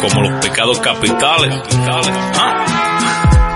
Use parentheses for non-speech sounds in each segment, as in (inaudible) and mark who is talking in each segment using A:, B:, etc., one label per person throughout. A: como los pecados capitales.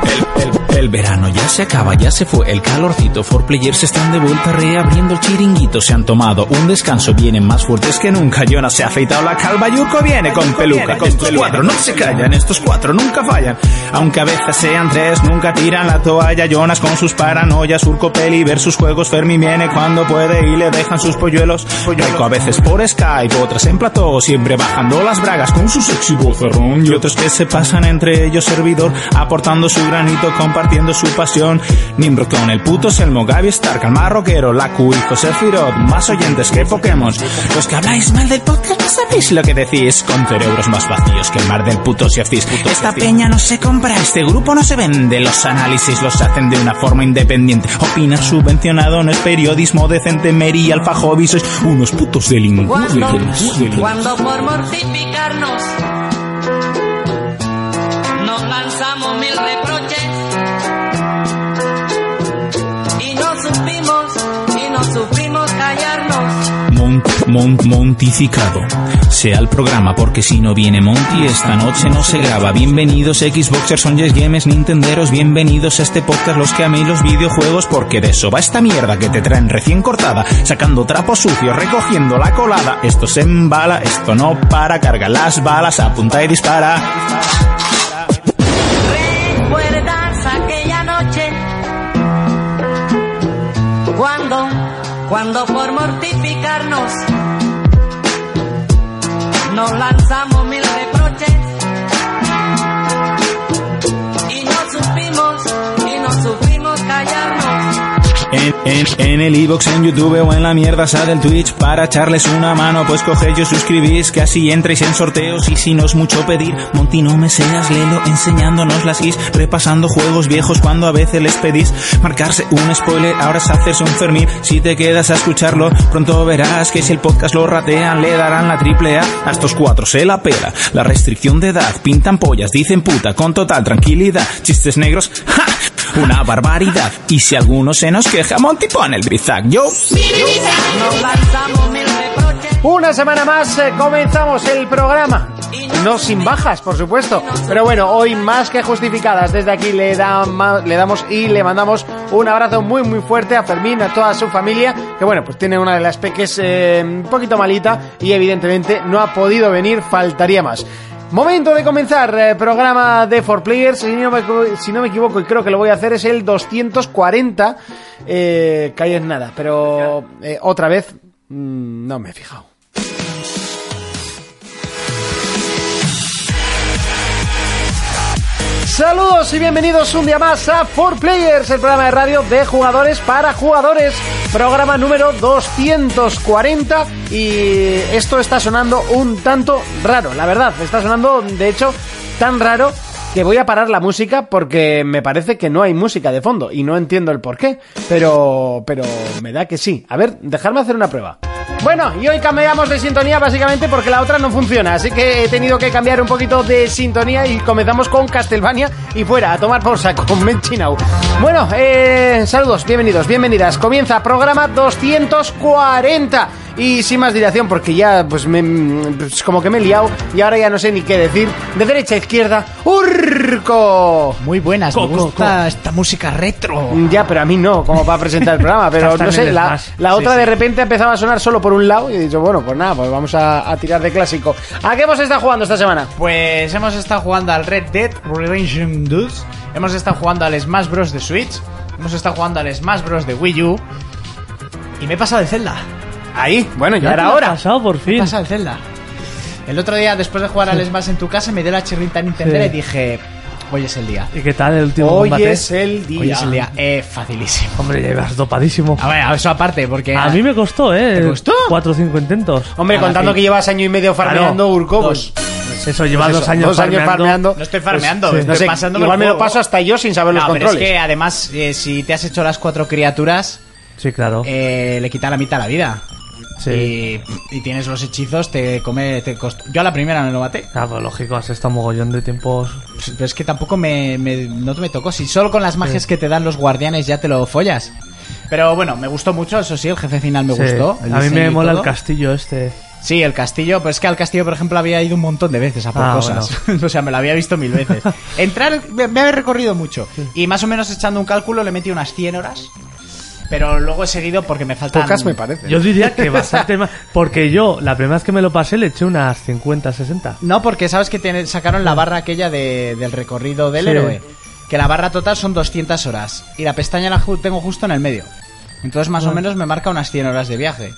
B: El, el- el verano ya se acaba, ya se fue el calorcito. For players están de vuelta reabriendo el chiringuito. Se han tomado un descanso, vienen más fuertes que nunca. Jonas se ha afeitado la calva, Yuko viene con peluca. Estos cuatro no se callan, estos cuatro nunca fallan. Aunque a veces sean tres, nunca tiran la toalla. Jonas con sus paranoias, Urco Peli versus juegos. Fermi viene cuando puede y le dejan sus polluelos. Raiko a veces por Skype, otras en plató. Siempre bajando las bragas con su sexy vocerrón. Y otros que se pasan entre ellos servidor, aportando su granito, compartiendo su pasión. Nimrod con el puto Selmo, Gaby Stark, Alma Rockero, Laku y José Firot, más oyentes que Pokémon. Los que habláis mal del podcast no sabéis lo que decís, con cerebros más vacíos que el mar del puto si hacéis. Esta peña no se compra, este grupo no se vende, los análisis los hacen de una forma independiente. Opinar subvencionado no es periodismo decente, Mary y Alfa Hobby, sois unos putos delincuentes.
C: Cuando, cuando por mortificarnos nos lanzamos mil reproches y no supimos, y no supimos callarnos.
B: Mont, mont, montificado. Sea el programa, porque si no viene Monty, esta noche no se graba. Bienvenidos Xboxers, son Yes Games, Nintenderos, bienvenidos a este podcast, los que améis los videojuegos, porque de eso va esta mierda que te traen recién cortada, sacando trapos sucios, recogiendo la colada. Esto se embala, esto no para, carga las balas, apunta y dispara.
C: ¿Recuerdas aquella noche? Cuando, cuando por mortificarnos nos lanzamos mil reproches y no supimos, y no supimos callarnos.
B: En, en- en el iBox, en YouTube o en la mierda sal del Twitch para echarles una mano, pues cogéis y suscribís, que así entréis en sorteos y si no es mucho pedir, Monty no me seas lelo, enseñándonos las is, repasando juegos viejos cuando a veces les pedís, marcarse un spoiler, ahora es hacerse un Fermín, si te quedas a escucharlo, pronto verás que si el podcast lo ratean, le darán la triple A, a estos cuatro se la pela, la restricción de edad, pintan pollas, dicen puta, con total tranquilidad, chistes negros, ¡ja! Una barbaridad. Y si alguno se nos queja, Monty pone el brizac. Yo.
C: Nos lanzamos mil reproches
D: Una semana más eh, comenzamos el programa. No sin bajas, por supuesto. Pero bueno, hoy más que justificadas. Desde aquí le, da- ma- le damos y le mandamos un abrazo muy muy fuerte a Fermín, a toda su familia, que bueno, pues tiene una de las peques eh, un poquito malita y evidentemente no ha podido venir, faltaría más. Momento de comenzar eh, programa de 4Players, si no, me, equivo- si no me equivoco y creo que lo voy a hacer es el 240, eh, que ahí es nada, pero eh, otra vez mm, no me he fijado. Saludos y bienvenidos un día más a 4Players, el programa de radio de jugadores para jugadores, programa número 240 y esto está sonando un tanto raro, la verdad, está sonando de hecho tan raro que voy a parar la música porque me parece que no hay música de fondo y no entiendo el por qué, pero, pero me da que sí. A ver, dejarme hacer una prueba. Bueno, y hoy cambiamos de sintonía básicamente porque la otra no funciona, así que he tenido que cambiar un poquito de sintonía y comenzamos con Castlevania y fuera, a tomar por saco, (laughs) Menchinau. Bueno, eh, saludos, bienvenidos, bienvenidas. Comienza programa 240 y sin más dilación porque ya pues, me, pues, como que me he liado y ahora ya no sé ni qué decir. De derecha a izquierda, Urco.
E: Muy buenas, me
D: Co, co,
E: gusta esta música retro.
D: Ya, pero a mí no, como para presentar el (laughs) programa. Pero
E: Estás
D: no sé,
E: en el
D: la,
E: Smash.
D: la
E: Sí,
D: otra
E: sí.
D: de repente empezaba a sonar solo por un lado y he dicho, bueno, pues nada, pues vamos a, a tirar de clásico. ¿A qué hemos estado jugando esta semana?
E: Pues hemos estado jugando al Red Dead Redemption 2, hemos estado jugando al Smash Bros de Switch, hemos estado jugando al Smash Bros de Wii U y me he pasado de Zelda.
D: Ahí, bueno, ya
F: Ya
D: era
F: te lo
D: hora.
F: has pasado por
E: Me he
F: fin.
E: pasado de Zelda. El otro día después de jugar al Smash en tu casa me dio la chirrita Nintendo
F: Sí.
E: y dije, hoy es el día.
F: ¿Y qué tal el último
D: Hoy
F: combate?
D: es el
E: Hoy
D: día.
E: es el día, eh, facilísimo.
F: Hombre, ya ibas dopadísimo.
E: A ver, eso aparte porque
F: A mí me costó, ¿eh?
E: ¿Te costó?
F: Cuatro o cinco intentos.
D: Hombre,
E: Ah,
D: contando
E: sí.
D: que llevas año y medio farmeando
E: Claro,
D: Urco,
E: dos.
D: pues,
F: Eso, lleva
D: pues
F: dos
D: eso,
F: años
D: dos años farmeando.
E: no estoy farmeando,
F: Pues, sí.
E: estoy
D: No sé,
E: pasándome
D: igual
E: el
D: me lo
E: juego.
D: paso hasta yo sin saber los
E: No, pero
D: controles.
E: es que además eh, si te has hecho las cuatro criaturas
F: Sí, claro.
E: eh, le quita la mitad la vida.
F: sí.
E: Y, y tienes los hechizos, te come. Te cost- Yo a la primera me lo maté.
F: Ah, pues lógico, has estado mogollón de tiempos.
E: Pero es que tampoco me, me- no me tocó. Si solo con las magias que te dan los guardianes ya te lo follas. Pero bueno, me gustó mucho, eso sí, el jefe final me
F: Sí.
E: gustó. el
F: A mí
E: diseño
F: me
E: y
F: mola
E: todo.
F: el castillo este.
E: Sí, el castillo, pero es que al castillo, por ejemplo, había ido un montón de veces a por
F: Ah,
E: cosas. (laughs) o sea, me lo había visto mil
F: (laughs)
E: veces. Entrar, me, me había recorrido mucho. Y más o menos echando un cálculo, le metí unas 100 horas. Pero luego he seguido porque me faltan.
D: Pocas me parece.
F: Yo diría
E: (laughs)
F: que bastante más. Porque yo, la primera vez que me lo pasé, le eché unas 50, 60.
E: No, porque sabes que tiene- sacaron la barra aquella de- del recorrido del
F: Sí.
E: héroe. Que la barra total son 200 horas. Y la pestaña la ju- tengo justo en el medio. Entonces, más o menos, me marca unas 100 horas de viaje.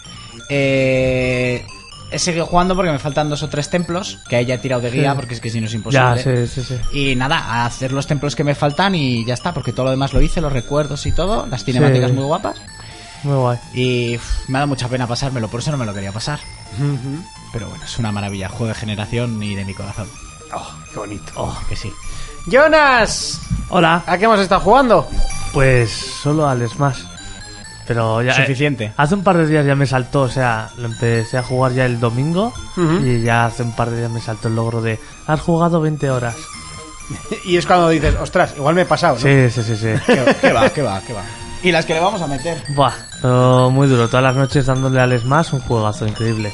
E: Eh, he seguido jugando porque me faltan dos o tres templos. Que ahí ya he tirado de guía
F: Sí.
E: porque es que si no es imposible.
F: Ya, sí, sí, sí.
E: Y nada, a hacer los templos que me faltan y ya está. Porque todo lo demás lo hice, los recuerdos y todo. Las cinemáticas
F: Sí.
E: muy guapas.
F: Muy guay.
E: Y uf, me ha dado mucha pena pasármelo, por eso no me lo quería pasar. Pero bueno, es una maravilla, juego de generación y de mi corazón.
D: Oh, qué bonito.
E: Oh, que sí.
D: Jonas,
F: Hola.
E: Ah.
D: ¿a qué hemos estado jugando?
F: Pues solo al Smash. Pero ya.
E: Suficiente.
F: eh, hace un par de días ya me saltó, o sea, lo empecé a jugar ya el domingo. Y ya hace un par de días me saltó el logro de. Has jugado 20 horas.
D: Y es cuando dices, ostras, igual me he pasado, ¿no?
F: Sí, sí, sí, sí.
D: (laughs)
E: ¿Qué, qué va, qué va, qué va? Y las que le vamos a meter.
F: Buah, pero muy duro. Todas las noches dándole al Smash un juegazo increíble.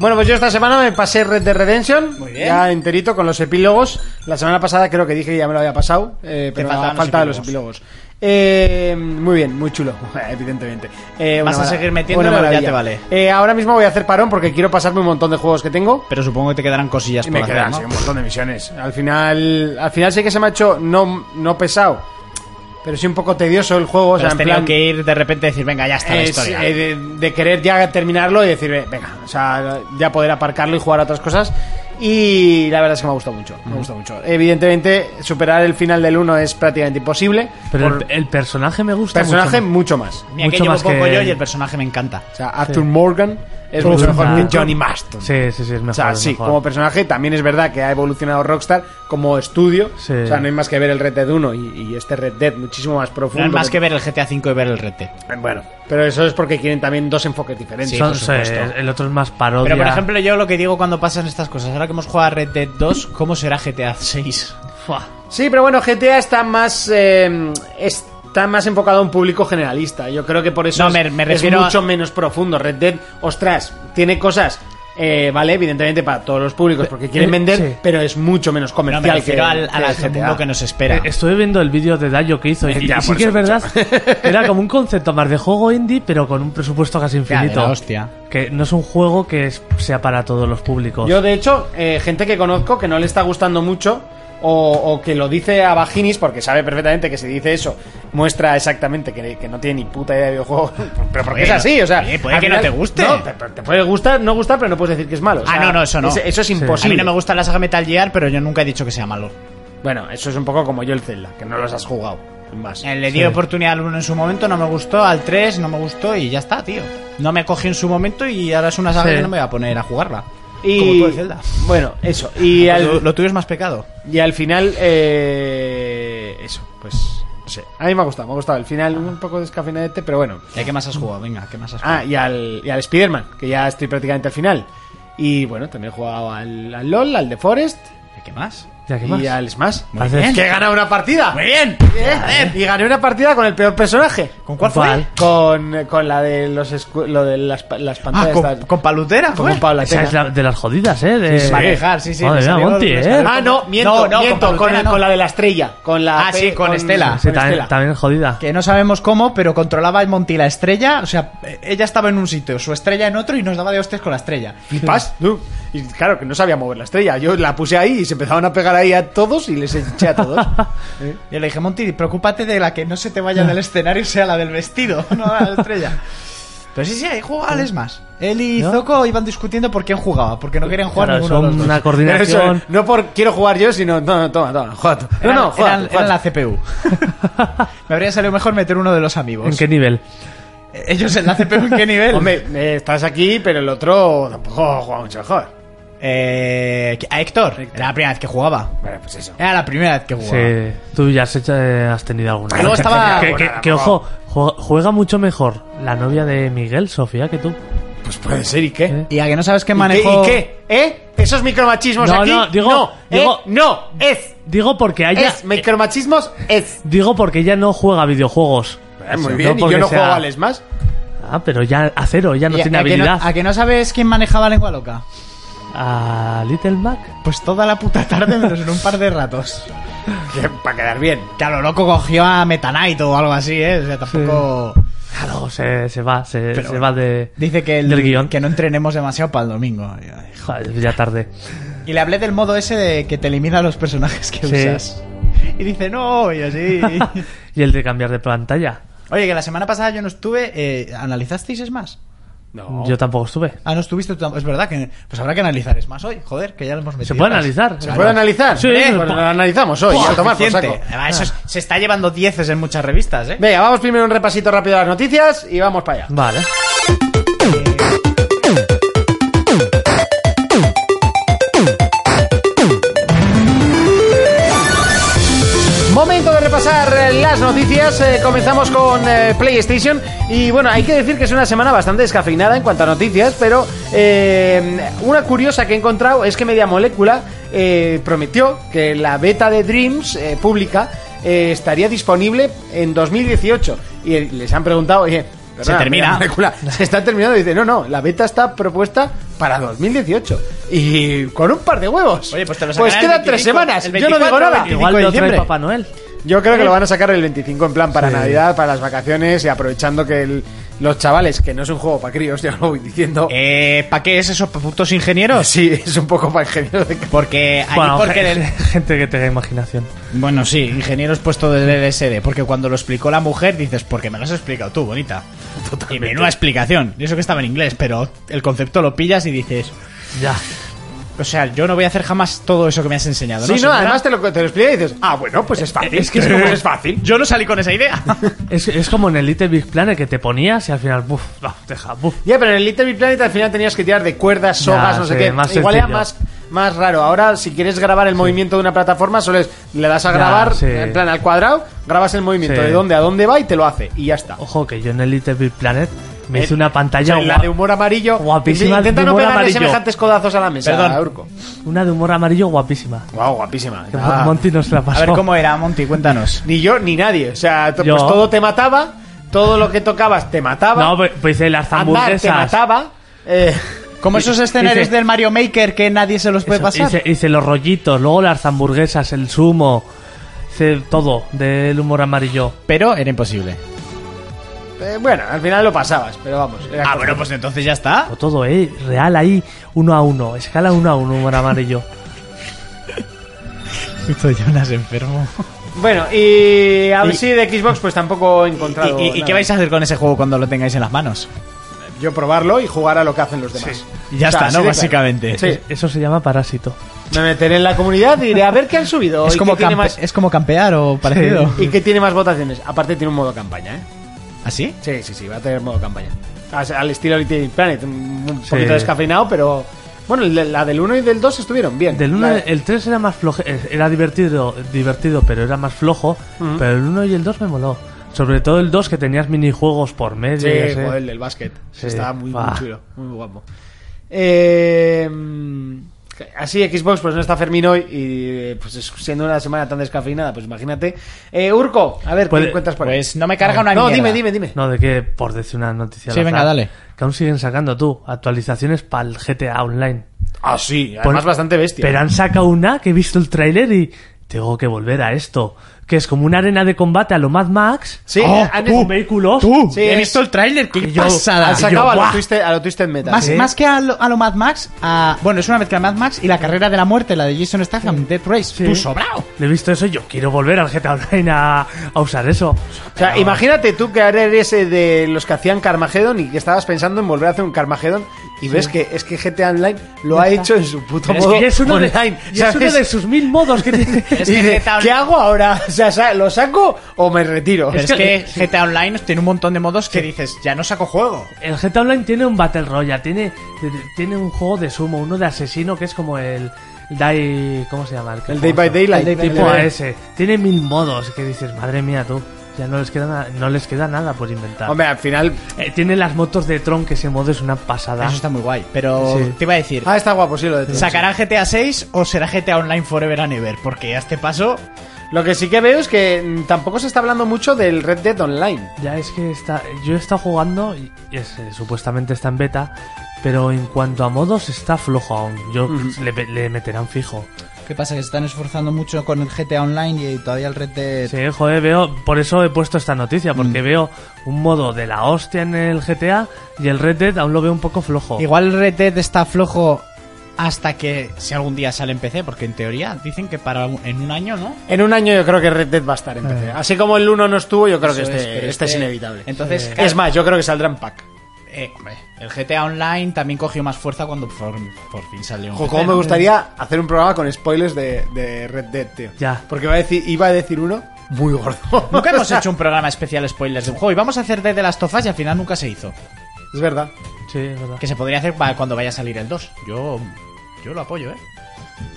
D: Bueno, pues yo esta semana me pasé Red Dead Redemption,
E: Muy bien.
D: ya enterito con los epílogos. La semana pasada creo que dije que ya me lo había pasado, eh, pero
E: faltaban
D: falta
E: los
D: falta de los epílogos. Eh, muy bien, muy chulo, (laughs) evidentemente. Eh,
E: ¿Vas
D: una
E: a
D: mara-
E: seguir metiéndole
D: una
E: o ya
D: maravilla.
E: te vale?
D: Eh, ahora mismo voy a hacer parón porque quiero pasarme un montón de juegos que tengo.
E: Pero supongo que te quedarán cosillas
D: Y me
E: por hacer,
D: quedan
E: ¿no?
D: sí, un montón de misiones. Al final, al final sí que se me ha hecho no, no pesado, pero sí un poco tedioso el juego. o
E: Pero
D: sea,
E: has
D: en
E: tenido
D: plan-
E: Pues que ir de repente a decir, venga, ya está la
D: es,
E: historia.
D: eh, de, de querer ya terminarlo y decir, "Ve, venga, o sea, ya poder aparcarlo y jugar a otras cosas. Y la verdad es que me ha gustado mucho, me ha gustado mucho. Evidentemente, superar el final del 1 es prácticamente imposible.
F: Pero
D: por
F: el, el personaje me gusta
D: personaje
F: mucho.
D: mucho más.
E: Mira, que
F: mucho
E: llevo
F: más
E: poco
F: que-
E: yo y el personaje me encanta.
D: O sea, Arthur Morgan es
F: Uf,
D: mucho mejor
F: nah.
D: que Johnny Maston.
F: Sí, sí, sí, es mejor.
D: O sea,
F: es
D: sí,
F: mejor.
D: como personaje también es verdad que ha evolucionado Rockstar como estudio.
F: Sí.
D: O sea, no hay más que ver el Red Dead 1 y, y este Red Dead muchísimo más profundo.
E: No es más que ver el GTA V y ver el Red Dead.
D: Bueno, pero eso es porque quieren también dos enfoques diferentes.
E: Sí,
F: Son-
E: por supuesto.
F: sí, el otro es más parodia.
E: Pero por ejemplo, yo lo que digo cuando pasan estas cosas, ahora que hemos jugado a Red Dead 2, ¿cómo será GTA 6?
F: Fua.
D: Sí, pero bueno, GTA está más eh, está más enfocado a un público generalista. Yo creo que por eso
E: No,
D: es,
E: me- me
D: es
E: refiero a-
D: mucho menos profundo. Red Dead, ostras, tiene cosas, eh, vale, evidentemente para todos los públicos porque quieren
F: eh,
D: vender,
F: sí.
D: pero es mucho menos
E: No,
D: comercial.
E: me refiero
D: que-
E: al, al,
D: que
E: al
D: GTA.
E: mundo que nos espera.
F: Eh, Estuve viendo el vídeo de Dayo que hizo y, y
D: (laughs) Ya,
F: sí
D: por
F: que es
D: eso
F: verdad (laughs) que era como un concepto más de juego indie, pero con un presupuesto casi
E: Ya, de
F: infinito.
E: la hostia.
F: Que no es un juego que es- sea para todos los públicos.
D: Yo, de hecho, eh, gente que conozco que no le está gustando mucho o, o que lo dice a Bajinis porque sabe perfectamente que si dice eso muestra exactamente que, que no tiene ni puta idea de videojuego. (laughs) Pero porque es
E: Bueno,
D: así, o sea.
E: oye, puede
D: al
E: que no te guste.
D: No, te, te puede gustar, no gustar, pero no puedes decir que es malo. o
E: Ah,
D: sea,
E: no, no, eso no.
D: es- eso es
F: Sí.
E: A mí
D: imposible.
E: no me gusta la saga Metal Gear, pero yo nunca he dicho que sea malo.
D: Bueno, eso es un poco como yo el Zelda, que no los has jugado. sin Más.
E: Eh, Le di oportunidad al 1 en su momento, no me gustó, al 3 no me gustó y ya está, tío. No me cogí en su momento y ahora es una saga
F: Sí.
E: que no me voy a poner a jugarla.
D: Y-
E: Como tú de Zelda. Ah,
D: Bueno, eso. Y
E: Lo
D: al-
E: tu- pues Lo tuyo es más pecado.
D: Y al final, eh, eso, pues, no sé. A mí me ha gustado, me ha gustado. El final un poco descafeinadete, pero bueno.
E: ¿Y qué más has jugado? Venga, ¿qué más has jugado?
D: Ah, y al, y al Spider-Man, que ya estoy prácticamente al final. Y bueno, también he jugado al, al LOL, al The Forest
E: ¿Y ¿Qué más?
F: Ya, ¿qué
D: y
F: más?
D: al Smash.
F: Muy bien.
D: ¡Que he ganado una partida!
E: ¡Muy bien! Ah,
D: ¿Eh? Y gané una partida con el peor personaje.
E: ¿Con cuál fue?
F: ¿Cuál?
D: Con, con la de los escu- lo de las, pa- las
E: Ah,
D: pantallas.
E: con,
D: estas.
E: con Palutera,
D: Con
E: fue.
D: un Pablo Atena.
F: Esa es la- de las jodidas, ¿eh? De...
E: Sí, sí. Manejar, sí, sí,
F: Madre
E: me
F: mía,
E: salió-
F: Monty,
E: me
F: ¿eh?
E: salió-
D: Ah, no, miento,
E: No, no,
D: miento,
E: con
D: con,
E: Palutena no.
D: con la de la estrella. Con la
E: Ah, sí, con Estela.
F: Sí,
D: con
F: también,
D: Estela.
F: también es jodida.
E: Que no sabemos cómo, pero controlaba el Monty la estrella. O sea, eh, ella estaba en un sitio, su estrella en otro y nos daba de hostias con la estrella.
D: Flipas, tú. Y claro, que no sabía mover la estrella. Yo la puse ahí y se empezaban a pegar ahí a todos y les eché a
F: (laughs)
D: todos.
E: Yo le dije, Monty, preocúpate de la que no se te vaya
F: (laughs)
E: del escenario, sea la del vestido, (laughs) no la de la estrella. Pero sí, sí, ahí jugales más. Él y
F: ¿No?
E: Zoco iban discutiendo por quién jugaba, porque no querían jugar
F: Claro,
E: ninguno de
F: son
E: los dos.
F: una
D: Pero eso,
F: coordinación.
D: no por quiero jugar yo, sino. No, no, toma, toma, juega tú. No,
E: Eran-
D: no, juega,
E: eran-
D: tú, juega
E: eran la
D: tú.
F: (laughs)
E: CPU. Me habría salido mejor meter uno de los
F: ¿En
E: amigos. Eh,
F: qué nivel?
E: Ellos en la CPU, ¿en
F: (laughs)
E: qué nivel?
D: Hombre, eh, estás aquí, pero el otro tampoco juega mucho mejor.
E: Eh, a Héctor. Era la primera vez que jugaba.
D: Bueno, pues eso.
E: Era la primera vez que jugaba.
F: Sí, tú ya has, hecho- eh, has tenido alguna.
E: Y luego estaba-
F: Que, que- que, ojo, ju- juega mucho mejor la novia de Miguel, Sofía, que tú.
D: Pues puede ser, ¿y qué?
F: ¿Eh?
E: Y a que no sabes qué
D: ¿Y qué-
E: manejó...
D: ¿Y qué? ¿Eh? ¿Esos micromachismos
F: No,
D: aquí?
F: no, digo-
D: no, ¿eh?
F: digo-
D: no, es.
F: Digo porque a ella.
D: Es, micromachismos es.
F: Digo porque ella no juega videojuegos.
D: Eh, muy
F: No
D: bien, y
F: porque
D: yo no
F: sea-
D: juego al Smash.
F: Ah, pero ya a cero, ya no
E: Y a-
F: tiene
E: a que
F: habilidad.
E: ¿A que no sabes quién manejaba lengua loca?
F: a... Little Mac.
E: Pues toda la puta tarde, menos en un par de ratos. Para quedar bien. Que a lo loco cogió a Meta Knight o algo así, ¿eh? O sea, tampoco...
F: Claro, Ah, se, se va, se,
E: Pero
F: se
E: bueno.
F: va de.
E: Dice que, el-
F: Del guión.
E: que no entrenemos demasiado para el domingo.
F: Joder, ya tarde.
E: Y le hablé del modo ese de que te elimina los personajes que
F: Sí.
E: usas. Y dice, no, y
F: (laughs)
E: así...
F: y el de cambiar de pantalla.
E: Oye, que la semana pasada yo no estuve... eh, ¿Analizasteis es más?
A: No.
F: Yo tampoco estuve.
E: Ah, no estuviste tú tam- Es verdad que... Pues habrá que analizar es más hoy. Joder, que ya lo hemos metido.
F: ¿Se puede
E: más.
F: analizar?
D: ¿Se puede analizar?
F: Sí,
D: Pues
F: pues,
D: lo analizamos hoy,
E: Buah,
D: a tomar por
E: suficiente.
D: saco.
F: Ah.
E: Además, eso es- se está llevando dieces en muchas revistas, ¿eh?
D: Venga, vamos primero un repasito rápido a las noticias y vamos para allá.
F: Vale.
D: Momento de repasar eh, las noticias. eh, comenzamos con eh, PlayStation. Y bueno, hay que decir que es una semana bastante descafeinada en cuanto a noticias, pero eh, una curiosa que he encontrado es que Media Molecula eh, prometió que la beta de Dreams eh, pública eh, estaría disponible en 2018. Y eh, les han preguntado, oye. perdona,
E: termina.
D: Media Molecula, se está terminando y dice, no, no, la beta está propuesta para 2018. Y con un par de huevos.
E: Oye, pues te lo
D: Pues
E: sacarán el
D: quedan tres
E: 25,
D: semanas.
E: el
D: Yo no digo
E: 24,
D: nada.
E: el 25
F: Igual
E: de
F: lo trae
E: diciembre.
F: Papá Noel.
D: Yo creo
F: Eh.
D: que lo van a sacar el 25 en plan para Navidad, para las vacaciones y aprovechando que el- los chavales, que no es un juego para críos, (laughs) ya lo voy diciendo.
E: Eh, ¿Para qué es esos putos ingenieros?
D: Sí, es un poco para ingenieros de ca-
E: Porque ahí
F: Bueno,
E: porque
F: (laughs) gen-
E: del-
F: gente que tenga imaginación.
E: Bueno, sí, ingenieros puesto del LSD. Porque cuando lo explicó la mujer, dices, porque me lo has explicado tú, bonita. Y menuda explicación. Y eso que estaba en inglés, pero el concepto lo pillas y dices,
F: Ya.
E: o sea, yo no voy a hacer jamás todo eso que me has enseñado.
D: Sí, no,
E: señora?
D: además te lo, te lo explica y dices, ah, bueno, pues es fácil.
F: Eh, Es que es como-
D: es fácil.
E: Yo no salí con esa (laughs) idea.
F: Es, es como en el Little Big Planet que te ponías y al final, buf, no, deja, buf.
D: (laughs) Ya, pero en el Little Big Planet al final tenías que tirar de cuerdas, sogas,
F: Ya,
D: no sé
F: sí,
D: qué.
F: más
D: Igual era
F: sencillo.
D: más, más raro. Ahora, si quieres grabar el movimiento de una plataforma, solo es, le das a
F: Ya,
D: grabar,
F: sí.
D: en plan al cuadrado, grabas el movimiento
F: Sí.
D: de dónde a dónde va y te lo hace. Y ya está.
F: Ojo, que yo en el Little Big Planet me
D: Eh,
F: hice una pantalla
D: O sea, la
F: gua-
D: de humor amarillo.
F: guapísima
D: Intenta
F: de
D: no
F: humor
D: pegarle
F: amarillo.
D: semejantes codazos a la mesa,
E: Perdón.
D: Urco.
F: una de humor amarillo guapísima.
D: Guau, guapísima.
F: Que
D: Ah.
F: Monty nos la
E: A
F: pasó.
E: ver cómo era, Monty, cuéntanos.
D: Ni yo ni nadie. O sea, t-
F: Yo.
D: pues todo te mataba, todo lo que tocabas te mataba.
F: No, pues- pues hice las
D: andar te
F: hamburguesas.
D: mataba. eh,
E: Como esos escenarios
F: dice-
E: del Mario Maker que nadie se los puede
F: Eso,
E: pasar.
F: Hice, hice los rollitos, luego las hamburguesas, el zumo, hice todo del humor amarillo.
E: Pero era imposible.
D: eh, bueno, al final lo pasabas, pero vamos. era
E: Ah,
D: como-
E: bueno, pues entonces ya está.
F: O todo, ¿eh? Real ahí, uno a uno, escala uno a uno, humor amarillo.
E: Jonas enfermo.
D: Bueno, y a ver
E: Y-
D: si de Xbox pues tampoco he encontrado.
E: ¿Y, y- y
D: nada.
E: qué vais a hacer con ese juego cuando lo tengáis en las manos?
D: Yo probarlo y jugar a lo que hacen los demás.
E: Y ya
D: O sea, así
E: está, ¿no?
D: de claro.
E: Básicamente.
D: Sí.
F: Eso se llama parásito.
D: Me meteré en la comunidad y diré a ver qué han subido.
E: Es
D: y
E: como,
D: qué tiene
E: campe-
D: más,
E: es como campear o parecido. ¿Ah,
D: y qué tiene más votaciones. Aparte tiene un modo campaña, ¿eh?
E: ¿Así?
D: Sí, sí, sí, va a tener modo campaña. Al, al estilo Little Big Planet, un un
F: Sí.
D: poquito descafeinado, pero. Bueno, el de- la del 1 y del 2 estuvieron bien.
F: Del uno,
D: La-
F: el 3 era más flojo, eh, era divertido, divertido, pero era más flojo. Pero el 1 y el 2 me moló. Sobre todo el 2 que tenías minijuegos por medio.
D: Sí,
F: ya sé.
D: joder, el del básquet.
F: eh. Sí.
D: Estaba muy, muy
F: Buah.
D: chulo, muy guapo. Eh, mm, así, Xbox, pues no está Fermín hoy y pues es- siendo una semana tan descafeinada, pues imagínate. Eh, Urco, a ver, ¿qué
F: Puede-
D: encuentras por ahí?
E: Pues no me carga una
D: No,
E: mierda.
D: dime, dime, dime.
F: No, de que por decir una noticia.
E: Sí,
F: al
E: venga,
F: azar,
E: dale.
F: Que aún siguen sacando tú actualizaciones para el GTA Online.
D: Ah, sí, además
F: Pon-
D: bastante bestia.
F: Pero han sacado una que he visto el tráiler y tengo que volver a esto. Que es como una arena de combate a lo Mad Max. Ah,
D: Sí, eh,
E: Oh,
D: han-
F: Con vehículos.
D: Sí,
E: He
D: es-
E: visto el tráiler, qué
F: Y yo-
E: pasada.
D: han sacado
E: Yo,
D: a, Ah, lo
E: ¡guau!
D: Twisted, a lo Twisted Metal.
E: más,
D: Sí.
E: más que a lo, a lo Mad Max, a- bueno, es una mezcla de Mad Max y la carrera de la muerte, la de Jason Statham, Death Race.
F: Sí.
E: Tú sobrao.
F: Le he visto eso y yo quiero volver al GTA Online a, a usar eso.
D: O sea, imagínate tú que ahora eres eh, de los que hacían Carmageddon y que estabas pensando en volver a hacer un Carmageddon y ves que es que GTA Online lo ha hecho en su puto
F: Pero es
D: modo
F: que ya es uno, de,
D: online.
F: ya es uno
D: ¿sabes?
F: de sus mil modos que tiene.
E: Es
D: Y
E: que
D: dice,
E: GTA
D: ¿qué hago ahora? (laughs) O sea, sa- ¿lo saco o me retiro?
E: Pero es, que, GTA Online tiene un montón de modos que dices, ya no saco juego.
F: El GTA Online tiene un Battle Royale, tiene, tiene un juego de sumo, uno de asesino que es como el Die... ¿Cómo se llama?
D: El Day by Daylight.
F: El
D: El Day by
F: tipo
D: Daylight.
F: ese. Tiene mil modos que dices, madre mía tú, ya no les queda, nada- no les queda nada por inventar.
D: Hombre, al final...
F: Eh, tiene las motos de Tron que ese modo es una pasada.
E: Eso está muy guay. Pero
F: Sí.
E: te iba a decir,
D: Ah, está guapo, sí, lo de Tron.
E: ¿sacarán GTA 6 o será GTA Online Forever and Ever? Porque a este paso...
D: Lo que sí que veo es que mm, tampoco se está hablando mucho del Red Dead Online.
F: Ya es que está, yo he estado jugando y y es, eh, supuestamente está en beta, pero en cuanto a modos está flojo aún. Yo le, le meterán fijo.
E: ¿Qué pasa? Que se están esforzando mucho con el GTA Online y todavía el Red
D: Eh.
E: Dead...
F: Sí, joder, veo, por eso he puesto esta noticia, porque
D: Mm.
F: veo un modo de la hostia en el GTA y el Red Dead aún lo veo un poco flojo.
E: Igual el Red Dead está flojo hasta que si algún día sale en PC, porque en teoría dicen que para un- en un año, ¿no?
D: En un año yo creo que Red Dead va a estar en PC. Así como el 1 no estuvo, yo creo que
E: Eso
D: este,
E: es, pero
D: este es
E: este-
D: inevitable.
E: entonces,
D: Sí.
E: claro-
D: es más, yo creo que saldrá en pack.
E: Eh, hombre, el GTA Online también cogió más fuerza cuando por, por fin salió. en
D: Ojo,
E: PC,
D: cómo me
E: ¿no?
D: gustaría hacer un programa con spoilers de, de Red Dead, tío.
F: Ya.
D: Porque iba a decir, iba a decir uno muy gordo.
E: (laughs) Nunca hemos hecho un programa especial spoilers de un juego y vamos a hacer desde las tofas y al final nunca se hizo.
D: Es verdad.
F: Sí, es verdad.
E: Que se podría hacer para cuando vaya a salir el 2. Yo, yo lo apoyo, ¿eh?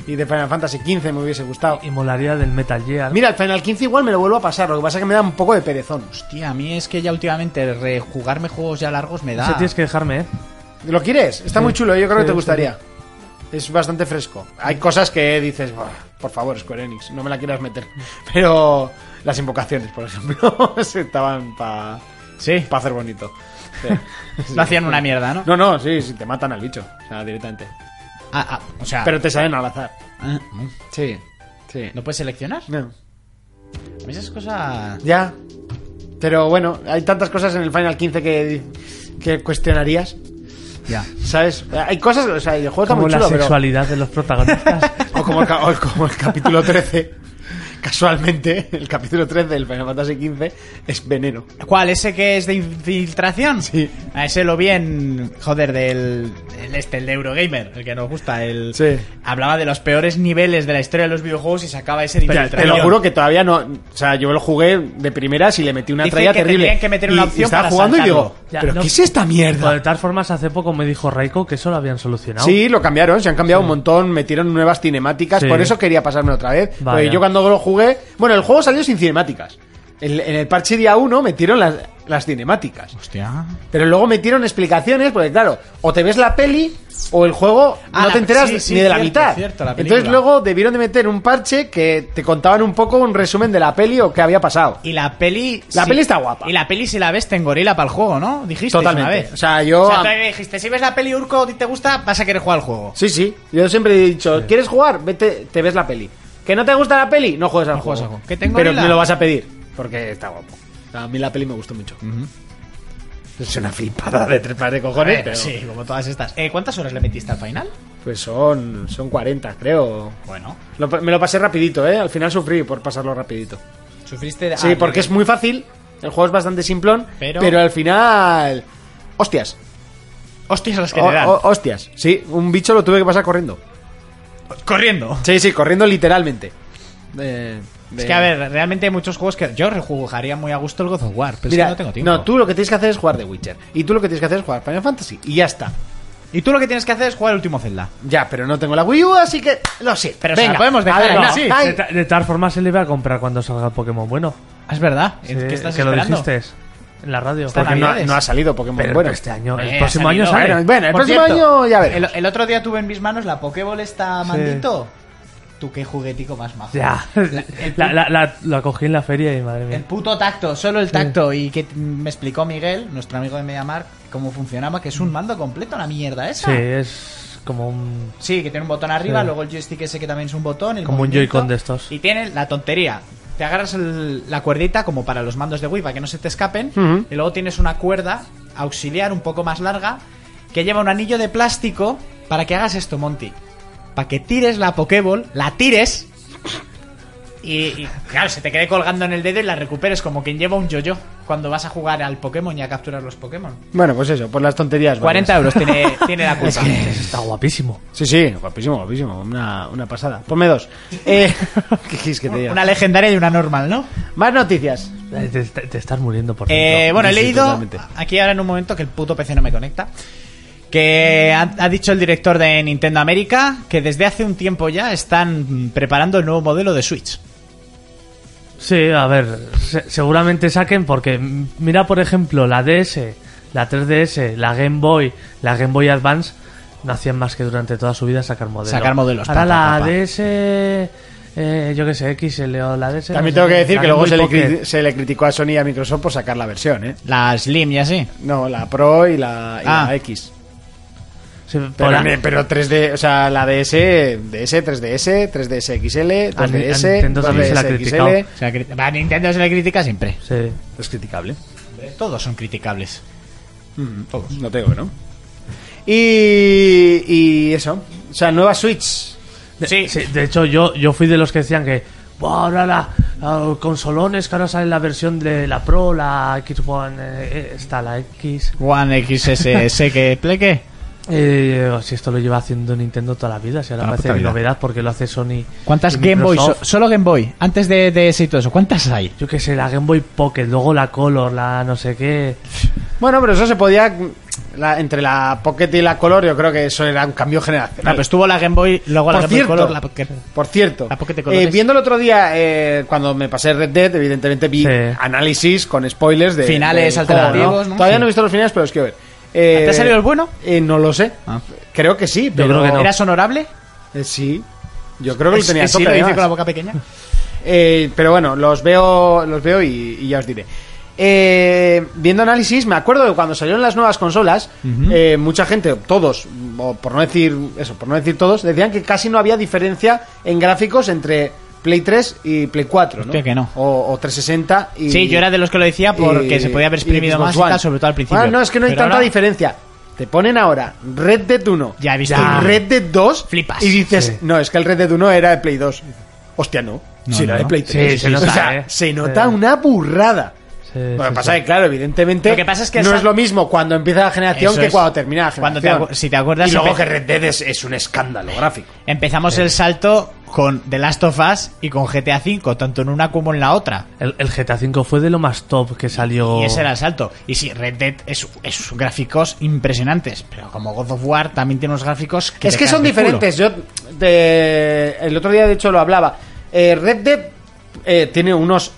D: Y de Final Fantasy XV me hubiese gustado.
F: Y molaría del Metal Gear.
D: Mira, el Final 15 igual me lo vuelvo a pasar, lo que pasa es que me da un poco de perezón.
E: Tía, a mí es que ya últimamente rejugarme juegos ya largos me
F: Ese
E: da...
F: tienes que dejarme, ¿eh?
D: ¿Lo quieres? Está muy chulo, ¿eh? yo creo que
F: Sí,
D: te
F: sí,
D: gustaría. Es bastante fresco. Hay cosas que dices, "Buah, por favor, Square Enix, no me la quieras meter. (laughs) Pero las invocaciones, por ejemplo, (laughs) se estaban para
E: Sí,
D: hacer bonito. Sí.
E: (laughs) lo hacían una mierda, ¿no?
D: No, no, sí, sí, te matan al bicho, o sea, directamente.
E: Ah, ah, o sea...
D: Pero te salen al azar.
E: ah,
D: Sí, sí.
E: ¿No puedes seleccionar?
D: No.
E: A mí Esas cosas...
D: Ya. Pero bueno, hay tantas cosas en el Final 15 que, que cuestionarías,
E: Ya.
D: ¿sabes? Hay cosas, o sea, el juego está
F: Como
D: muy
F: la
D: chulo, pero...
F: sexualidad de
D: (laughs)
F: los protagonistas.
D: O como, el, ca- o el- como el capítulo 13. Casualmente, el capítulo 13 del Final Fantasy XV es veneno.
E: ¿Cuál? ¿Ese que es de infiltración?
D: Sí.
E: A ese lo vi en. Joder, del. El este, el de Eurogamer, el que nos gusta. El,
D: Sí.
E: Hablaba de los peores niveles de la historia de los videojuegos y sacaba ese de
D: Ya, te
E: infiltración.
D: lo juro que todavía no. O sea, yo lo jugué de primeras y le metí una
E: Dicen
D: tralla
E: que
D: terrible.
E: tendrían que meter una
D: Y- y
E: opción
D: estaba
E: para
D: jugando y digo,
E: saltarlo.
F: Ya,
D: ¿pero
F: no-
D: qué es esta
F: Pero de
D: mierda?
F: todas formas, hace poco me dijo Raiko que eso lo habían solucionado.
D: Sí, lo cambiaron, se han cambiado un montón, metieron nuevas cinemáticas,
F: Sí.
D: por eso quería pasarme otra vez.
F: Vaya.
D: Porque yo cuando lo jugué. Bueno, el juego salió sin cinemáticas. En, en el parche día 1 metieron las, las cinemáticas.
E: Hostia.
D: Pero luego metieron explicaciones, porque claro, o te ves la peli o el juego
E: Ah,
D: no
E: la-
D: te enteras
E: sí, sí,
D: ni de la
E: cierto,
D: mitad.
E: cierto, la película.
D: Entonces luego debieron de meter un parche que te contaban un poco un resumen de la peli o qué había pasado.
E: Y la peli.
D: La peli está guapa.
E: Y la peli, si la ves, te engorila para el juego, ¿no? Dijiste
D: Totalmente.
E: una vez.
D: O sea, yo-
E: O sea, tú dijiste, si ves la peli Urco y te gusta, vas a querer jugar al juego.
D: Sí, sí. Yo siempre he dicho, ¿quieres jugar? Vete, te ves la peli. ¿Que no te gusta la peli? No juegues al
E: No
D: juego.
E: juegas al juego. ¿Que tengo
D: Pero
E: gorila?
D: me lo vas a pedir, porque está guapo. A mí la peli me gustó mucho. Es una flipada de tres pares de cojones,
E: Eh,
D: pero-
E: Sí, como todas estas. Eh, ¿Cuántas horas le metiste al final?
D: Pues son, son 40, creo.
E: Bueno.
D: Lo- me lo pasé rapidito, ¿eh? Al final sufrí por pasarlo rapidito.
E: Sufriste.
D: Sí, porque es muy fácil. El juego es bastante simplón. Pero,
E: Ah, Pero-
D: al final. Hostias.
E: Hostias las que
D: O-
E: te dan.
D: o- hostias. Sí, un bicho lo tuve que pasar corriendo.
E: Corriendo.
D: Sí, sí, corriendo literalmente. Eh, de-
E: Es que, a ver, realmente hay muchos juegos que yo rejugaría muy a gusto el God of War, pero es
D: Mira,
E: que no tengo tiempo.
D: tú lo que tienes que hacer es jugar The Witcher. Y tú lo que tienes que hacer es jugar Final Fantasy. Y ya está.
E: Y tú lo que tienes que hacer es jugar el último Zelda.
D: Ya, pero no tengo la Wii U, así que lo siento.
E: Pero se
D: Venga,
E: la podemos dejar
D: a ver,
E: ahí,
D: na-
E: sí.
D: ay,
F: Ah, De, ta- de todas formas, se le iba a comprar cuando salga el Pokémon bueno.
E: Ah, Es verdad,
F: Sí,
E: ¿qué estás
F: que lo
E: esperando?
F: dijiste en la radio.
E: Está
D: porque
E: en
D: no,
E: Navidades.
D: no ha salido Pokémon
F: Pero
D: bueno.
F: este año,
E: Eh,
F: el
E: ha
F: próximo año
E: salido.
F: sale.
D: Bueno, bueno, el
E: Por
D: próximo
E: cierto,
D: año ya veremos.
E: El, el otro día tuve en mis manos la Pokéball esta mandito. Tú qué juguetico más majo.
F: Ya. La, la, la- la cogí en la feria y madre
E: El
F: mía.
E: puto tacto, solo el tacto. Y que t- me explicó Miguel, nuestro amigo de MediaMark, cómo funcionaba, que es un mando completo, la mierda esa.
F: Sí, es como un.
E: Sí, que tiene un botón arriba,
F: Sí.
E: luego el joystick ese que también es un botón. el
F: Como un
E: movimiento,
F: Joy-Con de estos.
E: Y tiene la tontería. Te agarras el- la cuerdita como para los mandos de Wii para que no se te escapen.
D: Ujú.
E: Y luego tienes una cuerda auxiliar un poco más larga que lleva un anillo de plástico para que hagas esto, Monty. Para que tires la Pokéball, la tires. Y, y, claro, se te quede colgando en el dedo y la recuperes como quien lleva un yo-yo cuando vas a jugar al Pokémon y a capturar los Pokémon.
D: Bueno, pues eso, por las tonterías. varias.
E: 40 euros tiene, tiene
F: (laughs)
E: la culpa.
F: Está guapísimo.
D: Sí, sí, guapísimo, guapísimo. Una, una pasada. Ponme dos. Eh, (laughs) ¿Qué quieres que te diga?
E: Una legendaria y una normal, ¿no?
D: Más noticias.
F: Eh, Te, te- te estás muriendo por
E: Eh,
F: dentro.
E: bueno, he
D: Sí,
E: leído
D: totalmente.
E: aquí ahora en un momento que el puto PC no me conecta. Que ha, ha dicho el director de Nintendo América que desde hace un tiempo ya están preparando el nuevo modelo de Switch.
F: Sí, a ver, se- seguramente saquen porque m- mira, por ejemplo, la DS, la 3DS, la Game Boy, la Game Boy Advance no hacían más que durante toda su vida sacar modelos.
E: Sacar modelos,
F: Ahora
E: pa, pa,
F: la
E: pa, pa.
F: DS eh, yo qué sé, XL o la DS.
D: También
F: no
D: tengo
F: sé,
D: que decir
F: la
D: que luego
F: Game
D: se le,
F: Boy Pocket.
D: cri- se le criticó a Sony y a Microsoft por sacar la versión, ¿eh?
E: La Slim y así.
D: No, la Pro y la, y la
E: Ah.
D: X.
F: Sí, por
D: Pero,
F: a-
D: ne- pero 3D, o sea, la DS, DS, 3DS, 3DS XL,
F: A Ni- a
D: 2DS,
F: Nintendo también se la ha
D: 2DS
F: criticado.
D: XL.
E: O sea, cri- a Nintendo se le critica siempre.
F: sí.
D: Es criticable.
E: Todos son criticables.
D: No tengo, ¿no? Y, y eso. O sea, nueva Switch.
F: De, sí, de hecho, yo, yo fui de los que decían que. "Buah, ahora la, ah, consolones que ahora sale la versión de la Pro, la X One, eh, está la X.
E: One XSS que pleque.
F: Eh, digo, si esto lo lleva haciendo Nintendo toda la vida, si ahora
B: Toda
E: Ah,
B: la
F: parece
B: puta vida.
F: novedad porque lo hace Sony.
E: ¿Cuántas
F: y
E: Game Boy?
F: Microsoft.
E: so- solo Game Boy. Antes de, de ese y todo eso. ¿Cuántas hay?
F: Yo qué sé, la Game Boy Pocket, luego la Color, la no sé qué.
D: Bueno, pero eso se podía. la- entre la Pocket y la Color, yo creo que eso era un cambio
E: No,
D: generacional.
E: pues tuvo la Game Boy, luego la
D: Por
E: Game Boy
D: cierto.
E: Color, la Pocket.
D: Por cierto,
E: La Pocket de colores.
D: eh, viendo el otro día, eh, cuando me pasé Red Dead, evidentemente vi
F: Sí.
D: análisis con spoilers de
E: Finales
D: del juego,
E: alternativos, ¿no?
D: Todavía
E: Sí.
D: no he visto los finales, pero los quiero ver. Eh,
E: ¿Te ha salido el bueno?
D: eh, no lo sé.
E: Ah.
D: Creo que sí, pero.
F: creo que no.
E: ¿Eras honorable?
D: Eh, sí. Yo creo que lo
E: Es-
D: tenía
E: es- sí,
D: tope,
E: lo dice
D: además.
E: con la boca pequeña.
D: Eh, pero bueno, los veo, los veo y, y ya os diré. Eh, viendo análisis, me acuerdo de cuando salieron las nuevas consolas, eh, mucha gente, todos, o por no decir eso, por no decir todos, decían que casi no había diferencia en gráficos entre Play 3 y Play 4, ¿no?
E: Hostia, que no.
D: O, o 360 y
E: Sí, yo era de los que lo decía porque
D: Eh,
E: se podía haber exprimido más y tal, sobre todo al principio.
D: Ah, no, es que no hay
E: Pero
D: tanta
E: ahora-
D: diferencia. Te ponen ahora Red Dead 1.
E: Ya he visto
D: y
E: el-
D: Red Dead 2.
E: Flipas.
D: Y dices,
F: Sí.
D: no, es que el Red Dead 1 era de Play 2. Hostia, no.
E: No,
D: si era
E: no,
D: de
E: no.
D: Play
F: Sí,
D: 3.
F: se nota,
D: O sea,
F: ¿eh?
D: se nota
F: Sí.
D: una burrada.
F: Sí,
D: Lo
F: sí,
D: que pasa
F: sí.
D: es que, claro, evidentemente
E: Lo que pasa es que
D: no
E: esa-
D: es lo mismo cuando empieza la generación
E: Eso
D: que
E: es.
D: cuando termina la
E: Cuando
D: generación.
E: te acu- si te acuerdas,
D: y luego
E: empe-
D: que Red Dead es, es un escándalo gráfico.
E: Empezamos el salto con The Last of Us y con GTA V, tanto en una como en la otra.
F: El, el GTA V fue de lo más top que salió.
D: Oh.
E: Y ese era el salto. Y sí, Red Dead es, es gráficos impresionantes, pero como God of War también tiene unos gráficos que
D: es
E: te
D: que
E: caes
D: son
E: de culo.
D: diferentes. Yo de- el otro día de hecho lo hablaba. Eh, Red Dead eh, tiene unos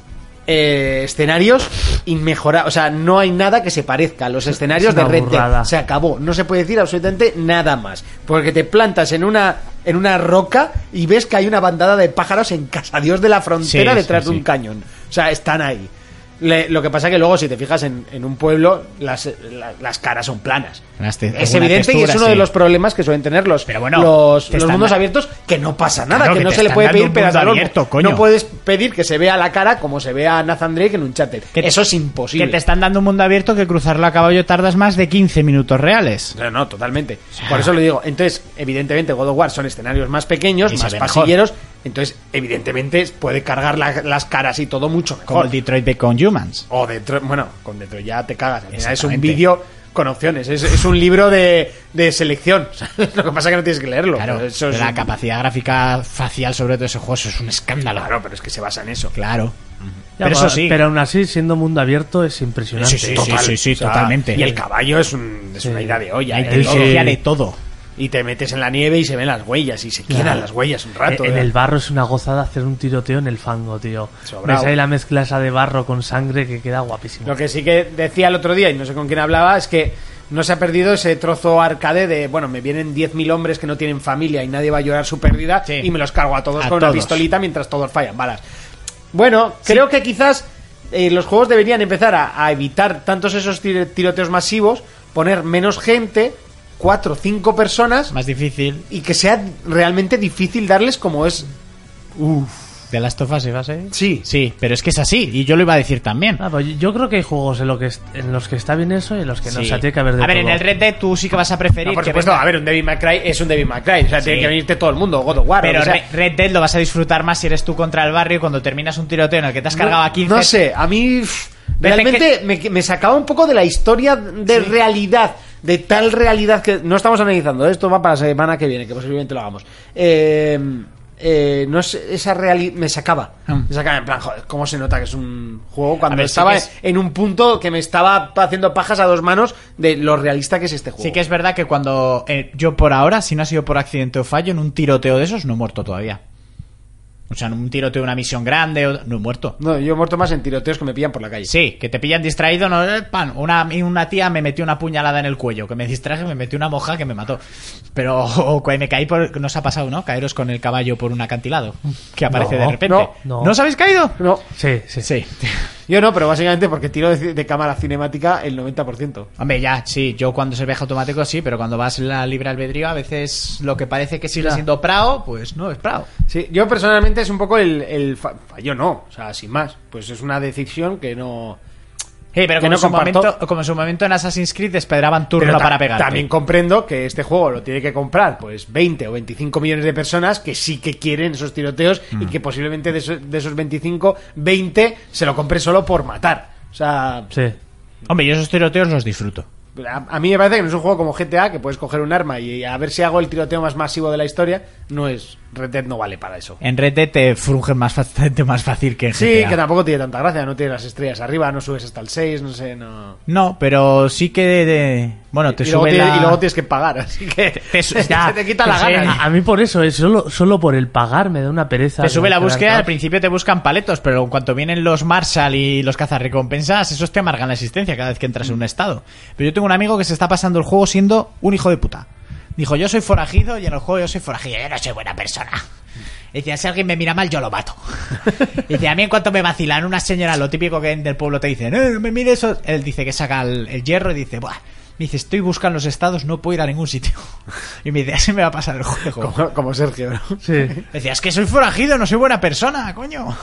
D: eh, escenarios inmejorables. O sea, no hay nada que se parezca a los escenarios
F: es
D: de
F: una
D: Red Dead.
F: burrada.
D: Se acabó. No se puede decir absolutamente nada más. Porque te plantas en una en una roca y ves que hay una bandada de pájaros en casa Dios de la frontera
E: Sí,
D: detrás
E: sí,
D: de un
E: sí.
D: cañón. O sea, están ahí. Le- lo que pasa que luego, si te fijas en, en un pueblo, las, la- las caras son planas.
E: Las te-
D: es
E: alguna
D: evidente y es
E: textura,
D: uno de
E: sí.
D: los problemas que suelen tener los,
E: Pero bueno,
D: los,
E: te
D: los
E: están
D: mundos
E: da-
D: abiertos, que no pasa nada,
E: Claro,
D: que,
E: que
D: no
E: te
D: se le
E: están
D: puede
E: dando
D: pedir
E: un
D: peras
E: mundo
D: al olmo.
E: abierto, coño.
D: No puedes pedir que se vea la cara como se ve a Nathan Drake en un chat.
E: Que-
D: Eso es
E: Que
D: imposible.
E: te están dando un mundo abierto que cruzarlo a caballo tardas más de 15 minutos reales.
D: No, no, totalmente. Por eso lo digo. Entonces, evidentemente, God of War son escenarios más pequeños,
E: Y se
D: más
E: ve
D: pasilleros. Entonces, evidentemente, puede cargar la- las caras y todo mucho mejor.
E: Como el Detroit Become Humans.
D: O Detroit, bueno, con Detroit ya te cagas. al final Es un
E: Exactamente.
D: vídeo con opciones, es, es un libro de, de selección. (laughs) ¿sabes? Lo que pasa es que no tienes que leerlo.
E: Claro,
D: pero eso es
E: la
D: un-
E: capacidad gráfica facial sobre todo esos juegos es un escándalo.
D: Claro, pero es que se basa en eso.
E: Claro.
F: Ya,
E: Pero eso sí.
F: Pero aún así, siendo mundo abierto, es impresionante.
E: Sí, sí, sí, sí, sí, totalmente.
D: Y el caballo es, un, es una idea de olla.
E: Hay
D: ¿eh?
E: tecnología de todo.
D: Y te metes en la nieve y se ven las huellas y se quedan
F: Claro.
D: las huellas un rato.
F: En
D: ¿eh?
F: el barro es una gozada hacer un tiroteo en el fango, tío.
D: Sobrao.
F: Ves ahí la mezcla esa de barro con sangre que queda guapísimo.
D: Lo que sí que decía el otro día, y no sé con quién hablaba, es que no se ha perdido ese trozo arcade de, bueno, me vienen 10.000 hombres que no tienen familia y nadie va a llorar su pérdida
E: Sí.
D: y me los cargo a todos
E: A
D: con una
E: todos.
D: pistolita mientras todos fallan balas. Bueno, creo que quizás eh, los juegos deberían empezar a, a evitar tantos esos tir- tiroteos masivos, poner menos gente, cuatro o cinco personas,
E: Más difícil.
D: y que sea realmente difícil darles como es...
E: ¿De las tofas ibas a ir?
D: Sí.
E: Sí, pero es que es así. Y yo lo iba a decir también.
F: Ah, pues yo creo que hay juegos en, lo que est- en los que está bien eso y en los que no. O sea, tiene que haber de
E: a ver,
F: todo.
E: en el Red Dead tú sí que vas a preferir.
D: No, por
E: que
D: supuesto,
E: venga-
D: a ver, un David McCray es un David McCray, o sea, tiene que venirte todo el mundo, God of War,
E: Pero
D: o sea-
E: Re- Red Dead lo vas a disfrutar más si eres tú contra el barrio y cuando terminas un tiroteo en el que te has cargado
D: no,
E: a 15.
D: No sé, a mí pff,
E: Desde
D: realmente me, me sacaba un poco de la historia de realidad, de tal realidad que no estamos analizando. Esto va para la semana que viene, que posiblemente lo hagamos. Eh, eh, no sé, esa realidad me sacaba.
E: Hmm.
D: Me sacaba en plan, joder, cómo se nota que es un juego cuando
E: A ver, sí
D: estaba
E: que es-
D: en un punto que me estaba haciendo pajas a dos manos de lo realista que es este juego.
E: Sí que es verdad que cuando eh, yo por ahora, si no ha sido por accidente o fallo, en un tiroteo de esos no he muerto todavía. O sea, en un tiroteo, una misión grande, o- no he muerto.
D: No, yo he muerto más en tiroteos que me pillan por la calle.
E: Sí, que te pillan distraído, no, eh, pan. Una, una tía me metió una puñalada en el cuello, que me distraje, me metió una moja que me mató. Pero o que me caí por. Nos ha pasado, ¿no? Caeros con el caballo por un acantilado que aparece
F: No,
E: de repente.
D: no,
F: no.
E: os habéis caído?
D: No,
F: Sí, sí.
E: Sí.
D: yo no, pero básicamente porque tiro de, de cámara cinemática el 90%.
E: Hombre, ya, sí. Yo cuando se viaje automático, sí, pero cuando vas en la libre albedrío, a veces lo que parece que sigue siendo Prado, pues no es Prado.
D: Sí, yo personalmente es un poco el, el fa- fallo, no, o sea, sin más. Pues es una decisión que no.
E: Sí, pero
D: Que
E: como,
D: no
E: en su
D: comparto.
E: momento, como en su momento en Assassin's Creed despedraban turno
D: Pero ta-
E: para pegar.
D: También comprendo que este juego lo tiene que comprar pues 20 o 25 millones de personas que sí que quieren esos tiroteos y que posiblemente de esos, de esos 25, 20 se lo compre solo por matar. O sea,
F: Sí.
E: Hombre, yo esos tiroteos los disfruto.
D: a, a mí me parece que no es un juego como GTA, que puedes coger un arma y a ver si hago el tiroteo más masivo de la historia. No es. Red Dead no vale para eso.
E: En Red Dead te frungen más, fa- más fácil (laughs) que en
D: Sí,
E: GTA.
D: que tampoco tiene tanta gracia, no tiene las estrellas arriba, no subes hasta el 6, no sé, no.
E: No, pero sí que de, de- bueno, te
D: y, luego
E: sube
D: tiene-
E: la...
D: y luego tienes que pagar, (laughs) así que
E: Te su- ya,
D: se te quita la
E: pues, eh,
D: gana.
F: A, a mí por eso, es solo, solo por el pagar me da una pereza.
E: te sube la búsqueda, al
F: principio.
E: principio te buscan paletos, pero en cuanto vienen los Marshall y los cazarrecompensas, esos te amargan la existencia cada vez que entras en un estado. Pero yo tengo un amigo que se está pasando el juego siendo un hijo de puta. Dijo, yo soy forajido y en el juego yo soy forajido, yo no soy buena persona. Y Decía, si alguien me mira mal, yo lo mato. Y decía, a mí en cuanto me vacilan una señora, lo típico que en del pueblo te dicen, eh, no me mires eso. Él dice que saca el, el hierro y dice, buah. Me dice, estoy buscando los estados, no puedo ir a ningún sitio. (laughs) Y me dice, así me va a pasar el juego.
D: (laughs) Como, como Sergio, ¿no?
F: Sí.
E: Decía, es que soy forajido, no soy buena persona, coño.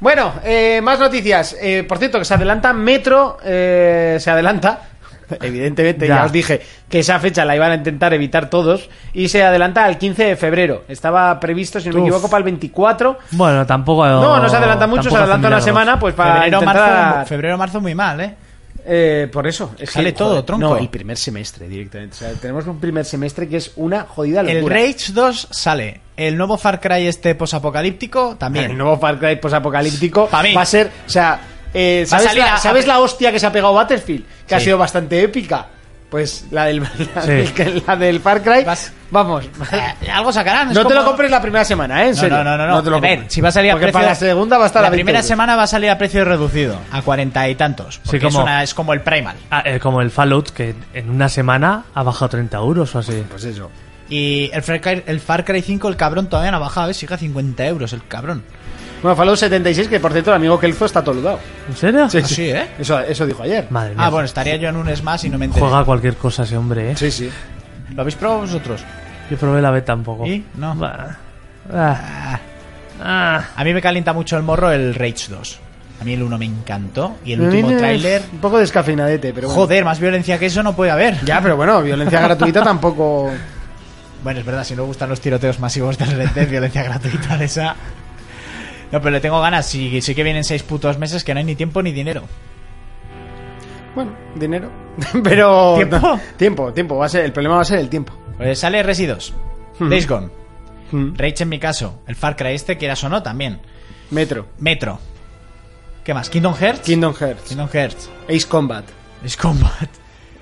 D: Bueno, eh, más noticias. Eh, por cierto, que se adelanta Metro, eh, se adelanta. (laughs) Evidentemente, ya.
F: Ya.
D: os dije que esa fecha la iban a intentar evitar todos. Y se adelanta al 15 de febrero. Estaba previsto, si no me
F: Uf.
D: equivoco, para el 24.
F: Bueno, tampoco.
D: No, no se adelanta mucho, se adelanta una semana, pues para
E: febrero,
D: intentar-
E: marzo, febrero, marzo muy mal, ¿eh?
D: Eh, por eso. es
E: Sale todo, tronco.
D: No, el primer semestre directamente. O sea, tenemos un primer semestre que es una jodida locura.
E: El Rage 2 sale. El nuevo Far Cry este posapocalíptico también.
D: El nuevo Far Cry posapocalíptico
E: Pa' mí.
D: va a ser, o sea, eh,
E: Va a
D: ¿sabes,
E: salir
D: la,
E: a-
D: sabes la hostia que se ha pegado Battlefield? Que ha
E: Sí.
D: sido bastante épica. Pues la del, (laughs) la
F: Sí.
D: del, la del Far Cry,
E: Vas-
D: (laughs) vamos.
E: Eh, Algo sacarán. es
D: No te
E: como-
D: lo compres la primera semana, ¿eh? En
E: No,
D: serio.
E: no, no, no, no.
D: te lo
E: A ver,
D: compres.
E: si va a salir a
D: Porque
E: precio-
D: para la segunda va a estar pues. a
E: La
D: 20
E: primera
D: euros.
E: semana va a salir a precio reducido, a cuarenta y tantos. Porque es,
F: como-
E: una- es como el Primal.
F: Ah, eh, como el Fallout, que en una semana ha bajado 30 euros o así.
D: Pues eso.
E: Y el Far Cry, el Far Cry 5, el cabrón todavía no ha bajado, ¿eh? Sigue a 50 euros el cabrón.
D: Bueno, Fallout 76, que por cierto el amigo Kelzo está atoludado.
F: ¿En serio?
E: Ah, sí, ¿eh?
D: Eso, eso dijo ayer.
F: Madre mía.
E: Ah, bueno, estaría yo en un Smash y no me enteré.
F: Juega a cualquier cosa ese hombre, eh.
D: Sí, sí.
E: ¿Lo habéis probado vosotros?
F: Yo probé la B tampoco.
E: ¿Y? No.
F: Bah. Ah. Ah.
E: A mí me calienta mucho el morro el Rage 2. A mí el 1 me encantó. Y el
D: A mí
E: último
D: me-
E: tráiler...
D: Eh, Un poco descafeinadete, pero bueno.
E: Joder, más violencia que eso no puede haber.
D: Ya, pero bueno, violencia gratuita
E: (laughs)
D: tampoco.
E: Bueno, es verdad, si no gustan los tiroteos masivos del Red Dead, violencia (laughs) gratuita de esa... No, pero le tengo ganas. Sí, sí que vienen seis putos meses que no hay ni tiempo ni dinero.
D: Bueno, dinero. (laughs) Pero.
E: ¿Tiempo?
D: no, tiempo, tiempo. Va a ser, el problema va a ser el tiempo.
E: Pues sale Resi 2.
D: Hmm.
E: Days Gone.
D: Mm.
E: Rage en mi caso. El Far Cry este, quieras o no, también.
D: Metro.
E: Metro. ¿Qué más? ¿Kingdom Hearts?
D: Kingdom Hearts.
E: Kingdom Hearts.
D: Ace Combat.
E: Ace Combat.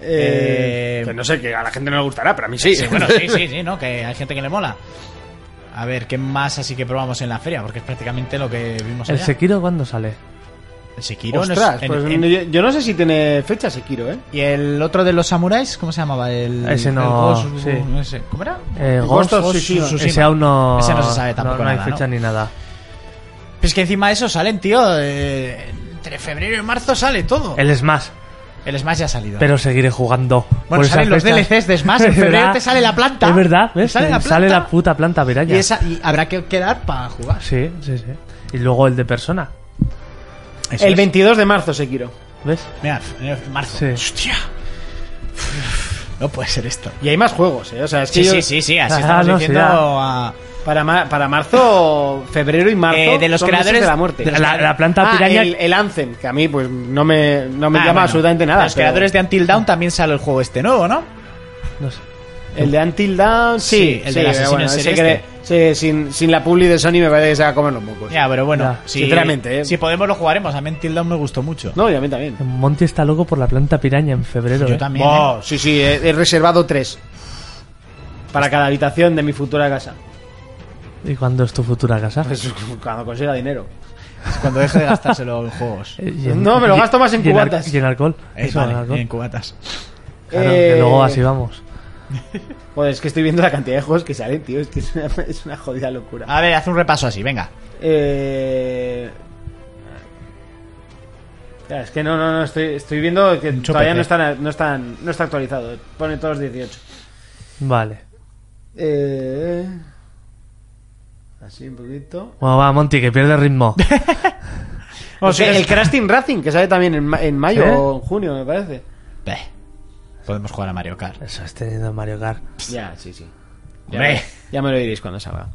D: Eh,
E: Eh,
D: que no sé, que a la gente no le gustará, pero a mí sí.
E: Sí, bueno, sí, (laughs) sí, sí, ¿no? Que hay gente que le mola. A ver, ¿qué más así que probamos en la feria? Porque es prácticamente lo que vimos
F: ¿El
E: allá.
F: Sekiro cuándo sale?
E: El Sekiro no es-
D: Ostras,
E: en-
D: pues
E: en-
D: yo, yo no sé si tiene fecha Sekiro, ¿eh.
E: ¿Y el otro de los samuráis? ¿Cómo se llamaba? El,
F: Ese no,
E: el Ghost-
F: sí.
E: no sé, ¿Cómo era?
F: Eh,
D: Ghost of Tsushima.
F: Ese aún no.
E: Ese no se sabe tampoco
F: No, no hay
E: nada, ¿no?
F: fecha ni nada.
E: Pero es que encima de eso salen, tío. eh, entre febrero y marzo sale todo. El,
F: El Smash.
E: Smash Oh. ya ha salido.
F: Pero seguiré jugando.
E: Bueno,
F: esas
E: salen los
F: fechas.
E: DLCs de
F: (laughs)
E: Smash, en
F: Es
E: febrero
F: verdad.
E: te sale la planta.
F: Es verdad, ¿ves?
E: Te sale la
F: Sale
E: planta.
F: la puta planta
E: y,
F: veraña.
E: esa, y habrá que quedar para jugar.
F: Sí, sí, sí. Y luego el de persona.
E: Eso
D: el
E: es.
D: 22 de marzo Sekiro.
F: ¿Ves?
E: Mirad, en marzo.
F: Sí.
E: Hostia. No puede ser esto.
D: Y hay más juegos, ¿eh? O sea, es que
E: Sí,
D: yo-
E: sí, sí, sí, así
F: (laughs) Ah,
E: estamos
F: no, sí,
E: diciendo
F: ya.
E: a...
D: Para, ma- para marzo, febrero y marzo.
E: Eh, de los
D: son meses
E: creadores-
D: de la muerte.
E: de
F: La, la planta
D: Ah,
F: piraña.
D: el, el Anthem, que a mí pues no me, no me
E: Ah,
D: llama
E: bueno,
D: absolutamente nada.
E: Los
D: pero-
E: creadores de Until Dawn también sale el juego este nuevo, ¿no?
F: No sé.
D: El de Until Dawn, sí.
E: Sí, el del asesino en serie
D: ese que- sí, sin, sin la publi de Sony me parece que se va a comer los mocos.
E: Ya, pero bueno,
F: Ya,
E: si,
D: Pues sinceramente, eh.
E: si podemos lo jugaremos. A mí Until Dawn me gustó mucho.
D: No, y a mí también.
F: Monty está loco por la planta piraña en febrero.
E: Yo
F: ¿eh?
E: también.
D: Oh,
E: eh.
D: sí, sí, he, he reservado tres. Para cada habitación de mi futura casa.
F: ¿Y cuándo es tu futura casa?
D: Pues (laughs) cuando consiga dinero.
E: Cuando deje de gastárselo en juegos.
F: (laughs) Eh, y en-
D: no, me lo
F: y-
D: gasto más en
F: y ar-
D: cubatas.
F: Y en alcohol.
E: Eh,
F: Eso,
E: vale,
F: en alcohol.
E: en cubatas.
F: Claro,
D: Eh,
F: que luego así vamos.
D: Joder, es que estoy viendo la cantidad de juegos que salen, tío. Es que es una, (laughs) es una jodida locura.
E: A ver, haz un repaso así, venga.
D: Eh... ya, es que no, no, no, estoy, estoy viendo que
E: Mucho
D: todavía
E: PC.
D: no, están, no, están, no está actualizado. Pone todos 18.
F: Vale.
D: Eh... Así un poquito.
F: Bueno, va, Monty, que pierde ritmo.
E: (laughs)
D: O sea, el Crash Team Racing, que sale también en, ma- en mayo
F: ¿Eh?
D: o en junio, me parece.
E: Beh, podemos jugar a Mario Kart.
F: Eso es teniendo Mario Kart.
D: Ya, sí, sí. Ya,
E: Hombre,
D: ya me lo diréis cuando salga.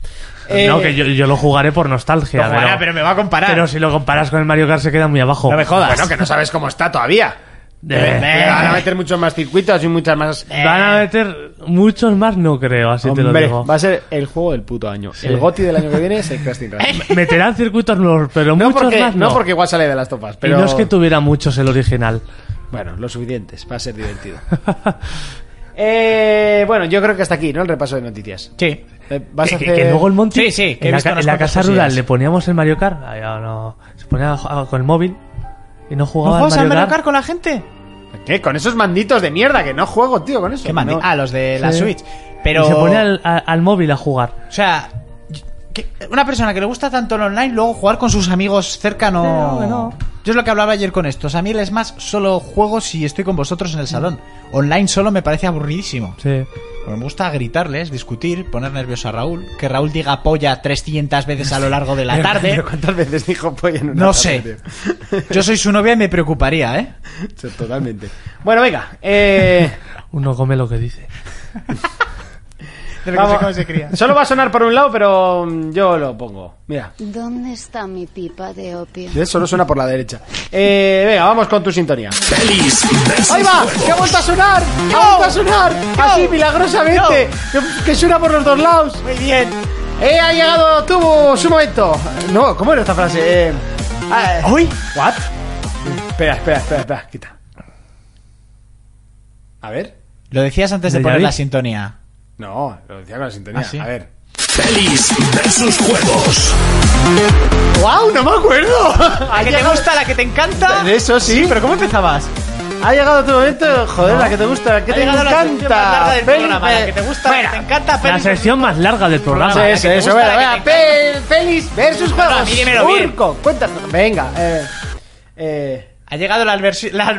F: no,
D: Eh,
F: que yo, yo lo jugaré por nostalgia.
E: lo jugará, pero me va a comparar.
F: pero si lo comparas con el Mario Kart se queda muy abajo.
E: No me jodas.
D: Bueno, que no sabes cómo está (laughs) todavía.
F: Eh,
D: Le Van a meter muchos más circuitos y muchas más.
E: eh.
F: Van a meter muchos más, no creo, así te
D: Eh,
F: lo
D: Hombre,
F: digo.
D: va a ser el juego del puto año. El GOTI del año que viene es (laughs) el Crash Team Racing.
F: Meterán circuitos nuevos, pero
D: Eh, No
F: muchos
D: porque,
F: más
D: no.
F: no.
D: porque igual sale de las topas, pero
F: Y no es que tuviera muchos el original.
D: bueno, lo suficientes, va a ser (laughs) divertido. Eh, bueno, yo creo que hasta aquí, ¿no? El repaso de noticias.
E: Sí.
D: Eh, Vas a
F: Que,
D: hacer...
F: que- que luego el Monty
E: Sí, sí, que he
F: en, la,
E: visto
F: ca-
E: unas
F: en la
E: cuantas
F: casa
E: cosillas.
F: rural le poníamos el Mario Kart ay, ah, no, se ponía a jugar con el móvil y
E: ¿No
F: no jugaba
E: juegas
F: al
E: al
F: Mario,
E: Mario Kart
F: Kart.
E: con la gente?
D: ¿Qué? Con esos manditos de mierda que no juego, tío, con eso.
E: ¿Qué mandi-
D: No.
E: Ah, los de la
F: Sí.
E: Switch. Pero.
F: Y se ponía al, a- al móvil a jugar
E: O sea, que una persona que le gusta tanto el online, luego jugar con sus amigos cerca no...
F: No, no.
E: Yo es lo que hablaba ayer con estos. A mí es más, solo juego si estoy con vosotros en el salón. Online solo me parece aburridísimo.
F: sí
E: Porque me gusta gritarles, discutir, poner nervioso a Raúl. Que Raúl diga polla 300 veces a lo largo de la tarde.
D: Pero ¿Cuántas veces dijo pollo en una
E: No
D: tarde,
E: sé.
D: tío?
E: Yo soy su novia y me preocuparía, ¿eh?
D: Sí, Totalmente. Bueno, venga. Eh,
F: uno come lo que dice
D: vamos. Solo va a sonar por un lado, pero mm, yo lo pongo. Mira.
G: ¿Dónde está mi pipa de opio?
D: ¿Ves? Solo suena por la derecha. Eh, venga, vamos con tu sintonía.
A: Feliz.
D: ¡Ahí va! ¡Que ha vuelto a sonar! ¡Ha vuelto a sonar! Así, milagrosamente. Que, que suena por los dos lados. Muy bien. ¡Eh, ha llegado tu su momento! No, ¿cómo era esta frase? Eh, ¿Hoy? ¿What? Espera, espera, espera, espera. Quita. A ver.
E: Lo decías antes de
F: ¿De
E: poner
F: David?
E: la sintonía.
D: No, lo decía con la sintonía.
E: ¿Ah, sí?
D: A ver.
A: Feliz versus juegos.
D: ¡Wow! ¡No me acuerdo! (laughs) Ha
E: ¿La que te
D: llegado-
E: gusta, la que te encanta?
D: Eso sí, pero ¿cómo
E: empezabas?
D: Ha llegado tu momento, joder, la que te gusta, la que
E: Ha
D: te
E: llegado la sección más
D: encanta.
E: larga del
D: Felipe.
E: programa, la que te gusta, la que te encanta,
F: la
E: Felipe.
F: sección más larga del programa
D: Sí,
E: la que
D: eso,
E: te
D: eso,
E: gusta,
D: venga,
E: la
D: venga.
E: que te
D: Pel- Pelis versus juegos.
E: a mí dímelo bien.
D: Urco, cuéntanos. Venga, eh.
E: (laughs)
D: Eh.
E: Ha llegado la,
D: (laughs)
E: versi- la,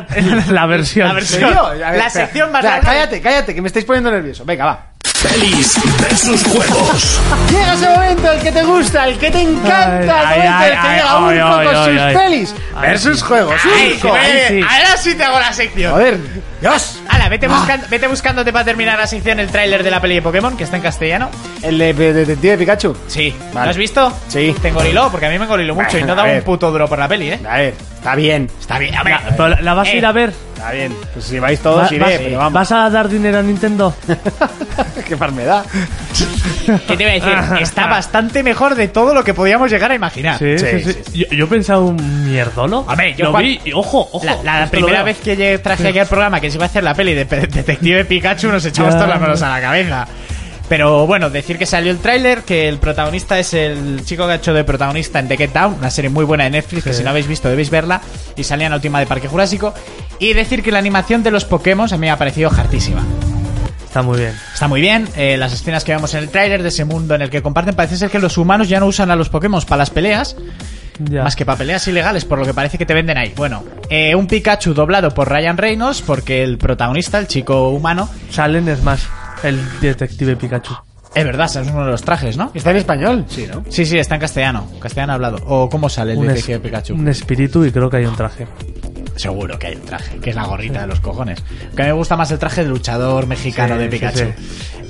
F: la versión
E: La
D: ¿en
E: versión.
D: serio? A ver,
E: La
D: espera.
E: sección más
D: Espera,
E: larga.
D: Cállate, cállate, que me estáis poniendo nervioso. Venga, va.
A: Feliz versus juegos.
D: Llega ese momento, el que te gusta, el que te encanta,
F: Ay,
D: el momento
F: ay,
D: en el que
F: ay,
D: llega
F: ay,
D: Urco
F: ay,
D: con
F: ay,
D: sus
F: ay.
D: pelis versus juegos.
E: Ay,
D: Urco.
E: joder,
F: ahí sí.
E: Ahora sí te hago la sección.
D: Joder, Dios.
E: Hala, vete,
D: Ah.
E: buscando, vete buscándote para terminar la sección el tráiler de la peli de Pokémon, que está en castellano.
D: El de de- Detective Pikachu.
E: Sí.
D: Vale.
E: ¿Lo has visto?
D: Sí.
E: Te engoriló, porque a mí me engoriló mucho y
D: Bueno,
E: no
D: a
E: da un
D: ver.
E: puto duro por la peli, ¿eh?
D: A ver, está bien,
E: Está bien, hombre.
F: La, pero la- la vas a
E: Eh, oh,
F: ir a ver
D: está bien. Pues si vais todos,
F: Va-
D: iré,
F: vas,
D: pero vamos.
F: vas a dar dinero
E: (laughs)
F: a Nintendo
H: (laughs)
D: Qué más me da.
E: ¿Qué te iba a decir?
D: (laughs)
E: Está bastante mejor de todo lo que podíamos llegar a imaginar.
F: sí, sí,
D: sí,
F: sí. Yo, yo pensaba un mierdolo
E: Hombre, yo
F: lo
E: cuan-
F: vi y- ojo ojo
E: La, la
F: esto lo
E: primera
F: veo.
E: vez que llegué, traje aquí al programa que se iba a hacer la peli de Pe- Detective Pikachu, nos echamos
F: Ya.
E: todas las manos a la cabeza. Pero bueno, decir que salió el tráiler, que el protagonista es el chico que ha hecho de protagonista en The Get Down, una serie muy buena de Netflix, que
F: Sí.
E: si no habéis visto debéis verla, y salía en la última de Parque Jurásico. Y decir que la animación de los Pokémon a mí me ha parecido hartísima.
F: está muy bien
E: Está muy bien, eh, las escenas que vemos en el tráiler de ese mundo en el que comparten, parece ser que los humanos ya no usan a los Pokémon para las peleas,
F: Ya.
E: más que para peleas ilegales, por lo que parece que te venden ahí. Bueno, eh, un Pikachu doblado por Ryan Reynolds, porque el protagonista, el chico humano,
F: salen Smash el detective Pikachu
E: es verdad, es uno de los trajes, ¿no?
D: ¿Está en español? Sí, ¿no?
E: Sí, sí, está en castellano, castellano hablado. ¿O cómo sale el
F: un,
E: detective
F: es-
E: Pikachu?
F: un espíritu y creo que hay un traje
E: Seguro que hay un traje, que es la gorrita de los cojones. Que a mí me gusta más el traje de luchador mexicano
F: Sí,
E: de
F: sí,
E: Pikachu.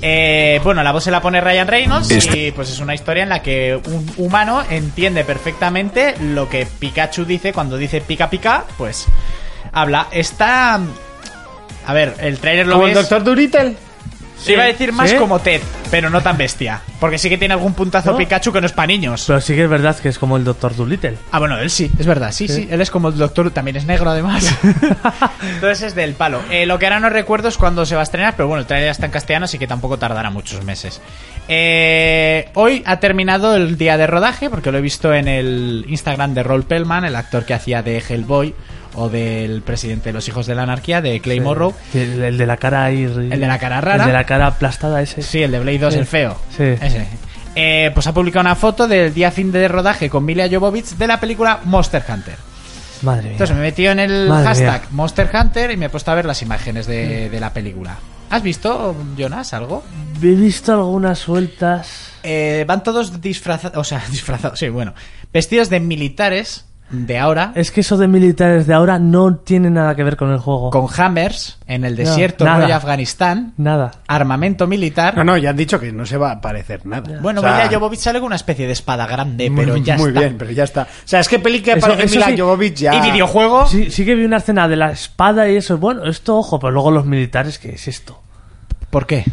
E: Eh, bueno, la voz se la pone Ryan Reynolds
A: Este-
E: y pues es una historia en la que un humano entiende perfectamente lo que Pikachu dice cuando dice pica pica, pues habla. Está... A ver, el trailer lo
D: Como el
E: ves...
D: doctor Duritel.
E: Iba a decir más
F: ¿Sí?
E: como Ted, pero no tan bestia. Porque sí que tiene algún puntazo
F: ¿No?
E: Pikachu que no es para niños.
F: pero sí que es verdad que es como el Doctor Dolittle
E: Ah, bueno, él sí, es verdad, sí, sí, él es como el doctor, también es negro además. (laughs) Entonces es del palo. Eh, lo que ahora no recuerdo es cuándo se va a estrenar, pero bueno, el trailer ya está en castellano, así que tampoco tardará muchos meses. Eh, hoy ha terminado el día de rodaje, porque lo he visto en el Instagram de Roll Pellman, el actor que hacía de Hellboy o del presidente de los hijos de la anarquía, de Clay Morrow.
F: Eh, El, el de la cara ahí.
E: El de la cara rara.
F: El de la cara aplastada ese.
E: Sí, el de Blade 2,
F: Sí.
E: el feo.
F: Sí.
E: Ese. Eh, pues ha publicado una foto del día fin de rodaje con Mila Jovovich de la película Monster Hunter.
F: Madre mía.
E: Entonces me he metido en el
F: Madre
E: hashtag
F: mía.
E: Monster Hunter y me he puesto a ver las imágenes de, de la película. ¿Has visto, Jonas, algo?
F: He visto algunas sueltas.
E: Eh, van todos disfrazados, o sea, (laughs) disfrazados, sí, bueno, vestidos de militares de ahora,
F: Es que eso de militares de ahora no tiene nada que ver con el juego.
E: con hammers en el
F: No,
E: desierto
F: nada.
E: de Afganistán,
F: Nada.
E: armamento militar.
H: No, no, ya han dicho que no se va a parecer nada.
E: Bueno,
H: O sea,
E: Mila Jovovich sale con una especie de espada grande, pero
H: muy,
E: ya
H: muy
E: está.
H: bien, pero ya está. O sea, es que peli que
F: Eso-
H: parece
F: eso
H: Mila
F: sí.
H: Jovovich ya.
E: Y videojuego,
F: Sí, sí que vi una escena de la espada y eso. Bueno, esto, ojo, pero luego los militares, ¿qué es esto?
E: ¿por qué?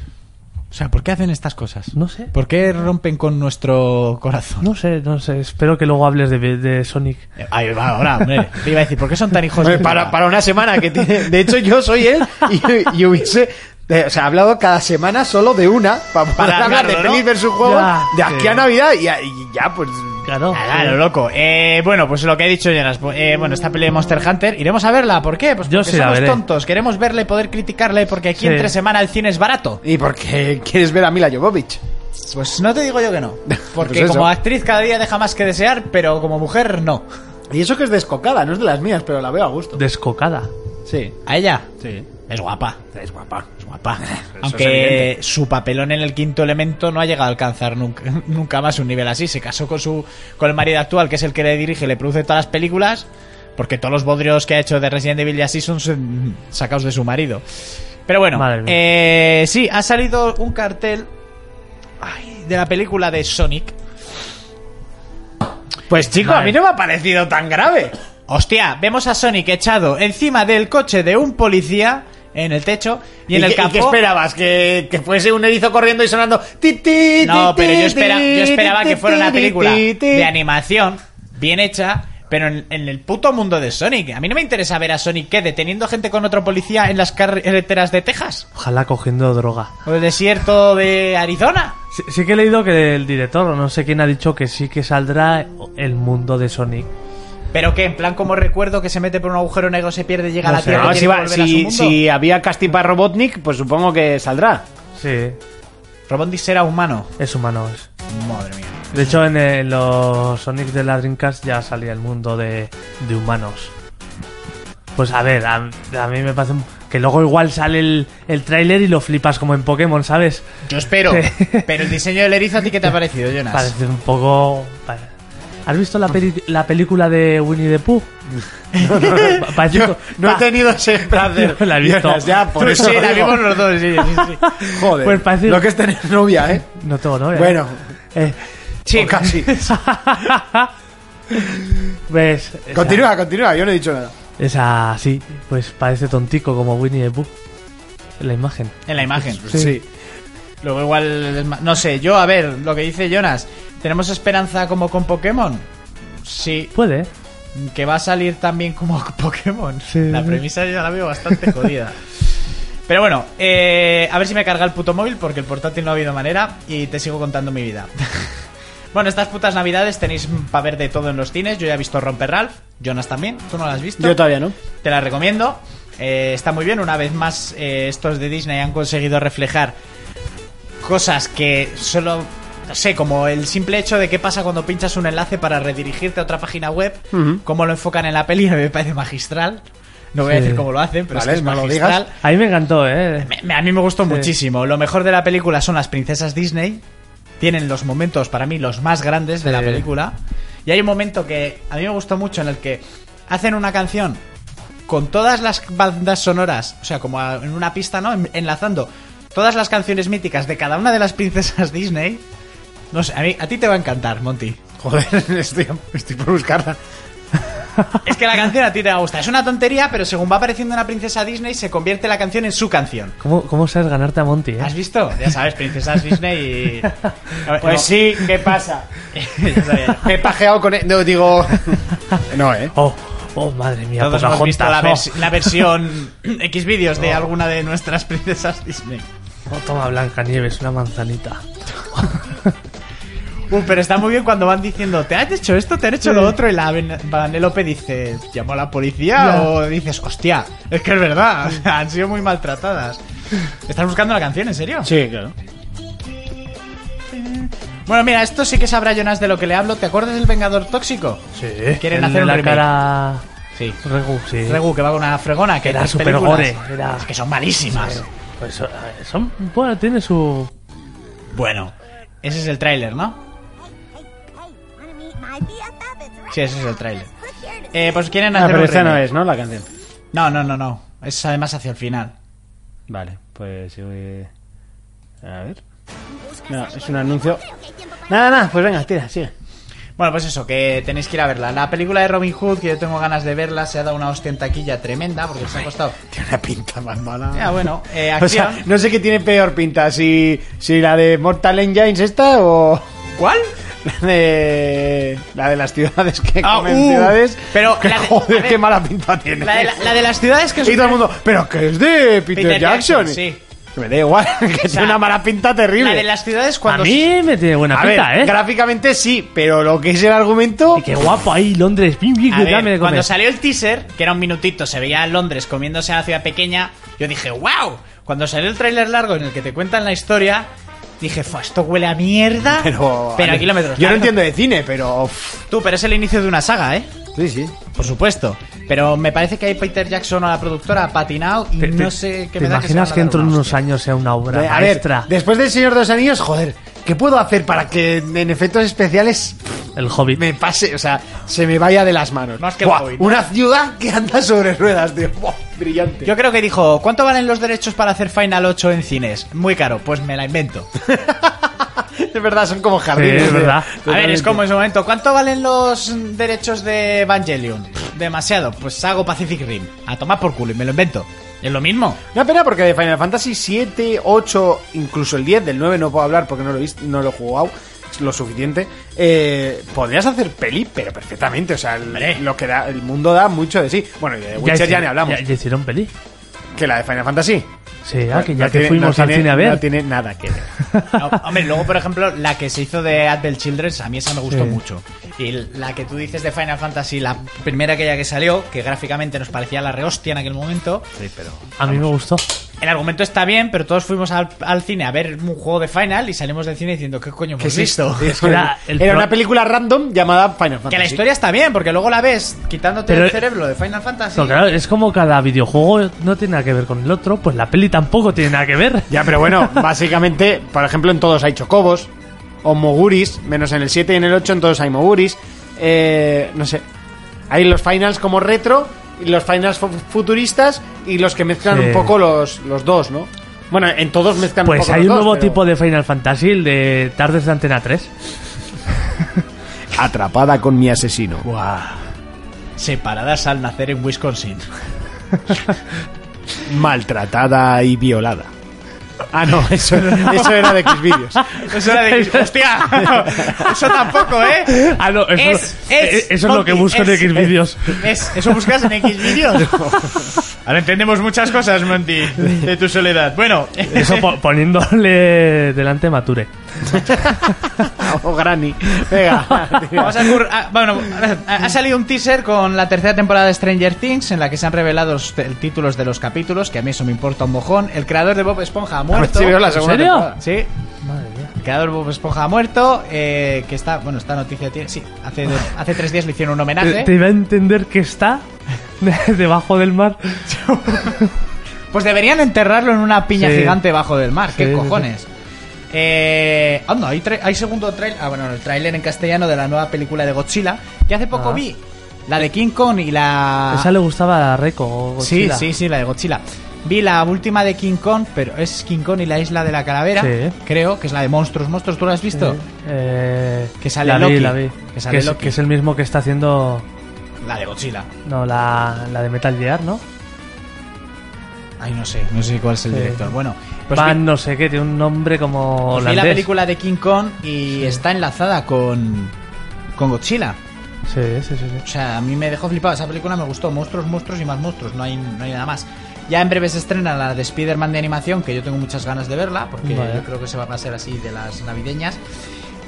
E: O sea, ¿por qué hacen estas cosas?
F: No sé.
E: ¿Por qué rompen con nuestro corazón?
F: No sé, no sé. Espero que luego hables de, de Sonic.
E: Eh, Ahí va, ahora, hombre. Te iba a decir, ¿por qué son tan hijos de
H: Hombre, para,
E: puta?
H: para una semana que tiene. De hecho, yo soy él y, y hubiese. eh, o sea, he hablado cada semana solo de una para, poder
E: Para
H: hablar de
E: hablarlo, ¿no?
H: pelis versus juegos
F: Ya,
H: de aquí
F: sí.
H: a Navidad y, ya- y ya, pues.
F: Claro.
E: Ah, lo loco. Eh, bueno, pues lo que he dicho, Jonas. pues, eh, bueno, esta pelea de Monster Hunter, iremos a verla. ¿Por qué? Pues
F: Yo
E: porque
F: sí la
E: somos
F: veré.
E: tontos. Queremos verle, poder criticarle, porque aquí
F: Sí.
E: entre semana el cine es barato.
H: ¿Y por qué quieres ver a Mila Jovovich?
E: Pues no te digo yo que (laughs) no. Porque
H: Pues eso.
E: como actriz cada día deja más que desear, pero como mujer no.
H: Y eso que es descocada, no es de las mías, pero la veo a gusto.
F: Descocada.
H: Sí.
E: A ella
H: Sí.
E: es guapa.
H: Es guapa.
E: Es guapa.
H: es
E: Aunque
H: evidente.
E: su papelón en el quinto elemento no ha llegado a alcanzar nunca, (laughs) nunca más un nivel así. Se casó con su con el marido actual, que es el que le dirige y le produce todas las películas. Porque todos los bodrios que ha hecho de Resident Evil y así son son sacados de su marido. Pero bueno,
F: Madre mía.
E: eh, sí, ha salido un cartel ay, de la película de Sonic.
H: Pues chico, a
F: Vale.
H: mí no me ha parecido tan grave.
E: Hostia, vemos a Sonic echado encima del coche de un policía en el techo y en el
H: qué-
E: campo.
H: qué esperabas? ¿Que, que fuese un erizo corriendo y sonando. ti, ti, ti,
E: No, pero
H: ti,
E: yo, espera-
H: ti,
E: yo esperaba
H: ti,
E: que fuera
H: ti,
E: una
H: ti,
E: película
H: ti, ti.
E: de animación bien hecha, pero en, en el puto mundo de Sonic. A mí no me interesa ver a Sonic que deteniendo gente con otro policía en las carreteras de Texas
F: Ojalá cogiendo droga.
E: o el desierto de Arizona.
F: Sí, sí que he leído que el director, o no sé quién, ha dicho que sí que saldrá el mundo de Sonic.
E: Pero que en plan como recuerdo que se mete por un agujero negro, se pierde, llega
F: No
E: a la
F: sé.
E: Tierra
H: No,
E: y
H: si,
E: tiene que
H: va-
E: volver a su
H: si-
E: mundo.
H: si había casting para Robotnik, pues supongo que saldrá.
F: Sí,
E: Robotnik será humano.
F: es humano. es.
E: Madre mía.
F: De hecho, en eh, los Sonic de la Dreamcast ya salía el mundo de, de humanos. Pues a ver, a, a mí me parece que luego igual sale el, el tráiler y lo flipas como en Pokémon, ¿sabes?
E: Yo espero.
F: Sí.
E: Pero el diseño del erizo, ¿a ti qué te ha parecido, Jonas?
F: Parece un poco... pa- ¿Has visto la, peli- la película de Winnie
H: (laughs)
F: the Pooh? Pa- (laughs) parece un
H: Yo
F: co-
H: no he
F: pa-
H: tenido ese placer.
F: Yo la he visto.
H: Jonas, (laughs) ya,
F: (laughs)
H: por eso.
E: Sí, la
H: digo,
E: vimos los dos, sí, sí, (laughs) sí.
H: Joder.
F: Pues parece-
H: Lo que es tener novia, ¿eh?
F: No tengo novia.
H: Bueno.
F: Eh,
H: Sí, casi.
F: (laughs) ¿Ves? Esa-
H: Continúa, continúa, yo no he dicho nada.
F: Esa, sí, pues parece tontico como Winnie the Pooh. La imagen.
E: En la imagen.
H: Sí.
E: Luego igual, es ma- no sé, yo a ver, lo que dice Jonas, ¿tenemos esperanza como con Pokémon? Sí,
F: Puede, ¿eh?
E: que va a salir también como (laughs) Pokémon.
F: Sí.
E: La premisa yo la veo bastante jodida. Pero bueno, eh, a ver si me carga el puto móvil porque el portátil no ha habido manera y te sigo contando mi vida. (laughs) bueno, estas putas navidades tenéis para ver de todo en los cines. Yo ya he visto Romper Ralph, Jonas también, tú no lo has visto.
H: Yo todavía no.
E: Te la recomiendo. Eh, está muy bien. Una vez más, eh, estos de Disney han conseguido reflejar cosas que solo. No sé, como el simple hecho de qué pasa cuando pinchas un enlace para redirigirte a otra página web, cómo lo enfocan en la peli, (laughs) me parece magistral. No voy a
F: Sí.
E: decir cómo lo hacen, pero
H: Vale,
E: es que es
H: no lo
E: magistral.
H: digas.
F: A mí me encantó, ¿eh?
E: Pues Me- me- a mí me gustó
F: Sí.
E: muchísimo. Lo mejor de la película son las princesas Disney. Tienen los momentos, para mí, los más grandes de la
F: Sí.
E: película. Y hay un momento que a mí me gustó mucho en el que hacen una canción con todas las bandas sonoras, o sea, como a- en una pista, ¿no? En- Enlazando todas las canciones míticas de cada una de las princesas Disney. No sé, a, mí, a ti te va a encantar, Monty.
H: Joder, (laughs) estoy, estoy por buscarla. (laughs)
E: Es que la canción a ti te va a gustar. Es una tontería, pero según va apareciendo una princesa Disney, se convierte la canción en su canción.
F: ¿Cómo, ¿Cómo sabes ganarte a Monty, eh?
E: ¿Has visto? Ya sabes, princesas (laughs) Disney y... A ver, no.
H: Pues sí, ¿qué pasa?
E: (laughs) Ya sabía yo.
H: Me he pajeado con él. No,
E: (laughs)
H: digo. No, ¿eh?
F: Oh, oh, madre mía,
E: Todos hemos visto pues la,
F: Pocahontas. oh.
E: vers- la (laughs) versión X vídeos de alguna de nuestras princesas Disney.
F: Oh, oh, toma Blanca Nieves, una manzanita.
E: Uh, pero está muy bien cuando van diciendo, ¿te han hecho esto? ¿Te han hecho lo otro? Y la Ben- Vanellope dice, ¿llamó a la policía? O dices, hostia, es que es verdad, o sea, han sido muy maltratadas. ¿Estás buscando la canción, en serio?
D: Sí, claro.
E: Bueno, mira, esto sí que sabrá Jonas de lo que le hablo. ¿Te acuerdas del Vengador Tóxico?
F: Sí.
E: Quieren
F: El
E: hacer
F: de
E: un
F: la
E: remake.
F: cara.
E: Sí.
F: Regu, sí.
E: Regu, que va con una fregona, que
F: Era
E: las
F: super
E: películas-
F: gore, era-
E: Es que son malísimas.
F: Pues, eh, son, bueno, tiene su.
E: Bueno, ese es el tráiler, ¿no? Sí, ese es el tráiler. Eh, pues quieren
D: Ah,
E: hacer
D: pero
E: un
D: esta no
E: remake.
D: es, ¿no? La canción.
E: No, no, no, no. Es además hacia el final.
D: Vale, pues yo voy... A ver. No, es un anuncio. Nada, nada, pues venga, tira, sigue.
E: Bueno, pues eso, que tenéis que ir a verla. La película de Robin Hood, que yo tengo ganas de verla, se ha dado una ostentaquilla tremenda porque se ha costado.
D: Tiene una pinta más mala.
E: Ya, bueno, eh,
D: (laughs) O sea,
E: acción.
D: no sé qué tiene peor pinta, si, si la de Mortal Engines esta o
E: ¿Cuál?
D: la de, la de las ciudades que
E: Ah,
D: comen
E: uh,
D: ciudades.
E: pero
D: que,
E: la de-
D: joder,
E: a ver,
D: qué mala pinta tiene.
E: La de, la- la de las ciudades que
D: Y todo el mundo, pero que es de Peter,
E: Peter
D: Jackson.
E: Jackson, sí.
D: Que Me da igual, (laughs) que
E: sea,
D: tiene una mala pinta terrible.
E: La de las ciudades
F: A
E: cuando.
F: mí me tiene buena
D: A
F: pinta,
D: ver,
F: ¿eh?
D: gráficamente sí, pero lo que es el argumento...
F: Y qué guapo ahí, Londres. Bien, bien,
E: A
F: que
E: ver,
F: dame de comer.
E: cuando salió el teaser, que era un minutito, se veía a Londres comiéndose a la ciudad pequeña, yo dije, wow. Cuando salió el tráiler largo en el que te cuentan la historia, dije, "Fua, esto huele a
F: (laughs)
E: mierda,
D: Pero,
E: pero
D: a
E: a
D: ver,
E: kilómetros
D: Yo no
E: largos".
D: entiendo de cine, pero. uff,
E: Tú, pero es el inicio de una saga, ¿eh?
D: sí, sí.
E: Por supuesto. Pero me parece que ahí Peter Jackson a la productora ha patinado y
F: Te- te-
E: no sé qué
F: ¿Te
E: me da
F: imaginas
E: se
F: que,
E: van a dar
F: dentro de
E: una
F: unos
E: hostia?
F: años sea una obra
D: a ver,
F: maestra?
D: después del Señor de los Anillos, joder, ¿qué puedo hacer para que en efectos especiales
F: El Hobbit.
D: me pase, o sea, se me vaya de las manos?
E: Más que
D: Buah,
E: Hobbit, ¿no?
D: Una ciudad que anda sobre ruedas, tío. Buah, brillante.
E: Yo creo que dijo, ¿cuánto valen los derechos para hacer Final 8 en cines? Muy caro, pues me la invento.
D: es verdad, son como jardines.
F: Sí, es
D: tío.
F: verdad.
E: A ver, es
D: Totalmente.
E: como en su momento, ¿cuánto valen los derechos de Evangelion? Pff, Demasiado, pues hago Pacific Rim. A tomar por culo y me lo invento. Es lo mismo.
D: Una pena porque de Final Fantasy 7, 8, incluso el 10, del 9 no puedo hablar porque no lo he visto, no lo he jugado lo suficiente. Eh, podrías hacer peli, pero perfectamente. O sea, el- lo que da, el mundo da mucho de sí. Bueno, y de Witcher ya,
F: hicieron-
D: ni hablamos.
F: Ya, ya hicieron peli.
D: Que la de Final Fantasy.
F: Sí, ah, que ya
D: No
F: que
D: tiene-
F: fuimos
D: no
F: al
D: tiene-
F: cine a ver.
D: No tiene nada que
F: (laughs)
D: ver.
E: No, hombre, luego, por ejemplo, la que se hizo de Advent Children's, a mí esa me gustó
F: Sí.
E: mucho. Y la que tú dices de Final Fantasy, la primera aquella que salió, que gráficamente nos parecía la rehostia en aquel momento.
F: a mí me gustó.
E: El argumento está bien, pero todos fuimos al, al cine a ver un juego de Final y salimos del cine diciendo, ¿qué coño hemos visto?
F: que era el
D: (laughs) Era
F: pro-
D: una película random llamada Final Fantasy.
E: Que la historia está bien, porque luego la ves quitándote
F: Pero-
E: el cerebro de Final Fantasy.
F: No, claro, es como cada videojuego no tiene nada que ver con el otro, pues la peli tampoco tiene nada que ver.
D: Ya, pero bueno, básicamente, por ejemplo, en todos hay chocobos o moguris, menos en el 7 y en el 8, en todos hay moguris. Eh, no sé. Hay los finals como retro, y los finals fu- futuristas y los que mezclan
F: Sí.
D: un poco los, los dos, ¿no? Bueno, en todos mezclan un
F: Pues
D: poco
F: hay un
D: los
F: nuevo
D: dos, pero-
F: tipo de Final Fantasy, el de Tardes de Antena 3.
D: Atrapada con mi asesino.
E: Separadas al nacer en Wisconsin.
D: Maltratada y violada. Ah, no, eso, eso era de (laughs) Xvideos.
E: Eso era (laughs) de... ¡Hostia! Eso tampoco, ¿eh?
F: Ah, no, eso
E: Es-
F: eh, eh,
E: es,
F: eso es lo
E: Monty,
F: que busco en
E: es.
F: X vídeos.
E: ¿Ves? ¿Eso buscas en X vídeos? Ahora entendemos muchas cosas, Monty, de tu soledad. Bueno,
F: Eso po- poniéndole delante Mature.
D: O Granny. Venga. tío.
E: (laughs) Vamos a cur- ah, bueno, ha ha salido un teaser con la tercera temporada de Stranger Things en la que se han revelado los te- títulos de los capítulos, que a mí eso me importa un mojón. El creador de Bob Esponja ha muerto.
D: Ah, Sí, veo la segunda
F: serio?
D: temporada.
E: Sí. El creador de Bob Esponja ha muerto, eh, que está, bueno, esta noticia tiene, sí, hace, hace tres días le hicieron un
F: Te, te
E: homenaje.
F: iba a entender que está (laughs) debajo del mar.
E: Pues deberían enterrarlo en una piña
F: Sí.
E: gigante debajo del mar, qué
F: Sí, sí,
E: cojones. Eh, anda, hay, tra- hay segundo trailer, ah, bueno, el tráiler en castellano de la nueva película de Godzilla, que hace poco
F: Ah.
E: vi, la de King Kong y la...
F: Esa le gustaba a Reco. o Godzilla.
E: Ah. Sí, sí, sí, la de Godzilla. Vi la última de King Kong, pero es King Kong y la isla de la calavera,
F: Sí.
E: creo, que es la de monstruos. ¿Monstruos tú la has visto?
F: Eh,
E: Que sale
F: la vi,
E: Loki.
F: la vi.
E: Que sale
F: es,
E: Loki.
F: que es el mismo que está haciendo.
E: La de Godzilla.
F: No, la, la de Metal Gear, ¿no?
E: Ay, no sé, no sé cuál es el
F: Sí.
E: director. Bueno, pues
F: Van,
E: vi,
F: no sé qué, tiene un nombre como.
E: pues vi la
F: holandés.
E: película de King Kong y está enlazada con, con Godzilla.
F: Sí, sí, sí.
E: O
F: sí.
E: sea, a mí me dejó flipado. Esa película me gustó. Monstruos, monstruos y más monstruos. No hay, no hay nada más. Ya en breve se estrena la de Spider-Man de animación, que yo tengo muchas ganas de verla, porque
F: Vale.
E: yo creo que se va a ser así de las navideñas.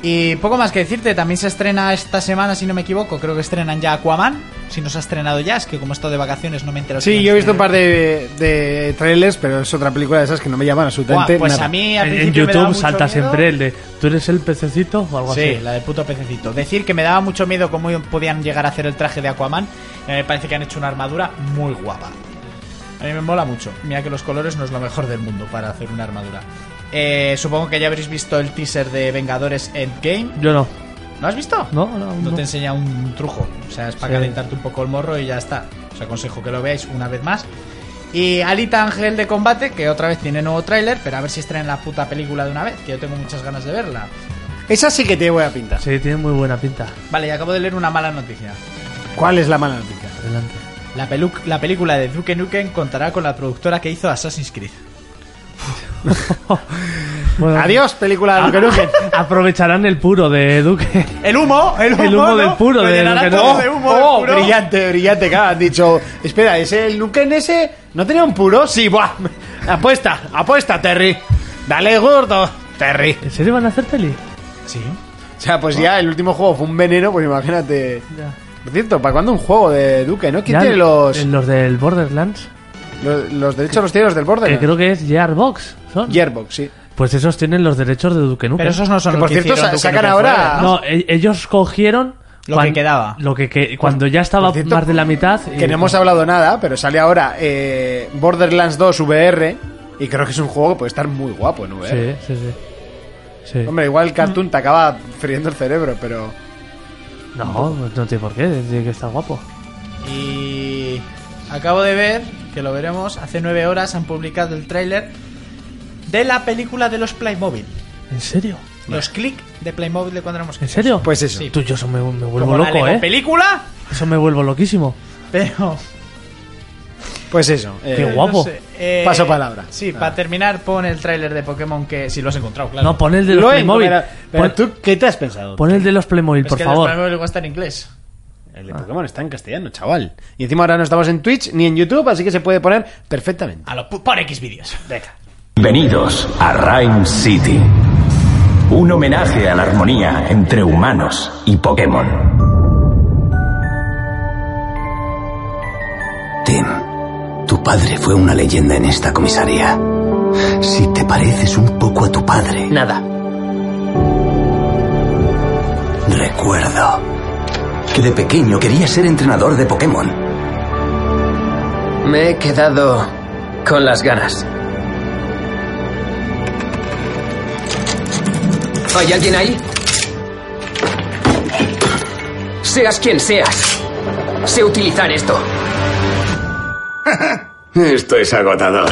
E: Y poco más que decirte, también se estrena esta semana, si no me equivoco, creo que estrenan ya Aquaman. Si no se ha estrenado ya, es que como he estado de vacaciones no me entero.
D: Sí,
E: quién
D: yo he visto un par
E: estrena.
D: de, de trailers, pero es otra película de esas que no me llaman
E: Buah,
D: absolutamente
E: Pues
D: nada.
E: a mí al
F: En, en
E: principio me daba
F: YouTube
E: mucho
F: salta
E: miedo.
F: siempre el de ¿Tú eres el pececito o algo
E: Sí,
F: así?
E: la del puto pececito. Decir que me daba mucho miedo cómo podían llegar a hacer el traje de Aquaman. Eh, Me parece que han hecho una armadura muy guapa. A mí me mola mucho. Mira que los colores no es lo mejor del mundo para hacer una armadura. Eh, supongo que ya habréis visto el teaser de Vengadores Endgame.
F: Yo no.
E: ¿No has visto?
F: No,
E: No
F: no, no.
E: te enseña un truco. O sea, es para
F: Sí.
E: calentarte un poco el morro y ya está. Os aconsejo que lo veáis una vez más. Y Alita Ángel de Combate, que otra vez tiene nuevo tráiler, pero a ver si estrenan la puta película de una vez, que yo tengo muchas ganas de verla.
D: Esa sí que te voy a pintar.
F: Sí, tiene muy buena pinta.
E: Vale, y acabo de leer una mala noticia.
D: ¿Cuál es la mala noticia?
E: (laughs)
F: Adelante.
E: La, pelu- la película de Duke Nukem contará con la productora que hizo Assassin's Creed.
F: Bueno,
E: Ah.
D: Adiós, película de Duke Nukem.
F: Aprovecharán el puro de Duque.
E: (laughs) ¡El humo! ¡El humo,
F: El humo
E: ¿no?
F: del puro
E: Lo
F: de
E: llenarán
F: Duke
E: todo
F: Nukem.
E: de humo,
D: Oh,
E: del puro.
D: brillante, brillante, claro, han dicho. Espera, ¿ese el Nuken ese no tenía un puro? Sí, buah. Apuesta, apuesta, Terry. Dale, gordo, Terry.
F: ¿En serio van a hacer peli?
E: Sí.
D: O sea, pues ya el último juego fue un veneno, pues imagínate. Por cierto, ¿para cuándo un juego de Duque, no? ¿Quién
F: Ya,
D: tiene los,
F: eh, Los del Borderlands.
D: los, los derechos los tiene los del
F: Que
D: Borderlands?
F: creo que es Gearbox. ¿son?
D: Gearbox, sí.
F: Pues esos tienen los derechos de Duque Nukem.
E: Pero esos no son
D: Que
E: los
D: por
E: que
D: cierto,
E: hicieron
D: sa-
E: Duke
D: sacan
E: Nukem
D: ahora-
E: Forever, ¿no?
F: No, e- ellos cogieron...
E: Lo que quedaba.
F: Lo que, que- cuando ya estaba
D: Por cierto,
F: más de la mitad... y-
D: Que no hemos hablado nada, pero sale ahora eh, Borderlands 2 VR. Y creo que es un juego que puede estar muy guapo en VR.
F: Sí, sí, sí. Sí.
D: Hombre, igual el cartoon te acaba friendo el cerebro, pero.
F: No, pues no tiene por qué, tiene que estar guapo.
E: Y acabo de ver, que lo veremos, hace nueve horas han publicado el tráiler de la película de los Playmobil.
F: ¿En serio?
E: Los click de Playmobil de cuando éramos
F: ¿En
E: chicos.
F: serio?
D: Pues eso.
E: Sí.
F: Tú, yo eso me, me vuelvo
E: Como la
F: loco,
E: Lego
F: ¿eh?
E: película,
F: Eso me vuelvo loquísimo.
E: pero...
D: Pues eso. eh,
F: Qué
E: (laughs)
F: guapo.
E: no sé, eh,
D: Paso palabra.
E: Sí, para terminar pon el tráiler de Pokémon que... Si lo has encontrado, claro.
F: No, pon el de los
D: Lo he
F: Playmobil.
D: encomendado. Pero
F: Pon,
D: tú, ¿qué te has pensado?
F: pon el de los Playmobil,
E: Es
F: por
E: que El
F: favor.
E: de Playmobil va a estar en inglés.
D: El de Pokémon está en castellano, chaval. Y encima ahora no estamos en Twitch ni en YouTube, así que se puede poner perfectamente.
E: A lo, pu- por X vídeos.
D: Venga.
A: Bienvenidos a Rhyme City. Un homenaje a la armonía entre humanos y Pokémon.
I: Tim, tu padre fue una leyenda en esta comisaría. Si te pareces un poco a tu padre. Nada. Recuerdo que de pequeño quería ser entrenador de Pokémon. Me he quedado con las ganas. ¿Hay alguien ahí? Seas quien seas, sé utilizar esto.
A: Esto es agotador.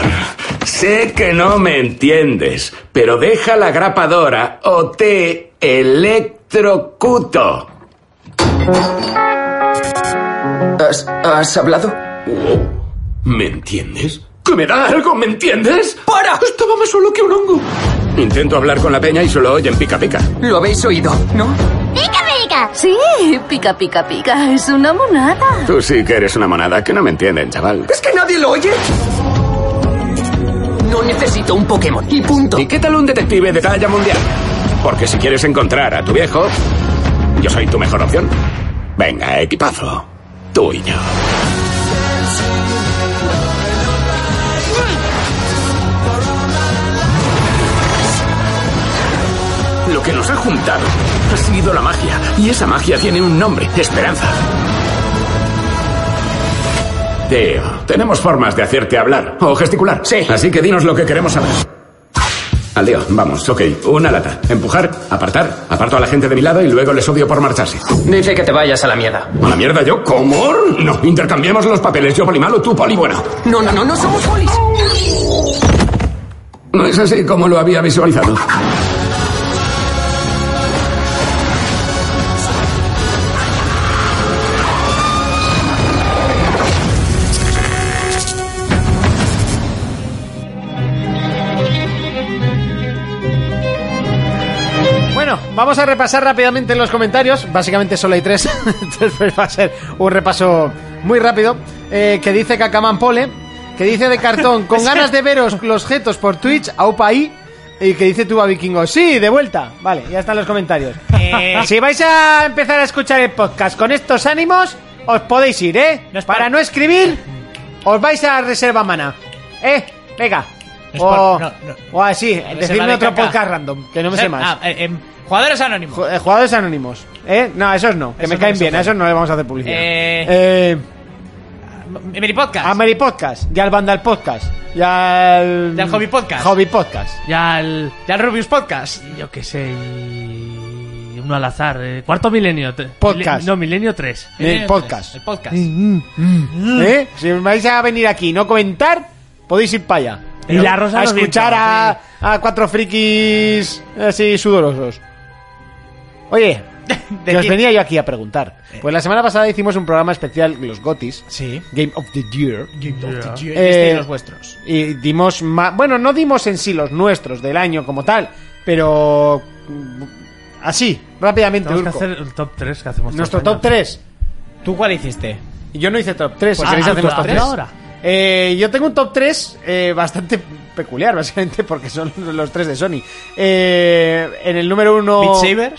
A: Sé que no me entiendes, pero deja la grapadora o te electrocuto.
I: ¿Has, has hablado?
A: ¿Me entiendes? ¿Que me da algo? ¿Me entiendes? ¡Para! Estaba más solo que un hongo. Intento hablar con la peña y solo oyen pica pica.
I: Lo habéis oído, ¿no?
G: ¡Pica, pica! Sí, pica, pica, pica. Es una monada.
A: Tú sí que eres una monada que no me entienden, chaval.
I: ¿Es que nadie lo oye? No necesito un Pokémon. Y punto.
A: ¿Y qué tal un detective de talla mundial? Porque si quieres encontrar a tu viejo, yo soy tu mejor opción. Venga, equipazo. Tú y yo. Lo que nos ha juntado ha sido la magia. Y esa magia tiene un nombre, esperanza. Tío, tenemos formas de hacerte hablar o gesticular. Sí. Así que dinos lo que queremos saber. Al lío, vamos, ok. Una lata. Empujar, apartar, aparto a la gente de mi lado y luego les odio por marcharse.
I: Dice que te vayas a la mierda.
A: ¿A la mierda yo? ¿Cómo? No, intercambiemos los papeles. Yo poli malo, tú poli bueno.
I: No, no, no, no somos polis.
A: No es así como lo había visualizado.
D: Bueno, vamos a repasar rápidamente los comentarios. Básicamente solo hay tres. (laughs) Entonces pues va a ser un repaso muy rápido. Eh, que dice
E: (laughs)
D: Cacaman Pole. Que dice de cartón, con ganas de veros los jetos por Twitch, aupa ahí. Y que dice tú a Vikingo, sí, de vuelta. Vale, ya están los comentarios.
E: Eh,
D: Si vais a empezar a escuchar el podcast con estos ánimos, os podéis ir, ¿eh?
E: No es
D: Para
E: par-
D: no escribir, os vais a Reserva Mana. ¿Eh? Venga.
E: No es
D: o,
E: par- no, no.
D: o así,
E: Reserva
D: decidme
E: de
D: otro
E: caca.
D: podcast random, que no me sé más.
E: Ah, eh, eh, jugadores anónimos.
D: Ju- eh, Jugadores anónimos, ¿eh? No, a esos no, que
E: Esos
D: me
E: no
D: caen
E: me
D: bien, a
E: suenan.
D: esos no le vamos a hacer publicidad.
E: Eh. Ah,
D: Eh,
E: M- Mini podcast.
D: a Mary Podcast, y al Vandal Podcast, y al.
E: Y al Hobby Podcast.
D: Hobby Podcast.
F: Ya el.
E: Ya el Rubius Podcast.
F: Yo qué sé. y- Uno al azar. eh, Cuarto milenio. te-
D: Podcast. Eh,
F: mile- No, milenio 3.
E: Eh,
D: El podcast. Mm.
E: El podcast. Mm.
D: ¿Eh? Si vais a venir aquí y no comentar, podéis ir para allá.
F: Y la rosa
D: a
F: nos
D: escuchar
F: mienta,
D: a, a cuatro frikis eh, así sudorosos.
E: (laughs)
D: Oye, que os
E: qué?
D: venía yo aquí a preguntar. Pues la semana pasada hicimos un programa especial, los Gotis,
E: Sí.
D: Game of the Year.
E: Y
D: Eh,
E: los vuestros.
D: Y dimos más. Bueno, no dimos en sí los nuestros del año como tal, pero. mm, Así, rápidamente,
F: Tenemos que
D: Urco.
F: hacer el top 3 que hacemos. este
D: Nuestro
F: todos
D: top
F: los años.
D: 3.
E: ¿Tú cuál hiciste?
D: Yo no hice top 3.
F: Pues
D: ¿Queréis
F: ah,
D: hacer los
F: ¿tú
D: top
F: haces
D: 3?
F: ahora?
D: Eh, yo tengo un top 3 eh, bastante peculiar, (laughs) básicamente, porque son los tres de Sony. Eh, en el número 1. (laughs)
E: Beat Saber.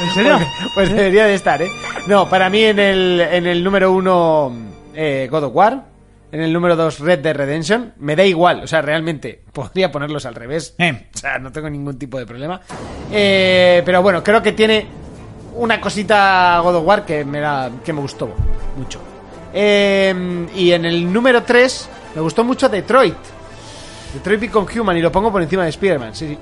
F: ¿En serio?
D: Pues debería de estar, ¿eh? No, para mí en el, en el número 1, God of War. En el número 2, Red Dead Redemption. Me da igual, o sea, realmente (laughs) podría ponerlos al revés.
E: Eh.
D: O sea, no tengo ningún tipo de problema. Eh, pero bueno, creo que tiene una cosita God of War que me, da- que me gustó mucho. Eh, y en el número 3, me gustó mucho Detroit. Detroit Become Human, y lo pongo por encima de Spider-Man, sí, sí.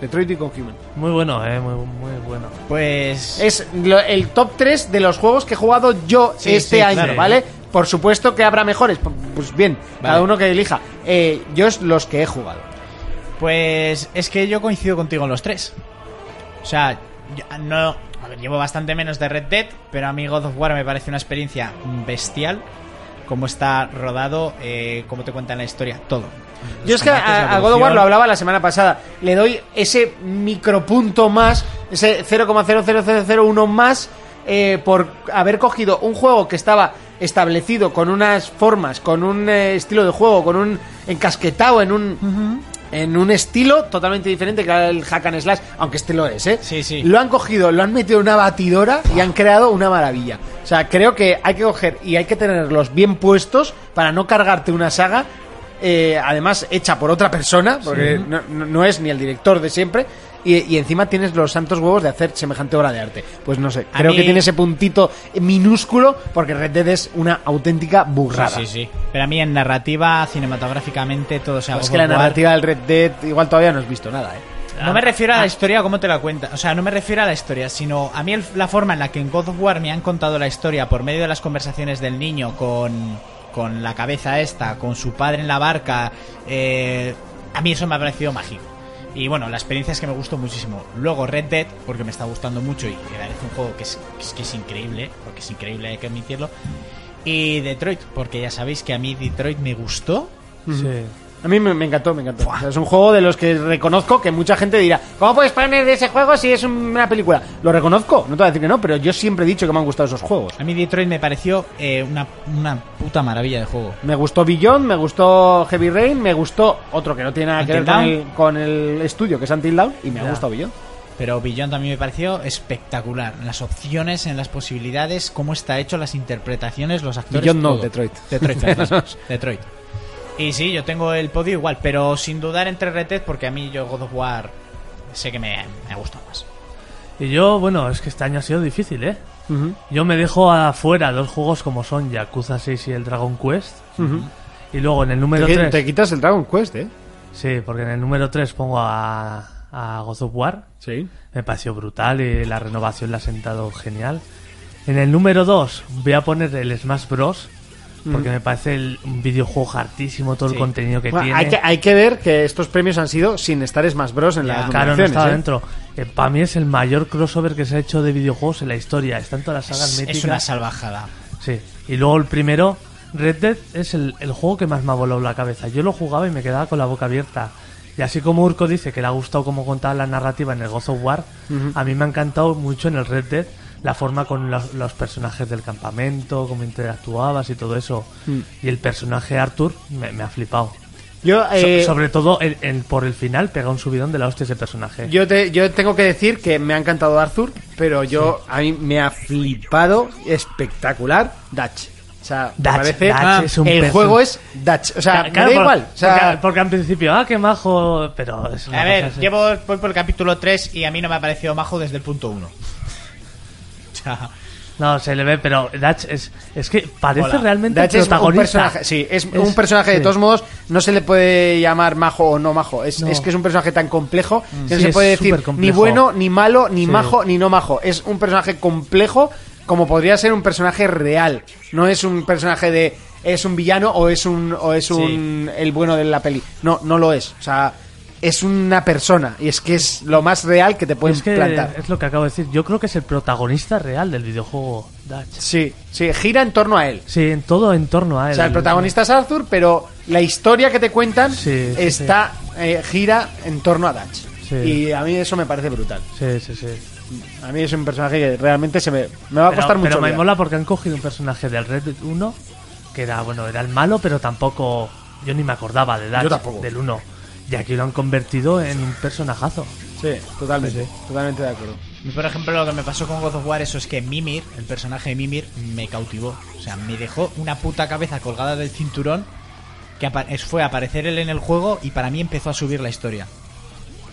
D: Detroit Become Human.
F: Muy bueno, eh. Muy, muy bueno.
E: Pues.
D: Es lo- el top 3 de los juegos que he jugado yo
E: Sí,
D: este
E: sí,
D: año,
E: claro.
D: ¿vale? Por supuesto que habrá mejores. p- Pues bien, cada uno que elija. Eh, yo es los que he jugado.
E: Pues es que yo coincido contigo en los tres. O sea, yo- no. A ver, llevo bastante menos de Red Dead, pero a mí God of War me parece una experiencia bestial. Cómo está rodado, eh, cómo te cuentan la historia, todo. Los
D: Yo es que
E: combates, la
D: a, a God of War
E: evolución.
D: lo hablaba la semana pasada. Le doy ese micropunto más, ese 0,00001 más, eh, por haber cogido un juego que estaba establecido con unas formas, con un eh, estilo de juego, con un encasquetado en un. En un estilo totalmente diferente que el hack and slash, aunque este lo es, ¿eh?
E: Sí, sí.
D: Lo han cogido, lo han metido en una batidora y han creado una maravilla. O sea, creo que hay que coger y hay que tenerlos bien puestos para no cargarte una saga, eh, además hecha por otra persona, porque no, no- no es ni el director de siempre, y, y encima tienes los santos huevos de hacer semejante obra de arte. Pues no sé,
E: A
D: creo
E: mí-
D: que tiene ese puntito minúsculo, porque Red Dead es una auténtica burrada.
E: Sí, sí, sí. Pero a mí en narrativa, cinematográficamente, todo se ha
D: Pues Es que la narrativa del Red Dead igual todavía no has visto nada, ¿eh?
E: No me refiero a la historia como te la cuenta, o sea, no me refiero a la historia, sino a mí el- la forma en la que en God of War me han contado la historia por medio de las conversaciones del niño con, con la cabeza esta, con su padre en la barca, eh, a mí eso me ha parecido mágico. Y bueno, la experiencia es que me gustó muchísimo. Luego Red Dead, porque me está gustando mucho y me parece un juego que es, que es, que es increíble, porque es increíble, hay que admitirlo. Y Detroit, porque ya sabéis que a mí Detroit me gustó.
F: Sí.
D: A mí me, me encantó, me encantó. O sea, es un juego de los que reconozco que mucha gente dirá, ¿cómo puedes poner ese juego si es un- una película? Lo reconozco, no te voy a decir que no, pero yo siempre he dicho que me han gustado esos juegos.
E: A mí Detroit me pareció eh, una, una puta maravilla de juego.
D: Me gustó Beyond, me gustó Heavy Rain, me gustó otro que no tiene nada que ver
E: Until
D: con
E: Dawn.
D: el, con el estudio, que es Until Down, y me ha gustado Beyond.
E: Pero Billón también me pareció espectacular. Las opciones, en las posibilidades, cómo está hecho, las interpretaciones, los actores.
D: Beyond no,
E: todo.
D: Detroit. (laughs)
E: Detroit, perdón, Detroit. Y sí, yo tengo el podio igual, pero sin dudar entre Red Dead, porque a mí yo God of War sé que me, me ha gustado más.
F: Y yo, bueno, es que este año ha sido difícil, ¿eh? Yo me dejo afuera dos juegos como son Yakuza 6 y el Dragon Quest. Y luego en el número
D: Te,
F: 3...
D: te quitas el Dragon Quest, ¿eh?
F: Sí, porque en el número 3 pongo a, a God of War.
D: Sí.
F: Me pareció brutal y la renovación la ha sentado genial. En el número 2 voy a poner el Smash Bros.
D: Mm.
F: Porque me parece el, un videojuego hartísimo, todo el contenido que tiene.
D: hay, que, hay que ver que estos premios han sido sin estar Smash Bros. en las
F: Claro, no
D: nominaciones.
F: estaba
D: ¿eh?
F: dentro. para mí es el mayor crossover que se ha hecho de videojuegos en la historia. Están todas las sagas
E: Es,
F: míticas.
E: es una salvajada.
F: Sí. Y luego el primero, Red Dead, es el, el juego que más me ha volado la cabeza. Yo lo jugaba y me quedaba con la boca abierta. Y así como Urco dice que le ha gustado cómo contaba la narrativa en el God of War, a mí me ha encantado mucho en el Red Dead la forma con los, los personajes del
D: Mm.
F: campamento, cómo interactuabas y todo eso. Y el personaje Arthur me, me ha flipado.
D: Yo,
F: So-
D: eh,
F: sobre todo el- el- por el final pega un subidón de la hostia ese personaje.
D: Yo, te, yo tengo que decir que me ha encantado Arthur, pero yo a mí me ha flipado espectacular Dutch. O sea, me
F: Dutch,
D: parece
F: Dutch
D: Ah,
F: es un
D: el
F: perso-
D: juego es Dutch. O sea,
F: Ca- claro,
D: me da
F: por-
D: igual. O sea,
F: porque, porque al principio, ah, qué majo, pero es una
E: A
F: cosa
E: ver,
F: así.
E: llevo, voy por el capítulo 3 y a mí no me ha parecido majo desde el punto (laughs) 1. O sea,
F: No, se le ve, pero Dutch es, es que parece
E: Hola.
F: realmente
D: Dutch es un
F: protagonista.
D: personaje, sí, es, un personaje de
F: sí.
D: todos modos, no se le puede llamar majo o no majo, es,
F: No.
D: es que es un personaje tan complejo que no
F: Sí,
D: se
F: es
D: puede decir ni
F: supercomplejo.
D: bueno, ni malo, ni
F: Sí.
D: majo, ni no majo, es un personaje complejo como podría ser un personaje real, no es un personaje de es un villano o es un o es un el bueno de la peli, no, no lo es, o sea, es una persona y es que es lo más real que te pueden
F: es que
D: plantar.
F: es lo que acabo de decir. Yo creo que es el protagonista real del videojuego Dutch.
D: Sí, sí, gira en torno a él.
F: Sí, en todo en torno a él.
D: O sea, el protagonista es Arthur, pero la historia que te cuentan
F: Sí, sí,
D: está eh, gira en torno a Dutch.
F: Sí.
D: Y a mí eso me parece brutal.
F: Sí, sí, sí.
D: A mí es un personaje que realmente se me, me va a
F: Pero,
D: costar mucho.
F: pero me
D: olvidar.
F: mola porque han cogido un personaje del Red Dead 1 que era, bueno, era el malo, pero tampoco. Yo ni me acordaba de Dutch,
D: Yo tampoco.
F: del 1. Y aquí lo han convertido en un personajazo.
D: Sí, totalmente. Totalmente de acuerdo.
E: a mí, por ejemplo, lo que me pasó con God of War, eso es que Mimir, el personaje de Mimir, me cautivó. O sea, me dejó una puta cabeza colgada del cinturón que apa- es- fue a aparecer él en el juego y para mí empezó a subir la historia.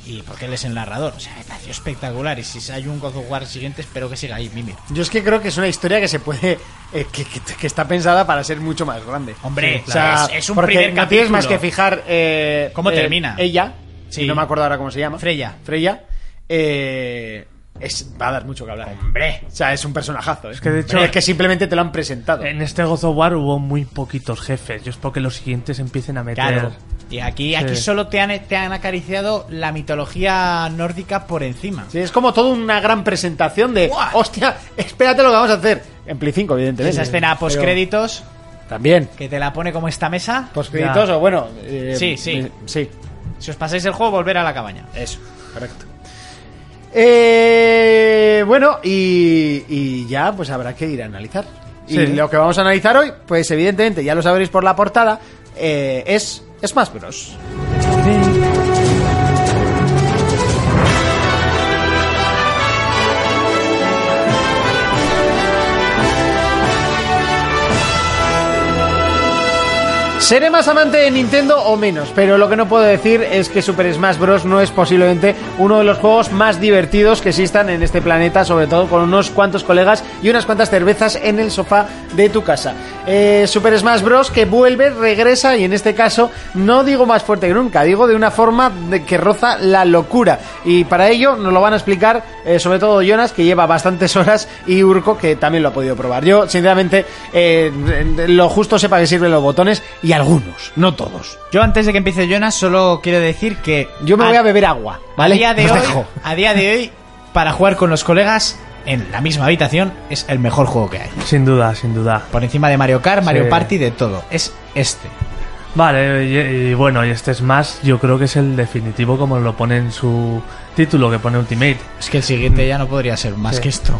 E: Y porque él es el narrador. O sea, me pareció espectacular. Y si hay un God of War siguiente, espero que siga ahí Mimir.
D: Yo es que creo que es una historia que se puede. eh, que, que- que está pensada para ser mucho más grande.
E: Hombre,
D: o sea,
E: es- es un
D: porque
E: primer
D: no tienes
E: capítulo.
D: más que fijar. eh,
E: ¿Cómo
D: eh,
E: termina?
D: Ella.
E: Sí.
D: No me acuerdo ahora cómo se llama.
E: Freya.
D: Freya. eh, es, va a dar mucho que hablar. eh.
E: Hombre.
D: O sea, es un personajazo. ¿eh?
F: que, de hecho-
D: es que simplemente te lo han presentado.
F: En este God of War hubo muy poquitos jefes. Yo espero que los siguientes empiecen a meter.
E: Claro. Y aquí, aquí
F: Sí.
E: solo te han, te han acariciado la mitología nórdica por encima.
D: Sí, es como toda una gran presentación de.
E: ¡Buah!
D: ¡Hostia! Espérate lo que vamos a hacer. En Play 5, evidentemente.
E: Esa escena
D: Pero-
E: postcréditos
D: También.
E: que te la pone como esta mesa.
D: Postcréditos
F: Ya.
D: o bueno. eh,
E: Sí, sí.
D: eh, Sí,
E: Si os pasáis el juego, volver a la cabaña.
D: eso. Correcto. Eh, bueno, y, y ya pues habrá que ir a analizar. Y
F: Sí.
D: lo que vamos a analizar hoy, pues evidentemente ya lo sabréis por la portada, eh, es Smash Bros. Seré más amante de Nintendo o menos, pero lo que no puedo decir es que Super Smash Bros. no es posiblemente uno de los juegos más divertidos que existan en este planeta, sobre todo con unos cuantos colegas y unas cuantas cervezas en el sofá de tu casa. Eh, Super Smash Bros. que vuelve, regresa y en este caso no digo más fuerte que nunca, digo de una forma de que roza la locura. Y para ello nos lo van a explicar eh, sobre todo Jonas, que lleva bastantes horas, y Urco, que también lo ha podido probar. Yo, sinceramente, eh, lo justo sepa que sirven los botones y algunos, no todos.
E: Yo antes de que empiece Jonas, solo quiero decir que...
D: Yo me voy a beber agua, ¿vale?
E: A día, de
D: Os
E: hoy,
D: dejo.
E: a día de hoy, para jugar con los colegas en la misma habitación, es el mejor juego que hay.
F: Sin duda, sin duda.
E: Por encima de Mario Kart, Mario
F: Sí.
E: Party, de todo. Es este.
F: Vale, y, y bueno, y este Smash yo creo que es el definitivo como lo pone en su título, que pone Ultimate.
E: Es que el siguiente ya no podría ser más
F: Sí.
E: que esto.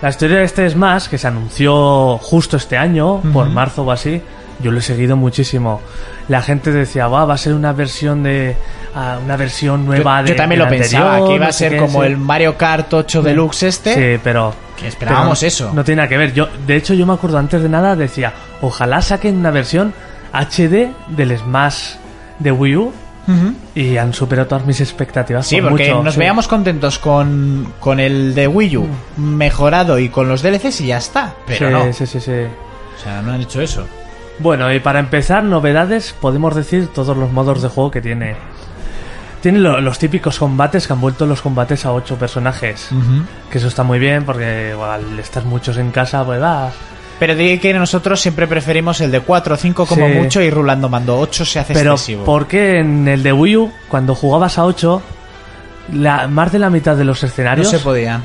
F: La historia de este Smash, que se anunció justo este año, por marzo o así, yo lo he seguido muchísimo. La gente decía, va, va a ser una versión de... ah, una versión
E: Yo,
F: nueva de...
E: yo también
F: de
E: lo
F: la
E: pensaba,
F: anterior,
E: que iba
F: no
E: a
F: sé
E: ser
F: qué,
E: como
F: sí".
E: el Mario Kart 8 Deluxe este.
F: Sí, pero...
E: Que esperábamos
F: pero no-
E: eso.
F: No tenía que ver. Yo, de hecho, yo me acuerdo antes de nada, decía, ojalá saquen una versión HD del Smash de Wii U. Y han superado todas mis expectativas.
E: Sí,
F: por
E: porque
F: mucho,
E: nos
F: sí.
E: veíamos contentos con, con el de Wii U mejorado y con los DLCs y ya está. Pero
F: Mm. Sí,
E: no.
F: sí, sí, sí.
E: O sea, no han hecho eso.
F: Bueno, y para empezar, novedades, podemos decir todos los modos de juego que tiene. Tiene lo- los típicos combates que han vuelto los combates a ocho personajes. Que eso está muy bien porque igual estás muchos en casa, pues va.
E: Pero diré que nosotros siempre preferimos el de 4 o 5 como
F: Sí.
E: mucho y rulando mando 8 se hace
F: Pero
E: excesivo.
F: ¿por qué en el de Wii U, cuando jugabas a 8, la, más de la mitad de los
E: No
F: escenarios
E: se podía.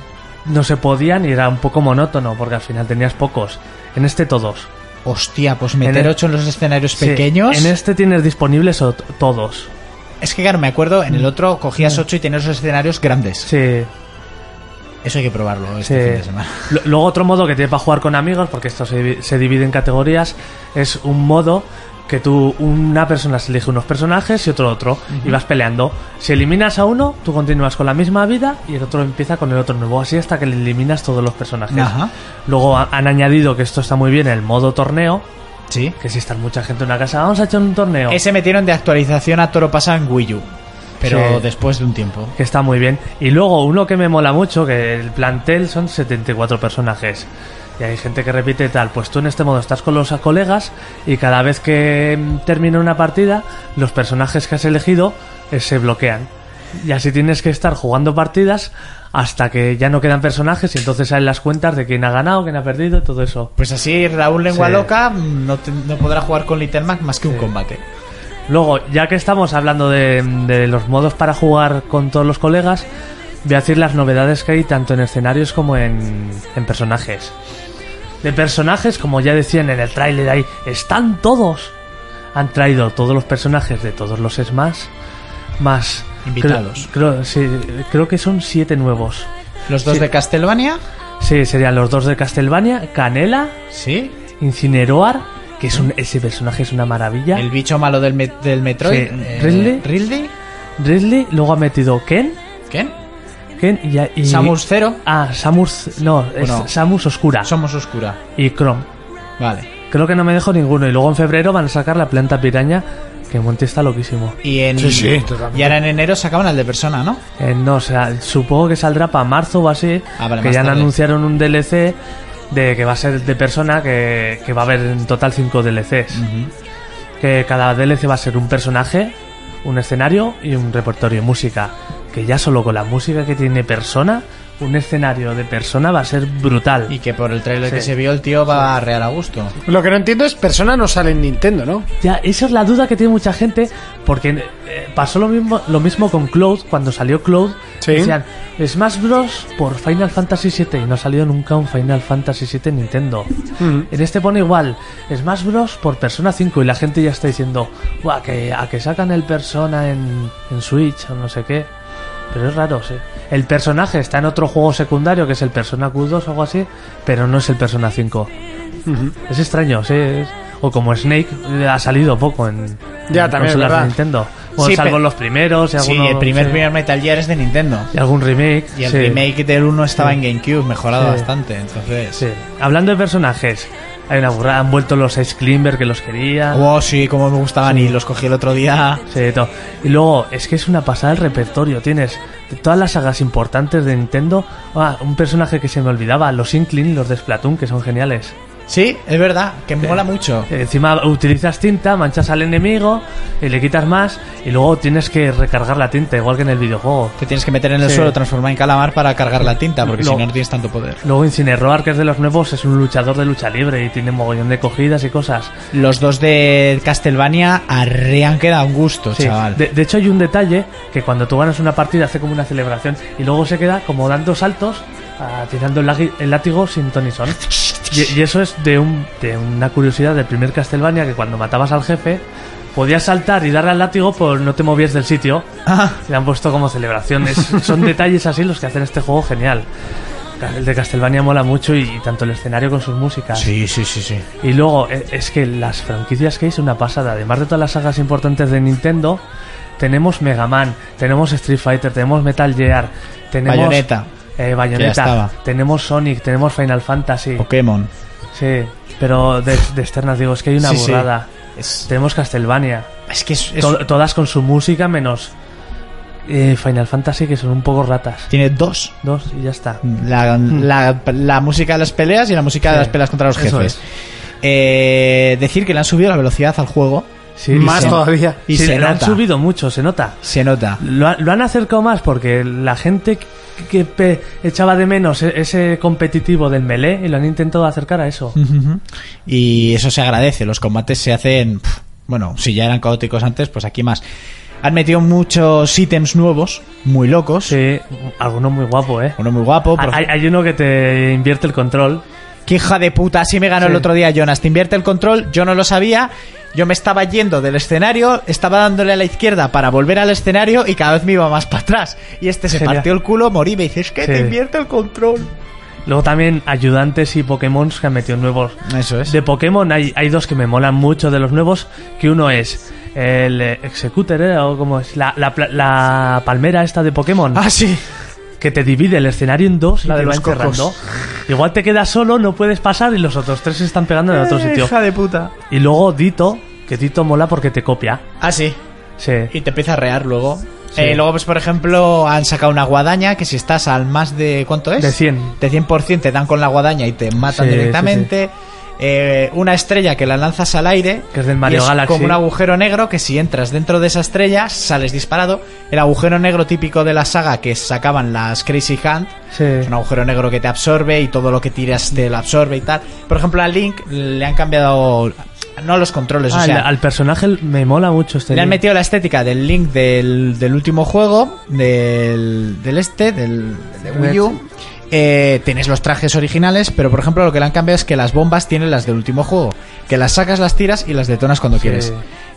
F: no se podían y era un poco monótono porque al final tenías pocos. En este todos.
E: Hostia, pues meter
F: el-
E: 8 en los escenarios
F: Sí,
E: pequeños.
F: en este tienes disponibles o- todos.
E: Es que claro, me acuerdo, en el otro cogías 8 y tenías los escenarios grandes.
F: Sí.
E: Eso hay que probarlo
F: Sí.
E: este fin de semana.
F: Lo- Luego otro modo que tiene para jugar con amigos, porque esto se, divi- se divide en categorías, es un modo que tú, una persona se elige unos personajes y otro otro, y vas peleando. Si eliminas a uno, tú continúas con la misma vida y el otro empieza con el otro nuevo, así hasta que le eliminas todos los personajes.
E: Ajá.
F: Luego ha- han añadido que esto está muy bien, el modo torneo,
E: Sí.
F: que si está mucha gente en una casa, vamos a echar un torneo.
E: Ese metieron de actualización a Toro Pasa en Wii U. Pero
F: Sí.
E: después de un tiempo.
F: que está muy bien. Y luego uno que me mola mucho, que el plantel son 74 personajes. Y hay gente que repite tal, pues tú en este modo estás con los colegas y cada vez que mm, termina una partida, los personajes que has elegido eh, se bloquean. Y así tienes que estar jugando partidas hasta que ya no quedan personajes y entonces salen las cuentas de quién ha ganado, quién ha perdido, todo eso.
E: Pues así, Raúl Lengua
F: Sí.
E: Loca mm, no, te- no podrá jugar con Little Mac más que un combate.
F: Luego, ya que estamos hablando de, de los modos para jugar con todos los colegas, voy a decir las novedades que hay tanto en escenarios como en, en personajes. De personajes, como ya decían en el tráiler ahí, están todos. Han traído todos los personajes de todos los Smash, más...
E: Invitados.
F: Creo, creo- sí, creo que son siete nuevos.
E: Los dos
F: Sí.
E: de Castlevania,
F: Sí, serían los dos de Castlevania, Canela,
E: sí.
F: Incineroar, que es un, ese personaje es una maravilla.
E: El bicho malo del, Met- del Metroid. eh,
F: Sí. Ridley.
E: Ridley.
F: Ridley, luego ha metido Ken,
E: ¿Quién?
F: Ken y, y-
E: Samus Zero.
F: Ah, Samus. No, es
E: Bueno.
F: Samus Oscura.
E: Somos Oscura.
F: Y Chrome.
E: Vale.
F: Creo que no me dejo ninguno. Y luego en febrero van a sacar la planta piraña, que Monty está loquísimo.
E: Y en, Y ahora en enero sacaban al de Persona, ¿no?
F: Eh, no, o sea, supongo que saldrá para marzo o así.
E: Ah, vale,
F: que
E: más
F: ya
E: tarde.
F: anunciaron un DLC de que va a ser de persona, que, que va a haber en total 5 DLCs. Que cada DLC va a ser un personaje, un escenario y un repertorio de música. Que ya solo con la música que tiene persona, un escenario de persona va a ser brutal.
E: Y que por el trailer
F: Sí.
E: que se vio el tío va a real a gusto.
H: Lo que no entiendo es, Persona no sale en Nintendo, ¿no?
F: Ya, esa es la duda que tiene mucha gente, porque eh, pasó lo mismo, lo mismo con Cloud, cuando salió Cloud,
H: Sí.
F: decían Smash Bros. por Final Fantasy VII, y no ha salido nunca un Final Fantasy VII en Nintendo. En este pone igual, Smash Bros. por Persona 5, y la gente ya está diciendo, guau, que, a que sacan el Persona en, en Switch o no sé qué. Pero es raro, sí. El personaje está en otro juego secundario, que es el Persona Q2 o algo así, pero no es el Persona 5. Es extraño, sí. es- O como Snake eh, ha salido poco en,
H: Ya, también,
F: en consolas
H: ¿verdad?
F: de Nintendo. Bueno,
E: Sí,
F: salvo
E: pe-
F: los primeros y
E: Sí,
F: alguno-
E: el primer,
F: sí,
E: primer Metal Gear es de Nintendo.
F: y algún remake.
E: Y el
F: sí,
E: remake del 1 estaba
F: Sí.
E: en GameCube, mejorado
F: Sí.
E: bastante. Entonces.
F: sí. Hablando de personajes, hay una burrada, han vuelto los Ice Climber que los quería.
E: Oh, sí, como me gustaban y los cogí el otro día.
F: Sí, de todo. Y luego, es que es una pasada el repertorio. Tienes de todas las sagas importantes de Nintendo. Ah, un personaje que se me olvidaba, los Inkling, los de Splatoon, que son geniales.
E: Sí, es verdad, que me mola mucho.
F: Encima utilizas tinta, manchas al enemigo, y le quitas más, y luego tienes que recargar la tinta, igual que en el videojuego.
E: Te tienes que meter en el
F: Sí.
E: suelo, transformar en calamar para cargar la tinta, porque
F: No.
E: si no, no tienes tanto poder.
F: Luego Incineroar, que es de los nuevos, es un luchador de lucha libre y tiene mogollón de cogidas y cosas.
E: Los dos de Castlevania arrean que da un gusto,
F: Sí.
E: chaval.
F: De, de hecho hay un detalle que cuando tú ganas una partida hace como una celebración y luego se queda como dando saltos ah, tirando el, lagui- el látigo sin Tony Son. Y, y eso es de, un- de una curiosidad del primer Castlevania que cuando matabas al jefe podías saltar y darle al látigo por no te movías del sitio.
E: Ah.
F: Y Le han puesto como celebraciones. Son detalles así los que hacen este juego genial. El de Castlevania mola mucho y, y tanto el escenario con sus músicas.
E: Sí, sí, sí, sí.
F: Y luego, eh, es que las franquicias que hay son una pasada. Además de todas las sagas importantes de Nintendo, tenemos Mega Man, tenemos Street Fighter, tenemos Metal Gear, tenemos.
E: Bayonetta.
F: Eh,
E: Que ya
F: Bayonetta.
E: estaba.
F: Tenemos Sonic, tenemos Final Fantasy.
E: Pokémon.
F: Sí, pero de, de externas digo, es que hay una
E: Sí, sí.
F: burrada.
E: Es,
F: Tenemos Castlevania.
E: es que es- es-
F: To- todas con su música menos eh, Final Fantasy, que son un poco ratas.
E: tiene dos.
F: Dos y ya está.
E: La, la- la música de las peleas y la música de
F: Hmm. Sí,
E: las peleas contra los
F: eso
E: jefes. Eh, decir que le han subido la velocidad al juego
F: Sí,
H: Más
F: sí.
H: todavía.
E: y
F: Sí,
E: se
F: le han
E: nota.
F: subido mucho, se nota.
E: Se nota.
F: Lo, ha- lo han acercado más porque la gente que- que pe- echaba de menos e- ese competitivo del melee y lo han intentado acercar a
E: Mm.
F: eso.
E: Y eso se agradece. Los combates se hacen. pf, Bueno, si ya eran caóticos antes, pues aquí más. Han metido muchos ítems nuevos, muy locos.
F: Sí, alguno muy guapo, ¿eh?
E: Uno muy guapo. por
F: Hay, hay uno que te invierte el control.
E: ¡Qué hija de puta! Así me ganó
F: Sí.
E: el otro día Jonas. Te invierte el control, yo no lo sabía. Yo me estaba yendo del escenario, estaba dándole a la izquierda para volver al escenario y cada vez me iba más para atrás. Y este se
F: Genial.
E: partió el culo, morí. Me dice, es que
F: Sí.
E: te invierte el control.
F: Luego también ayudantes y Pokémon que han metido nuevos.
E: Eso es.
F: De Pokémon hay, hay dos que me molan mucho de los nuevos, que uno es el eh, Executor, ¿eh? o como es la, la pla- la palmera esta de Pokémon,
E: Ah, (laughs) sí.
F: que te divide el escenario en dos y
E: La
F: te
E: de
F: va
E: los cocos.
F: encerrando. Igual te quedas solo, no puedes pasar y los otros tres se están pegando en otro sitio.
E: Hija de puta.
F: Y luego Dito, que Dito mola porque te copia.
E: Ah, sí.
F: Sí.
E: Y te empieza a rear luego.
F: Sí.
E: Eh, luego, pues por ejemplo, han sacado una guadaña que si estás al más de... ¿Cuánto es?
F: De 100.
E: De 100% te dan con la guadaña y te matan
F: Sí, sí,
E: directamente. Eh, una estrella que la lanzas al aire.
F: Que es del
E: y
F: Mario Galaxy.
E: como un agujero negro que si entras dentro de esa estrella sales disparado. El agujero negro típico de la saga que sacaban las Crazy Hunt.
F: Sí.
E: Es un agujero negro que te absorbe y todo lo que tiras te lo absorbe y tal. Por ejemplo, a Link le han cambiado... No los controles,
F: Ah,
E: pues, o sea,
F: al, al personaje me mola mucho este.
E: le han
F: Link.
E: metido la estética del Link del, del último juego, del, del este, del, de Wii U. Eh, tienes los trajes originales, pero por ejemplo lo que le han cambiado es que las bombas tienen las del último juego. Que las sacas, las tiras y las detonas cuando quieres.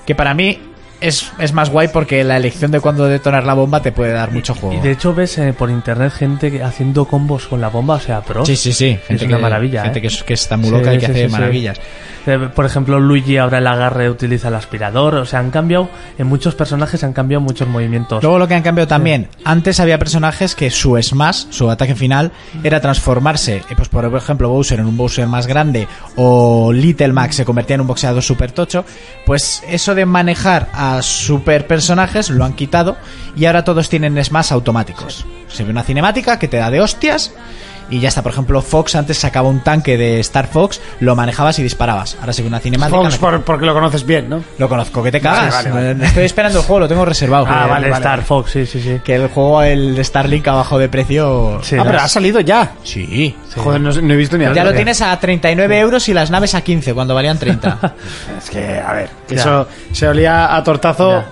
E: Que para mí es, es más guay porque la elección de cuándo detonar la bomba te puede dar mucho juego.
F: Y de hecho ves eh, por internet gente que- haciendo combos con la bomba, o sea, pro.
E: Sí, sí, sí. Gente
F: una
E: que,
F: maravilla,
E: Gente
F: ¿eh?
E: que, es- que está muy
F: Sí,
E: loca y que
F: sí,
E: hace
F: sí, sí.
E: maravillas.
F: Eh, Por ejemplo, Luigi ahora el agarre utiliza el aspirador. O sea, han cambiado. En muchos personajes han cambiado muchos movimientos.
E: Luego lo que han cambiado también, antes había personajes que su smash, su ataque final, era transformarse, eh, pues por ejemplo Bowser en un Bowser más grande o Little Mac se convertía en un boxeador super tocho, pues eso de manejar a super personajes lo han quitado y ahora todos tienen smash automáticos. Se ve una cinemática que te da de hostias y ya está, por ejemplo Fox antes sacaba un tanque de Star Fox, lo manejabas y disparabas. Ahora se ve una cinemática.
H: Fox, por- porque lo conoces bien, ¿no?
E: Lo conozco, que te cagas.
H: vale, vale.
E: No- no Estoy esperando el juego, lo tengo reservado.
F: Ah,
E: Que-
F: vale, Star Fox, sí, sí, sí.
E: que el juego, el Starlink a bajo de precio.
F: Sí,
H: Ah,
F: las-
H: pero ha salido ya.
E: Sí.
H: Joder, no, no he visto ni
E: Ya
H: hablar.
E: lo tienes a 39 euros y las naves a 15 cuando valían
F: (laughs)
E: 30.
H: Es que, a ver, que
F: Ya.
H: eso se olía a tortazo.
F: Ya.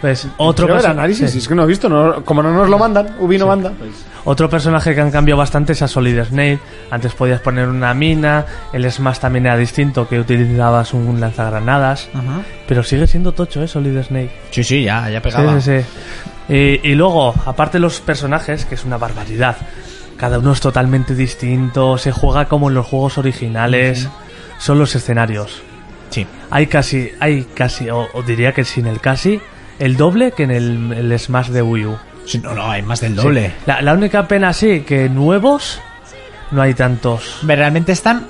F: Pues, otro,
H: Creo el
F: perso-
H: análisis,
F: sí.
H: es que no he visto. no- como no nos lo mandan, Ubi no manda. pues-
F: otro personaje que han cambiado bastante es a Solid Snake. Antes podías poner una mina. El Smash también era distinto, que utilizabas un lanzagranadas. Pero sigue siendo tocho, ¿eh? Solid Snake.
E: Sí, sí, ya, ya
F: Sí,
E: pegaba.
F: sí, sí. Y, y luego, aparte los personajes, que es una barbaridad. Cada uno es totalmente distinto, se juega como en los juegos originales. Son los escenarios.
E: Sí.
F: Hay casi, hay casi, o, o diría que sin el casi, el doble que en el, el Smash de Wii U.
E: Sí, No, no, hay más del doble.
F: Sí. La, la única pena sí, que nuevos no hay tantos.
E: Hombre, Realmente están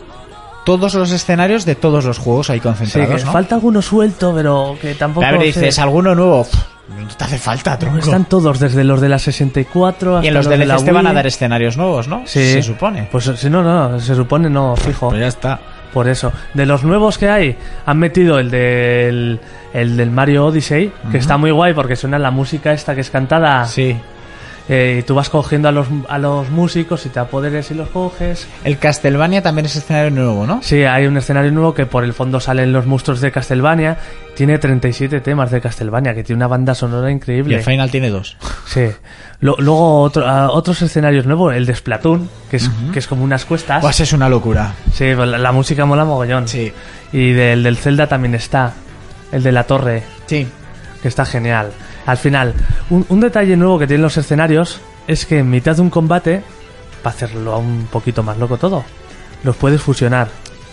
E: todos los escenarios de todos los juegos ahí
F: Sí,
E: concentrados.
F: que
E: ¿no?
F: falta alguno suelto, pero que tampoco...
E: A ver,
F: sé.
E: dices, alguno nuevo. Pff, No te hace falta, tronco.
F: Están todos, desde los de la 64 hasta
E: Y en los
F: de la
E: DLCs te van a
F: Wii.
E: dar escenarios nuevos, ¿no?
F: Sí.
E: Se supone.
F: Pues si no, no, se supone no, fijo.
E: Pues ya está.
F: Por eso. De los nuevos que hay, han metido el del, el del Mario Odyssey, que está muy guay porque suena la música esta que es cantada.
E: Sí.
F: Eh, y tú vas cogiendo a los, a los músicos y te apoderes y los coges.
E: El Castlevania también es escenario nuevo, ¿no?
F: Sí, hay un escenario nuevo que por el fondo salen los monstruos de Castlevania. Tiene 37 temas de Castlevania, que tiene una banda sonora
E: Y E
F: increíble.
E: el final tiene dos.
F: Sí. Lo- luego otro- ah, otros escenarios nuevos, el de Splatoon, que es, que es como unas cuestas.
E: Pues es una locura.
F: Sí, pues la, la música mola mogollón.
E: Sí.
F: Y del, del Zelda también está. El de la torre,
E: Sí.
F: que está genial. Al final, un, un detalle nuevo que tienen los escenarios es que en mitad de un combate, para hacerlo aún un poquito más loco todo, los puedes fusionar.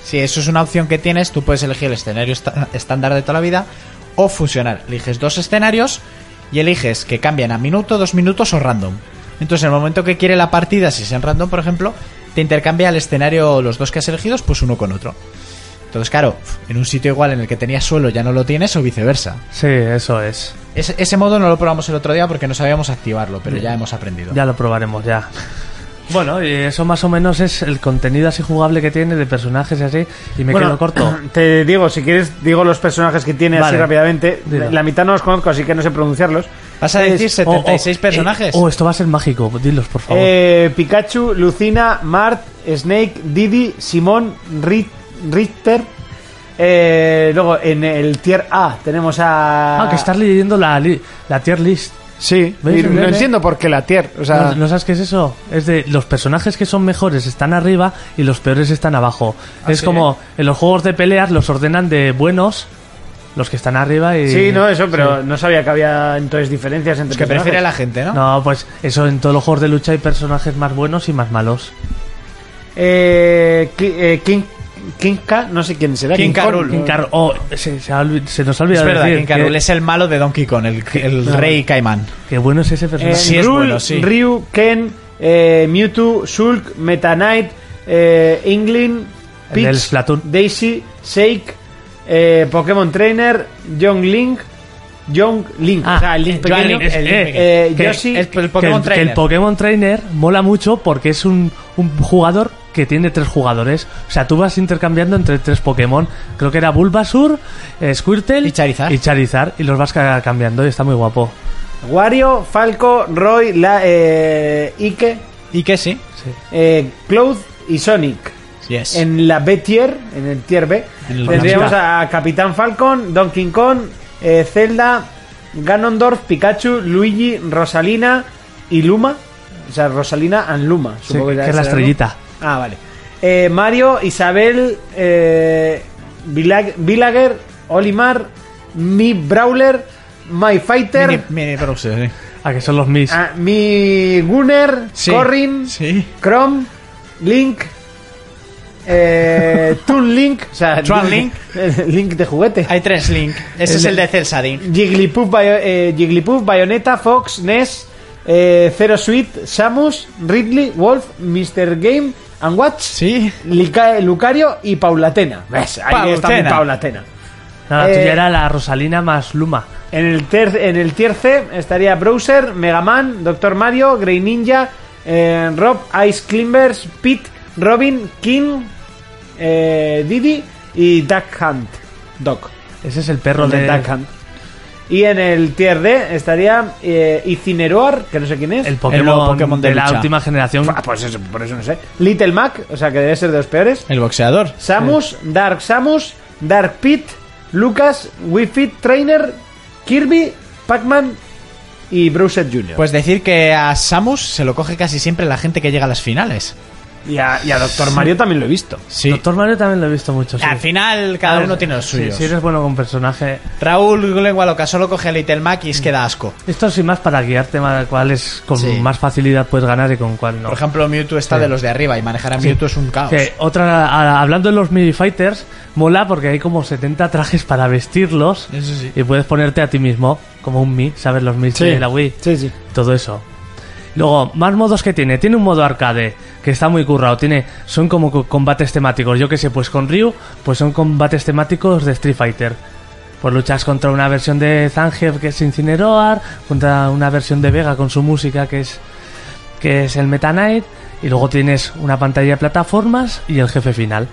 E: Si eso es una opción que tienes, tú puedes elegir el escenario esta- estándar de toda la vida o fusionar. Eliges dos escenarios y eliges que cambian a minuto, dos minutos o random. Entonces, en el momento que quiere la partida, si es en random, por ejemplo, te intercambia el escenario, los dos que has elegido, pues uno con otro. Entonces, claro, en un sitio igual en el que tenías suelo ya no lo tienes o viceversa.
F: Sí, eso es.
E: Ese, ese modo no lo probamos el otro día porque no sabíamos activarlo, pero ya hemos aprendido.
F: Ya lo probaremos, ya. Bueno, y eso más o menos es el contenido así jugable que tiene de personajes y así. Y me
H: Bueno, (clears throat)
F: quedo corto.
H: Te digo, si quieres, digo los personajes que tiene así
F: Vale.
H: rápidamente.
F: Dilo.
H: La mitad no los conozco, así que no sé pronunciarlos.
E: ¿Vas a decir
H: Es,
E: 76
F: Oh, oh,
E: personajes?
F: eh, oh, esto va a ser mágico. Dilos, por favor.
H: eh, Pikachu, Lucina, Mart, Snake, Didi, Simón, Ri- Richter. Eh, luego en el tier A tenemos a.
F: ah, que estás leyendo la, li- la tier list.
H: Sí,
F: ¿Veis?
H: y no
F: Lele.
H: entiendo por qué la tier. O sea,
F: ¿No, no sabes qué es eso? Es de los personajes que son mejores están arriba y los peores están abajo.
H: Ah,
F: es como en los juegos de peleas los ordenan de buenos los que están arriba y...
H: Sí, no, eso, pero no sabía que había entonces diferencias entre
E: Es que prefiere
H: personajes.
E: la gente, ¿no?
F: No, pues eso en todos los juegos de lucha hay personajes más buenos y más malos.
D: Eh, Ki- eh, King, King K, no sé quién será.
E: King
D: Kong,
E: Karol.
F: King Carol. Oh, se, se ha olvi- se nos ha
E: Es
F: olvidado
E: verdad,
F: decir
E: King Carol
F: que,
E: es el malo de Donkey Kong, el, el rey caimán.
F: que bueno es ese
D: Eh,
F: personaje.
E: Sí, es
D: Rule,
E: bueno, sí.
D: Ryu, Ken, eh, Mewtwo, Shulk, Meta Knight, eh, Inglin,
F: El del
D: Peach,
F: Splatoon.
D: Daisy, Shake, eh, Pokémon Trainer, Young Link, Young Link,
E: Ah,
D: o sea, el Link
E: Joan
D: pequeño.
E: Link, el Link
F: eh,
E: pequeño.
D: eh,
E: Que-
D: Yoshi,
E: el, el
F: que,
E: Pokémon
F: el, que el
E: Trainer.
F: Pokémon Trainer mola mucho porque es un, un jugador que tiene tres jugadores. O sea, tú vas intercambiando entre tres Pokémon. Creo que era Bulbasur, eh, Squirtle
E: Y Charizard.
F: y Charizard. Y los vas ca- cambiando y está muy guapo.
D: Wario, Falco, Roy, la, eh, Ike,
E: Y que sí.
F: Sí.
D: eh, Cloud y Sonic.
E: Yes.
D: En la B tier, en el tier B,
E: En el
D: tendríamos a Capitán Falcon, Donkey Kong, eh, Zelda, Ganondorf, Pikachu, Luigi, Rosalina y Luma. O sea, Rosalina and Luma, supongo
F: que
D: ya
F: es la
D: será, ¿no?
F: estrellita.
D: Ah, vale. Eh, Mario, Isabel, eh, Vilag- Villager, Olimar, Mi Brawler, My Fighter,
E: Mini, mini browser, sí.
F: Ah, que son los Mis.
D: Ah, mi Gunner,
E: Sí,
D: Corrin,
E: sí.
D: Chrome, Link,
E: (laughs)
D: eh, Toon Link, o sea,
E: Tron Link.
D: (laughs) Link de juguete.
E: Hay tres Link. Ese es el de Celsadin.
D: Jigglypuff, Bayo- eh, Jigglypuff, Bayonetta, Fox, Ness, eh, Zero Suite, Samus, Ridley, Wolf, Mr. Game, and Watch,
E: Sí.
D: Lica- Lucario y Paulatena. ¿Ves? Ahí está mi
E: Paulatena.
D: Paulatena.
F: Nada,
D: eh,
F: tuya era la Rosalina más Luma.
D: En el, ter- en el tier C estaría Browser, Mega Man, Doctor Mario, Grey Ninja, eh, Rob, Ice Climbers, Pete, Robin, King, eh, Didi y Duck Hunt. Doc.
F: Ese es el perro
D: el
F: de.
D: de Duck Hunt. Y en el tier D estaría eh, Incineroar, que no sé quién es.
F: El
E: El nuevo
F: Pokémon,
E: Pokémon de
F: de, la
E: lucha.
F: última generación.
D: Ah, pues eso, por eso no sé. Little Mac, o sea que debe ser de los peores.
E: El boxeador.
D: Samus, Dark Samus, Dark Pit, Lucas, Wii Fit Trainer, Kirby, Pac-Man y Browser Jr.
E: Pues decir que a Samus se lo coge casi siempre la gente que llega a las finales.
D: y, a, Doctor Mario también lo he visto.
E: Sí. Ah,
F: Doctor Mario también lo he visto mucho. sí.
E: Al final cada
F: A ver,
E: uno tiene los
F: sí,
E: suyos.
F: Si eres bueno con personaje.
E: Raúl Lengualoca solo coge a Little Mac y es que da asco.
F: Esto sin más para guiarte más cuál es con
E: Sí.
F: más facilidad puedes ganar y con cuál no.
E: Por ejemplo, Mewtwo está
F: Sí.
E: de los de arriba y manejar a Mewtwo es un caos.
F: Que otra, a- hablando de los mini fighters, mola porque hay como 70 trajes para vestirlos
E: Eso sí.
F: y puedes ponerte a ti mismo como un mi, ¿sabes? Los mi de la Wii,
D: Sí, sí.
F: todo eso. Luego, más modos que tiene. Tiene un modo arcade que está muy currado. Tiene, son como co- combates temáticos. Yo que sé, pues con Ryu, pues son combates temáticos de Street Fighter. Pues luchas contra una versión de Zangief que es Incineroar, contra una versión de Vega con su música que es que es el Meta Knight, y luego tienes una pantalla de plataformas y el jefe final.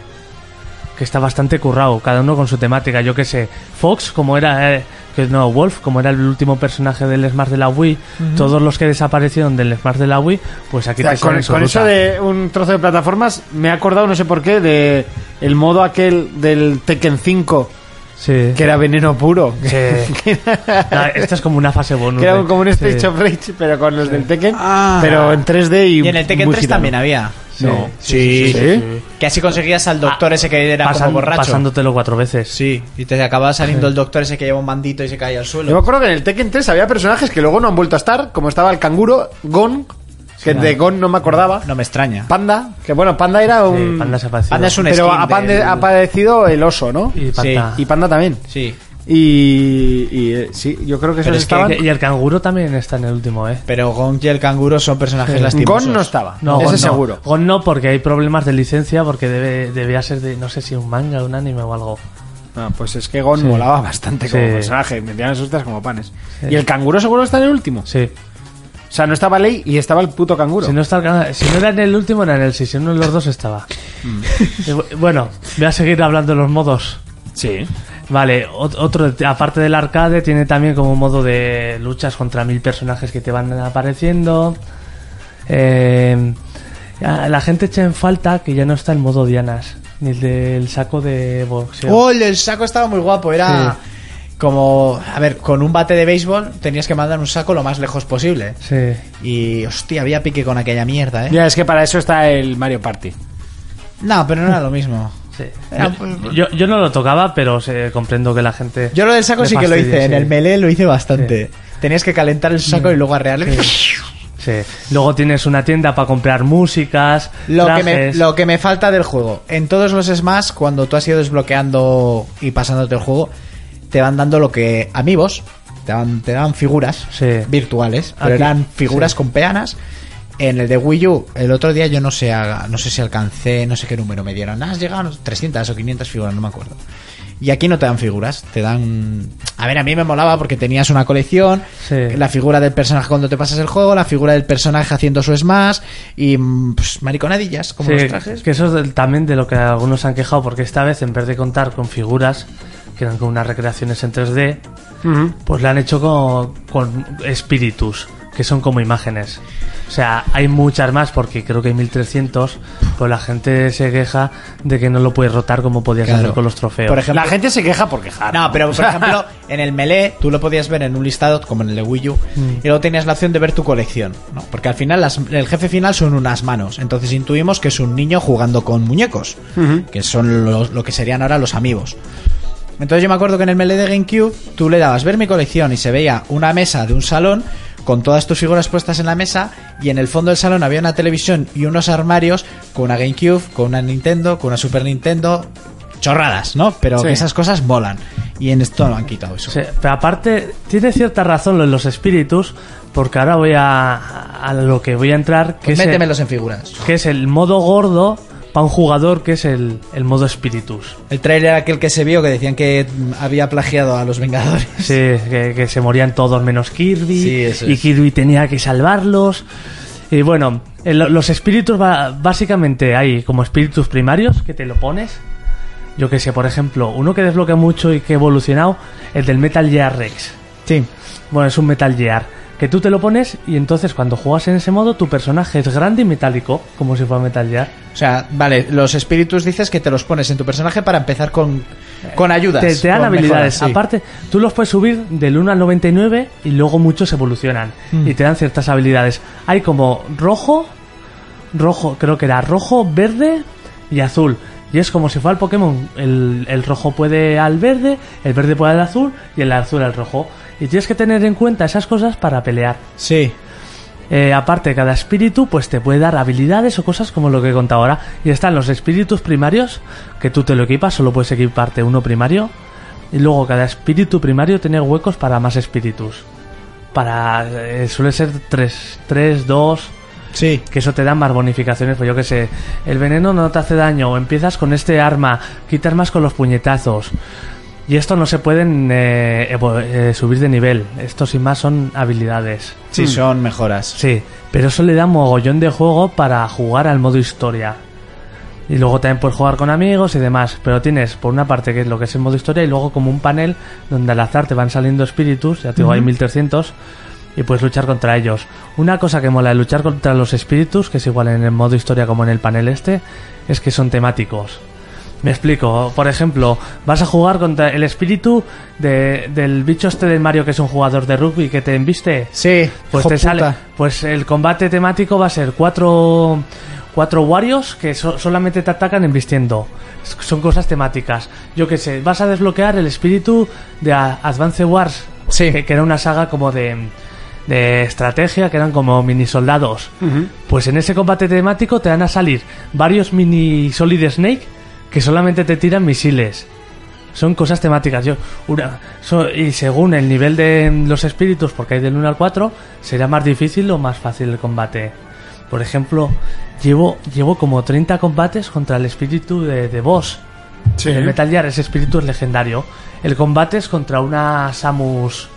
F: Que está bastante currado, cada uno con su temática. Yo que sé, Fox, como era. eh, que no, Wolf, como era el último personaje del Smash de la Wii, todos los que desaparecieron del Smash de la Wii, pues aquí te
D: con,
F: salen su
D: con
F: ruta.
D: eso de un trozo de plataformas, me he acordado, no sé por qué, de el modo aquel del Tekken 5,
F: Sí.
D: que era veneno puro.
F: (laughs)
D: (laughs)
F: Sí. No, esto es como una fase bonus.
D: Que era
F: de-
D: como un
F: sí.
D: Stage of Rage, pero con los del Tekken,
E: Ah.
D: pero en 3D y
E: Y en el Tekken 3 también había.
F: No.
E: Sí.
D: ¿Sí?
E: Que así conseguías al doctor ese que era
F: Pasan-
E: como borracho.
F: Pasándotelo cuatro veces.
E: Sí, y te acababa saliendo el doctor ese que lleva un bandito y se cae al
D: Yo me
E: suelo.
D: acuerdo que en el Tekken 3 había personajes que luego no han vuelto a estar, como estaba el canguro, Gon, que de Gon no me acordaba,
E: No me extraña.
D: Panda, que bueno, Panda era
F: Sí,
D: un...
F: Panda se ha parecido.
E: Panda es un
D: pero
E: skin
D: ha pande-
E: del-
D: ha padecido el oso, ¿no?
F: Y
E: Sí,
F: Panda.
D: Y Panda también.
E: Sí,
D: Y, y, eh, sí, yo creo que
E: Pero
D: esos
E: es que-
D: estaban...
F: Y el canguro también está en el último, ¿eh?
E: pero Gong y el canguro son personajes
F: Sí.
E: lastimosos.
D: Gon no estaba,
F: No,
D: ese
F: Gon no.
D: seguro.
F: Gon no, porque hay problemas de licencia, porque debe, debía ser de, no sé si un manga, un anime o algo.
D: Ah, pues es que Gon molaba bastante como
F: Sí.
D: personaje, me vendían sus como panes.
F: Sí.
D: Y el canguro seguro está en el último.
F: Sí.
D: O sea, no estaba Ley y estaba el puto canguro.
F: Si no, está el canga- si no era en el último, era en el 6. Si no, en los dos estaba. Y bu- bueno, voy a seguir hablando de los modos.
D: Sí.
F: Vale, ot- otro, aparte del arcade, tiene también como modo de luchas contra mil personajes que te van apareciendo. Eh, a- la gente echa en falta que ya no está el modo Dianas, ni el del saco de boxeo.
E: Oh, el del saco estaba muy guapo, era... Como, a ver, con un bate de béisbol tenías que mandar un saco lo más lejos posible.
F: Sí.
E: Y, hostia, había pique con aquella mierda, ¿eh?
D: Ya, es que para eso está el Mario Party.
E: No, pero no era lo mismo.
F: Sí.
E: Era-
F: Yo, yo no lo tocaba, pero se- comprendo que la gente.
E: Yo lo del saco
F: le
E: sí que lo
F: fastidia,
E: hice, en
F: sí.
E: el melee lo hice bastante. Tenías que calentar el saco y luego arrearle.
F: Sí. Luego tienes una tienda para comprar músicas,
E: (laughs) Lo que, me,
F: trajes.
E: lo que me falta del juego. En todos los Smash, cuando tú has ido desbloqueando y pasándote el juego, te van dando lo que amigos, te dan, te dan figuras
F: Sí.
E: virtuales, pero
F: Aquí,
E: eran figuras
F: sí.
E: con peanas. En el de Wii U, el otro día yo no sé, haga- no sé si alcancé, no sé qué número me dieron. Ah, Has llegado a 300 o 500 figuras, no me acuerdo. Y aquí no te dan figuras, te dan... A ver, a mí me molaba porque tenías una colección,
F: Sí.
E: la figura del personaje cuando te pasas el juego, la figura del personaje haciendo su smash y mm, pues, mariconadillas como
F: Sí,
E: los trajes.
F: Que eso es del- también de lo que algunos se han quejado, porque esta vez en vez de contar con figuras, que eran con unas recreaciones en 3D, pues la han hecho con, con espíritus, que son como imágenes. O sea, hay muchas más, porque creo que hay 1300, pues la gente se queja de que no lo puedes rotar como podías
E: Claro.
F: hacer con los trofeos.
E: Por ejemplo,
H: La gente se queja por quejar.
E: no, pero
F: (laughs)
E: por ejemplo, en el Melee tú lo podías ver en un listado como en el de Wii U
F: Mm.
E: y luego tenías la opción de ver tu colección, ¿no? Porque al final las- el jefe final son unas manos, entonces intuimos que es un niño jugando con muñecos, que son los- lo que serían ahora los amigos. Entonces yo me acuerdo que en el Melee de GameCube tú le dabas ver mi colección y se veía una mesa de un salón con todas tus figuras puestas en la mesa y en el fondo del salón había una televisión y unos armarios con una GameCube, con una Nintendo, con una Super Nintendo, chorradas, ¿no? Pero que esas cosas molan. Y en esto lo han quitado eso.
F: Sí, pero aparte, tiene cierta razón lo de los espíritus, porque ahora voy a, a lo que voy a entrar, que
E: Pues
F: es el-
E: métemelos en figuras.
F: que es el modo gordo para un jugador que es el, el modo espíritus.
E: El trailer aquel que se vio que decían que mm, había plagiado a los
F: (laughs)
E: Vengadores.
F: Sí, que, que se morían todos menos Kirby.
E: Sí, eso
F: y
E: es.
F: Kirby tenía que salvarlos. Y bueno, el- los espíritus ba- básicamente hay como espíritus primarios que te lo pones. Yo que sé, por ejemplo, uno que desbloquea mucho y que he evolucionado, el del Metal Gear Rex.
E: Sí.
F: Bueno, es un Metal Gear. Que tú te lo pones y entonces cuando juegas en ese modo tu personaje es grande y metálico, como si fuera Metal Gear.
E: O sea, vale, los espíritus dices que te los pones en tu personaje para empezar con, con ayudas.
F: Te, te dan
E: con mejoras,
F: habilidades.
E: sí.
F: Aparte, tú los puedes subir del 1 al 99 y luego muchos evolucionan. Y te dan ciertas habilidades. Hay como rojo, rojo, creo que era rojo, verde y azul. Y es como si fuera el Pokémon. El, el rojo puede al verde, el verde puede al azul y el azul al rojo. Y tienes que tener en cuenta esas cosas para pelear.
E: Sí.
F: Eh, aparte, cada espíritu pues te puede dar habilidades o cosas como lo que he contado ahora. Y están los espíritus primarios, que tú te lo equipas, solo puedes equiparte uno primario. Y luego cada espíritu primario tiene huecos para más espíritus. Para... eh, suele ser 3, 3, 2...
E: Sí.
F: Que eso te da más bonificaciones, pues yo que sé, el veneno no te hace daño, o empiezas con este arma, quitas más con los puñetazos. Y esto no se pueden eh, evo- eh, subir de nivel, estos y más son habilidades.
H: mm.
E: Sí, son mejoras.
F: Sí, pero eso le da mogollón de juego para jugar al modo historia. Y luego también puedes jugar con amigos y demás. Pero tienes por una parte que es lo que es el modo historia y luego como un panel donde al azar te van saliendo espíritus, ya te digo, hay 1300, y puedes luchar contra ellos. Una cosa que mola de luchar contra los espíritus, que es igual en el modo historia como en el panel este, es que son temáticos. Me explico, por ejemplo, vas a jugar contra el espíritu de- del bicho este del Mario que es un jugador de rugby que te embiste.
E: Sí,
F: Pues
E: hijo
F: te
E: puta.
F: sale. Pues el combate temático va a ser cuatro. Cuatro warriors que so- solamente te atacan embistiendo. S- Son cosas temáticas. Yo qué sé, vas a desbloquear el espíritu de A- Advance Wars.
E: Sí.
F: Que, que era una saga como de. De estrategia que eran como mini soldados. Pues en ese combate temático te van a salir varios mini Solid Snake que solamente te tiran misiles. Son cosas temáticas. Yo, una- so- y según el nivel de mm, los espíritus, porque hay del 1 al 4, será más difícil o más fácil el combate. Por ejemplo, llevo, llevo como 30 combates contra el espíritu de, de boss. El Metal Gear, ese espíritu es legendario. El combate es contra una Samus.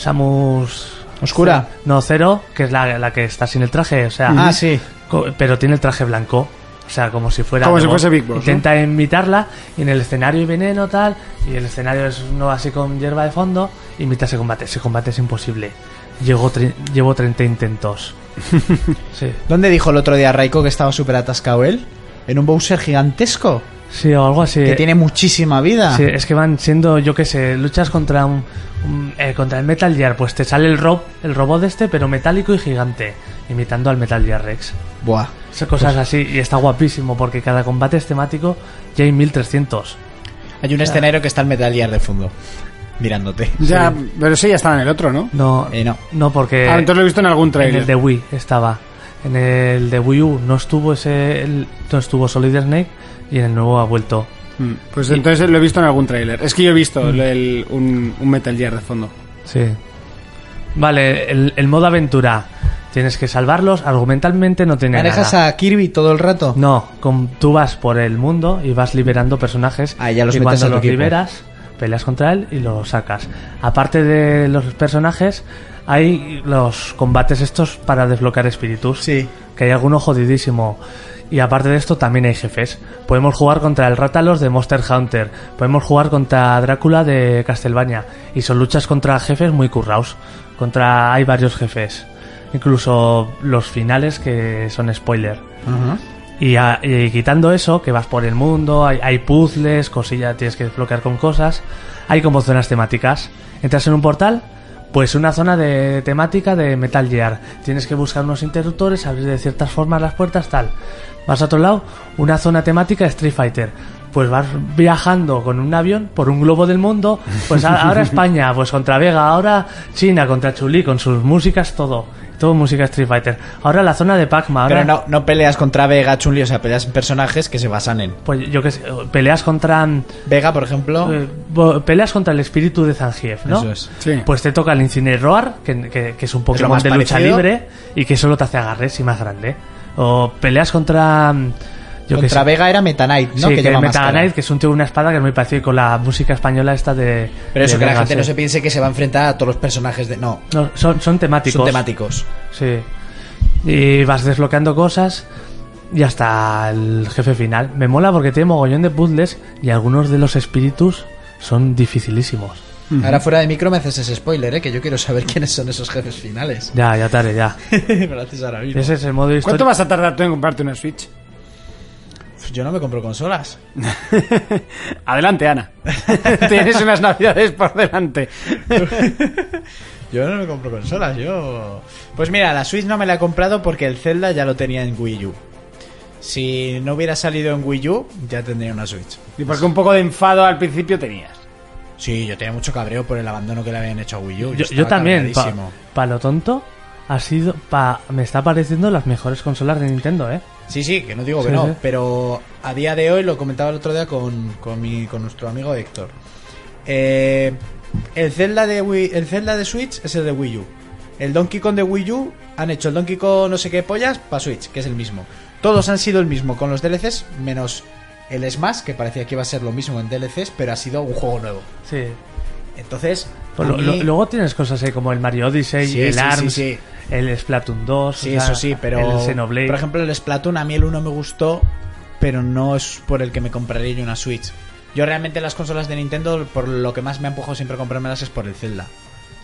F: Samus.
E: Oscura.
F: No, Cero, que es la, la que está sin el traje. O sea,
E: Ah, sí.
F: Co- Pero tiene el traje blanco. O sea, como si fuera.
H: Como
F: de
H: si
F: Bond.
H: fuese Big Boss, ¿no?
F: Intenta imitarla y en el escenario hay veneno, tal. Y el escenario es uno así con hierba de fondo. Imita ese combate. Ese combate es imposible. Llevo, tre- llevo
H: (laughs)
F: 30 intentos. sí.
E: ¿Dónde dijo el otro día Raiko que estaba súper atascado él? En un Bowser gigantesco
F: Sí, o algo así.
E: que tiene muchísima vida.
F: Sí, es que van siendo, yo qué sé, luchas contra un, un- eh, contra el Metal Gear, pues te sale el rob, el robot este, pero metálico y gigante, imitando al Metal Gear Rex.
E: Buah.
F: Son cosas
H: Pues
F: así, y está guapísimo, porque cada combate es temático y hay 1300.
E: Hay un escenario que está el Metal Gear de fondo. mirándote.
H: Ya, pero ese ya estaba en el otro, ¿no?
F: No,
E: Eh, no.
F: no, porque
H: Ah, entonces lo he visto en algún
F: en el
H: trailer.
F: de Wii estaba. En el de Wii U no estuvo ese, el- no estuvo Solid Snake y en el nuevo ha vuelto.
H: Mm, Pues entonces lo he visto en algún trailer. Es que yo he visto el- el- un, un Metal Gear de fondo.
F: Sí. Vale, el, el modo aventura. Tienes que salvarlos. Argumentalmente no tiene
E: ¿Manejas
F: nada.
E: a Kirby todo el rato?
F: No, con- tú vas por el mundo y vas liberando personajes.
E: Ah, ya los
F: y
E: metes
F: cuando
E: a tu
F: los
E: equipo.
F: liberas, peleas contra él y lo sacas. Aparte de los personajes, hay los combates estos para desbloquear espíritus.
E: Sí.
F: Que hay alguno jodidísimo. Y aparte de esto, también hay jefes. Podemos jugar contra el Rátalos de Monster Hunter. Podemos jugar contra Drácula de Castlevania. Y son luchas contra jefes muy curraos. Contra. Hay varios jefes. Incluso los finales que son spoiler. Y, a- y quitando eso, que vas por el mundo, hay, hay puzzles, cosillas, tienes que desbloquear con cosas. Hay como zonas temáticas. Entras en un portal, pues una zona de temática de Metal Gear. Tienes que buscar unos interruptores, abrir de ciertas formas las puertas, tal. Vas a otro lado, una zona temática de Street Fighter. Pues vas viajando con un avión por un globo del mundo, pues a- ahora España, pues contra Vega, ahora China, contra Chuli, con sus músicas, todo. Todo música Street Fighter. Ahora la zona de Pac-Man. ahora-
E: Pero no, no peleas contra Vega, Chun-Li, o sea, peleas en personajes que se basan en...
F: Pues yo que sé, peleas contra.
E: Vega, por ejemplo...
F: eh, bo- peleas contra el espíritu de Zangief, ¿no?
E: Eso es.
H: Sí.
F: Pues te toca el Incineroar, que, que- que es un Pokémon
E: más
F: de lucha
E: parecido.
F: libre y que solo te hace agarres y más grande. O peleas contra. mm, Yo que
E: contra
F: sé.
E: Vega era Meta Knight, ¿no?
F: sí, que
E: lleva
F: Meta
E: máscara.
F: Knight, que es un tío con una espada que es muy parecido y con la música española esta de.
E: Pero eso,
F: de
E: que la
F: Vegas,
E: gente no
F: eh.
E: se piense que se va a enfrentar a todos los personajes de... No,
F: No, son, son temáticos.
E: son temáticos.
F: Sí. Y vas desbloqueando cosas y hasta el jefe final. Me mola porque tiene mogollón de puzzles y algunos de los espíritus son dificilísimos.
E: Ahora fuera de micro me haces ese spoiler, ¿eh? Que yo quiero saber (laughs) quiénes son esos jefes (laughs) finales.
F: Ya, ya tarde, ya.
E: me lo haces ahora mismo.
F: Ese es el modo
H: ¿Cuánto
F: histórico.
H: vas a tardar tú en comprarte una Switch?
E: Yo no me compro consolas.
H: Adelante, Ana. Tienes unas navidades por delante.
E: Yo no me compro consolas, yo... Pues mira, la Switch no me la he comprado porque el Zelda ya lo tenía en Wii U. Si no hubiera salido en Wii U, ya tendría una Switch.
H: Y porque un poco de enfado al principio tenías.
E: Sí, yo tenía mucho cabreo por el abandono que le habían hecho a Wii U.
F: Yo, yo
E: estaba
F: también, para
E: cabreadísimo.
F: lo tonto, ha sido. pa- me está pareciendo las mejores consolas de Nintendo, ¿eh?
E: Sí, sí, que no digo que
F: Sí,
E: no,
F: sí.
E: pero a día de hoy, lo comentaba el otro día con, con, mi, con nuestro amigo Héctor. eh, el, Zelda de Wii- el Zelda de Switch es el de Wii U. El Donkey Kong de Wii U han hecho el Donkey Kong no sé qué pollas para Switch, que es el mismo. Todos han sido el mismo con los DLCs, menos el Smash, que parecía que iba a ser lo mismo en DLCs, pero ha sido un juego nuevo.
F: Sí.
E: Entonces,
F: Pues
E: a
F: lo-
E: mí-
F: lo- luego tienes cosas ahí como el Mario Odyssey,
E: Sí,
F: el
E: sí, sí,
F: ARMS,
E: sí.
F: el Splatoon 2.
E: Sí,
F: o sea,
E: eso sí, pero.
F: El Xenoblade.
E: Por ejemplo, el Splatoon, a mí el 1 me gustó, pero no es por el que me compraría yo una Switch. Yo realmente las consolas de Nintendo, por lo que más me ha empujado siempre a comprármelas es por el Zelda.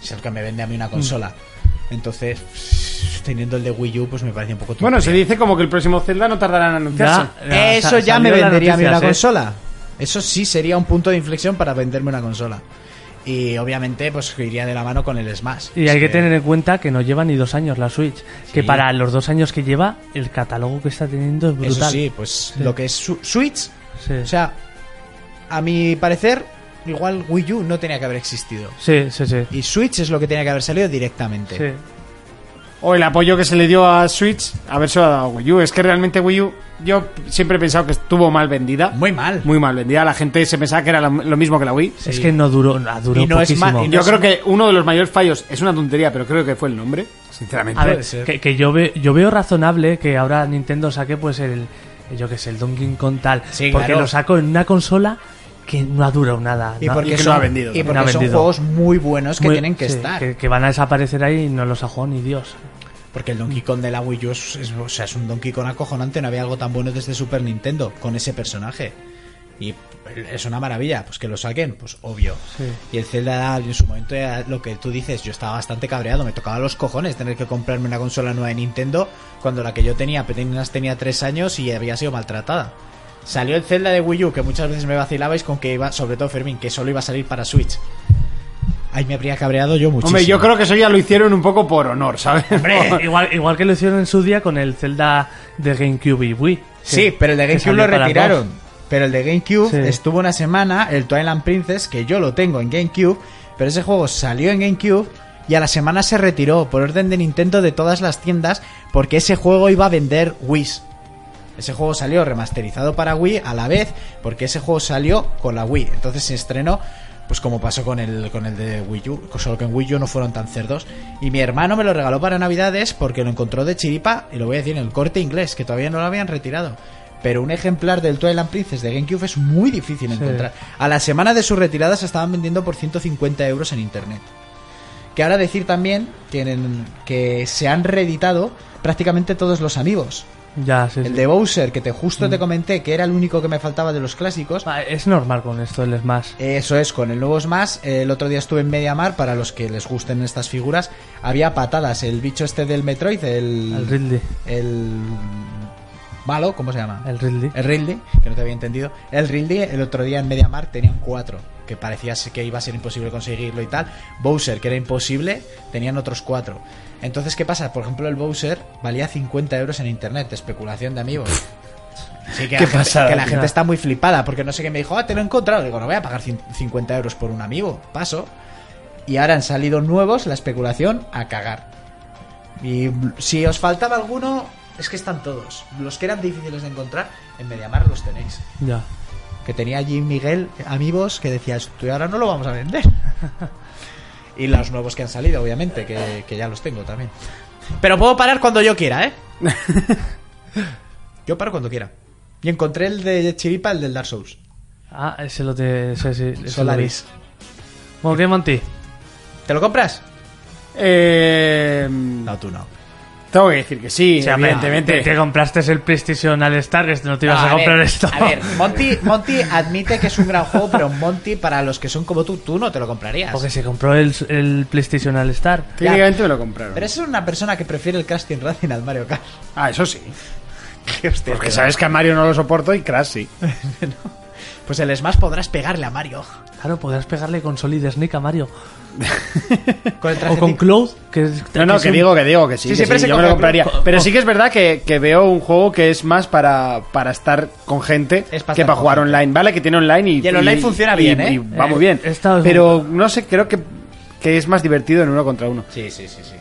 E: Es el que me vende a mí
F: Mm.
E: una consola. Entonces, teniendo el de Wii U, pues me parece un poco
H: Bueno, se
E: tontería.
H: dice como que el próximo Zelda no tardará en anunciarse.
F: Ya, ya,
E: Eso
F: sa-
E: ya
F: salió
E: me
F: la
E: vendería a mí una
F: noticia, ¿eh?
E: consola. Eso sí sería un punto de inflexión para venderme una consola. Y obviamente, pues que iría de la mano con el Smash.
F: Y
E: Es
F: hay que tener en cuenta que no lleva ni dos años la Switch. Que para los dos años que lleva, el catálogo que está teniendo es brutal.
E: Eso sí, pues lo que es su- Switch
F: Sí.
E: O sea, a mi parecer, igual Wii U no tenía que haber existido.
F: sí, sí, sí.
E: Y Switch es lo que tenía que haber salido directamente.
F: Sí.
H: O el apoyo que se le dio a Switch, haberse lo dado a Wii U. Es que realmente Wii U, yo siempre he pensado que estuvo mal vendida.
E: Muy mal.
H: Muy mal vendida. La gente se pensaba que era lo, lo mismo que la Wii.
F: Es que no duró, no, duró
E: Y no es
F: poquísimo.
E: ma- y no
H: Yo
E: es-
H: creo que uno de los mayores fallos es una tontería, pero creo que fue el nombre, sinceramente.
F: A ver,
E: Puede ser.
F: que, que yo, ve- yo veo razonable que ahora Nintendo saque pues el, yo que sé, el Donkey Kong tal.
E: Sí,
F: porque
E: claro.
F: lo saco en una consola que no ha durado nada.
E: Y
F: no ha-
E: porque,
H: que no
E: son,
H: ha vendido,
E: y
H: ¿no?
E: porque
F: No ha
E: son
F: vendido.
E: juegos muy buenos que
F: muy-
E: tienen que
F: sí,
E: estar.
F: Que, que van a desaparecer ahí y no los ha jugado ni Dios.
E: Porque el Donkey Kong de la Wii U es, es- o sea, es un Donkey Kong acojonante. No había algo tan bueno desde Super Nintendo con ese personaje. Y es una maravilla. Pues que lo saquen, pues obvio.
F: Sí.
E: Y el Zelda en su momento era lo que tú dices. Yo estaba bastante cabreado. Me tocaba los cojones tener que comprarme una consola nueva de Nintendo cuando la que yo tenía apenas tenía tres años y había sido maltratada. Salió el Zelda de Wii U, que muchas veces me vacilabais con que iba, sobre todo Fermín, que solo iba a salir para Switch. Ahí me habría cabreado yo muchísimo.
H: Hombre, yo creo que eso ya lo hicieron un poco por honor, ¿sabes?
E: (laughs)
F: Eh, igual, igual que lo hicieron en su día con el Zelda de GameCube y Wii. que-
E: Sí, pero el de
F: que
E: GameCube lo
F: salió para las dos.
E: retiraron. Pero el de GameCube
F: Sí.
E: estuvo una semana, el Twilight Princess, que yo lo tengo en GameCube, Pero ese juego salió en GameCube y a la semana se retiró por orden de Nintendo de todas las tiendas porque ese juego iba a vender Wii. Ese juego salió remasterizado para Wii a la vez porque ese juego salió con la Wii. Entonces se estrenó pues como pasó con el, con el de Wii U, solo que en Wii U no fueron tan cerdos. Y mi hermano me lo regaló para Navidades porque lo encontró de chiripa, y lo voy a decir en el corte inglés, que todavía no lo habían retirado. Pero un ejemplar del Twilight Princess de GameCube es muy difícil encontrar. A la semana de su retirada se estaban vendiendo por 150 euros en internet. Que ahora decir también que, en- que se han reeditado prácticamente todos los amigos.
F: Ya, sí, sí.
E: El de Bowser, que te justo
F: Mm.
E: te comenté que era el único que me faltaba de los clásicos,
F: Ah, Es normal con esto el Smash.
E: eso es, con el nuevo Smash. eh, El otro día estuve en Mediamar, para los que les gusten estas figuras. Había patadas, el bicho este del Metroid, el.
F: El Ridley.
E: El. Malo, ¿cómo se llama?
F: El Ridley.
E: El Ridley, que no te había entendido. El Ridley, el otro día en Mediamar tenían cuatro, que parecía ser que iba a ser imposible conseguirlo y tal. Bowser, que era imposible, tenían otros cuatro. Entonces, ¿qué pasa? Por ejemplo, el Bowser valía 50 euros en internet, especulación de amigos. Así que,
F: Qué
E: la, gente-
F: pasada,
E: que la
F: tío.
E: gente está muy flipada, porque no sé qué me dijo, ah, te lo he encontrado. Digo, no voy a pagar cin- 50 euros por un amigo, paso. Y ahora han salido nuevos, la especulación, a cagar. Y si os faltaba alguno, es que están todos. Los que eran difíciles de encontrar, en Mediamar los tenéis.
F: Ya.
E: Que tenía allí Miguel amigos que decía, esto ahora no lo vamos a vender. (laughs) y los nuevos que han salido, obviamente, que, que ya los tengo también. Pero puedo parar cuando yo quiera,
F: (laughs)
E: ¿eh? yo paro cuando quiera. Y encontré el de Chiripa, el del Dark Souls.
F: Ah, ese lo te. ese sí, ese lo
E: Solaris.
F: vi. Bueno, ¿qué, Monty?
E: ¿Te lo compras?
D: Eh,
E: No, tú no.
D: tengo que decir que sí,
F: O sea,
D: evidentemente.
F: Te, te compraste el PlayStation All Star, que no te ibas
E: No,
F: a, comprar
E: ver,
F: esto.
E: A ver,
F: (laughs)
E: Monty, Monty admite que es un gran juego, pero Monty, para los que son como tú, tú no te lo comprarías.
F: Porque se compró el, el PlayStation All Star.
D: Técnicamente me lo compraron.
E: Pero esa es una persona que prefiere el casting Racing al Mario Kart.
D: Ah, eso sí.
E: (laughs) Qué hostia,
D: Porque
E: tío.
D: sabes que a Mario no lo soporto y Crash sí.
E: Pues el Smash podrás pegarle a Mario.
F: Claro, podrás pegarle con Solid Snake a Mario.
E: Con el
F: (laughs) O con
E: trajecito.
F: Cloud, que es-
D: No, no, que
F: es un-
D: digo, que digo, que sí,
E: Sí,
D: que
E: siempre
D: sí,
E: se
D: yo me lo
E: coge-
D: compraría.
E: co-
D: Pero
E: co-
D: sí que es verdad que, que veo un juego que es más para, para estar con gente
E: Es para
D: que
E: estar
D: para
E: con
D: jugar
E: gente.
D: online, ¿vale? Que tiene online y...
E: Y el online funciona
D: y-
E: bien, ¿eh?
D: y va muy
F: Eh,
D: bien.
F: esta es
D: Pero no sé, creo que, que es más divertido en uno contra uno.
E: Sí, sí, sí, sí.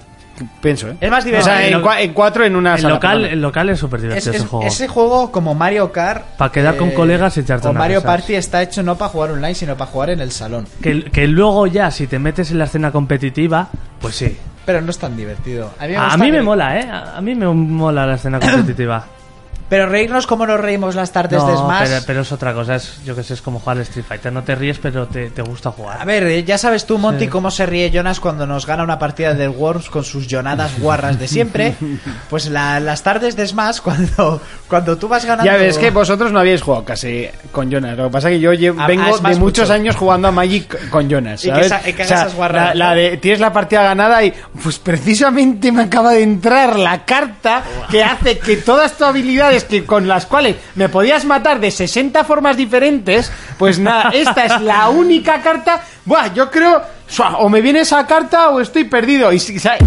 D: Pienso, ¿eh?
E: Es más
D: O
E: divertido.
D: sea, en,
F: lo-
D: cua- en cuatro en una
F: el
D: sala.
F: local,
D: perdona.
F: el local es súper divertido
E: Es-
F: ese
E: es-
F: juego.
E: Ese juego, como Mario Kart. eh,
F: Pa' quedar con colegas y echarte
E: O
F: unas
E: Mario
F: risas.
E: Party está hecho no para jugar online, sino para jugar en el salón.
F: Que, que luego ya, si te metes en la escena competitiva, pues sí.
E: Pero no es tan divertido. A mí me,
F: A
E: gusta
F: mí
E: que-
F: me mola, ¿eh? A a mí me mola
E: (coughs)
F: la escena competitiva.
E: Pero reírnos como nos reímos las tardes de
F: No,
E: Smash.
F: pero, pero es otra cosa, es, yo que sé, es como jugar al Street Fighter. No te ríes, pero te, te gusta jugar.
E: A ver, eh, ya sabes tú, Monty,
F: Sí.
E: cómo se ríe Jonas cuando nos gana una partida del Worms con sus jonadas guarras de siempre.
F: (laughs)
E: Pues la- las tardes de Smash, cuando, cuando tú vas ganando.
D: Ya ves que vosotros no habéis jugado casi con Jonas. Lo que pasa es que yo llevo-
E: A- a
D: vengo
E: Smash
D: de muchos
E: Ah, mucho.
D: años jugando a Magic con Jonas.
E: Y que
D: ¿sabes?
E: sa- y que hagas esas
D: la,
E: guarradas,
D: la
E: ¿no?
D: de tienes la partida ganada y pues precisamente me acaba de entrar la carta que hace que todas tus habilidades que con las cuales me podías matar de 60 formas diferentes, pues nada, esta es la única carta. Buah, yo creo sua, o me viene esa carta o estoy perdido y si- sa-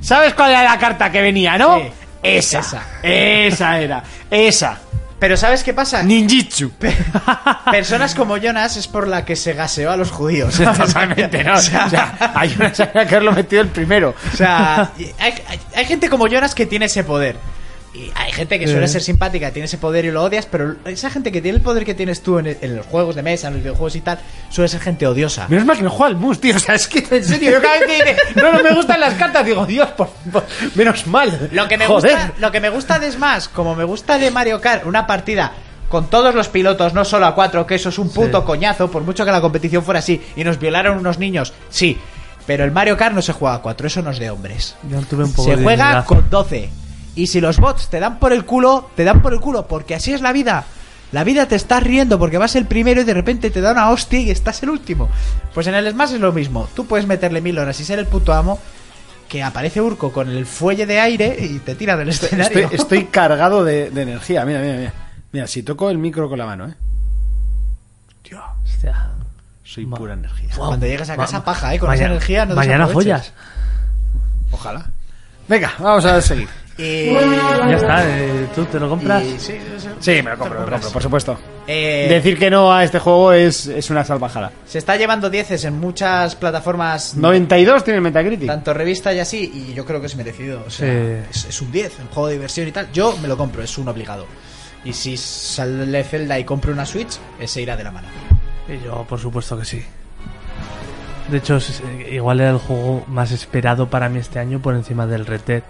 D: ¿Sabes cuál era la carta que venía, no?
E: Sí.
D: Esa.
E: Esa.
D: Esa era. Eh, Esa.
E: Pero ¿sabes qué pasa?
D: Ninjitsu.
E: Personas como Jonas es por la que se gaseó a los
F: (laughs)
E: judíos.
D: (laughs) Totalmente,
E: (laughs)
D: ¿no? O sea, hay una saga que haberlo metido el primero.
E: O sea, y hay, hay- hay gente como Jonas que tiene ese poder. Y hay gente que suele ser simpática, tiene ese poder y lo odias, pero esa gente que tiene el poder que tienes tú en, en los juegos de mesa, en los videojuegos y tal, suele ser gente odiosa.
D: Menos mal que no juega al mus, tío. O sea, es que en serio, yo cada vez que dice, no, no me gustan las cartas, digo, Dios, por, por- menos mal.
E: Lo que, me
D: Joder.
E: gusta, lo que me gusta de Smash, como me gusta de Mario Kart, una partida con todos los pilotos, no solo a cuatro, que eso es un puto coñazo, por mucho que la competición fuera así y nos violaron unos niños, sí. Pero el Mario Kart no se juega a cuatro, eso no es de hombres.
F: Yo tuve un poco
E: Se
F: de
E: juega
F: dignidad.
E: con 12. Y si los bots te dan por el culo, te dan por el culo, porque así es la vida. La vida te está riendo porque vas el primero y de repente te da una hostia y estás el último. Pues en el Smash es lo mismo. Tú puedes meterle mil horas y ser el puto amo, que aparece Urco con el fuelle de aire y te tira del
F: Este,
E: escenario.
D: Estoy, estoy cargado de, de energía. Mira, mira, mira. Mira, si toco el micro con la mano, ¿eh?
F: Hostia.
D: Soy pura energía.
E: Cuando llegas a casa, paja, ¿eh? Con
F: mañana,
E: esa energía no
F: Mañana
E: desaproveches.
F: follas.
D: Ojalá. Venga, vamos a seguir.
E: Y-
F: Ya está, eh, tú te lo compras.
E: y- sí, sí, sí.
D: Sí, me lo
E: Te
D: compro, me lo
E: compras.
D: compro, por supuesto.
E: Eh,
D: Decir que no a este juego es, es una salvajada.
E: se está llevando 10 en muchas plataformas,
D: 92 tiene Metacritic.
E: tanto revistas y así, y yo creo que es merecido. O sea,
F: Sí.
E: es, es un 10, un juego de diversión y tal. Yo me lo compro, es un obligado. Y si sale Zelda y compro una Switch, ese irá de la mano.
F: Y yo, por supuesto que sí. De hecho, es- eh, igual era el juego más esperado para mí este año por encima del Red Dead.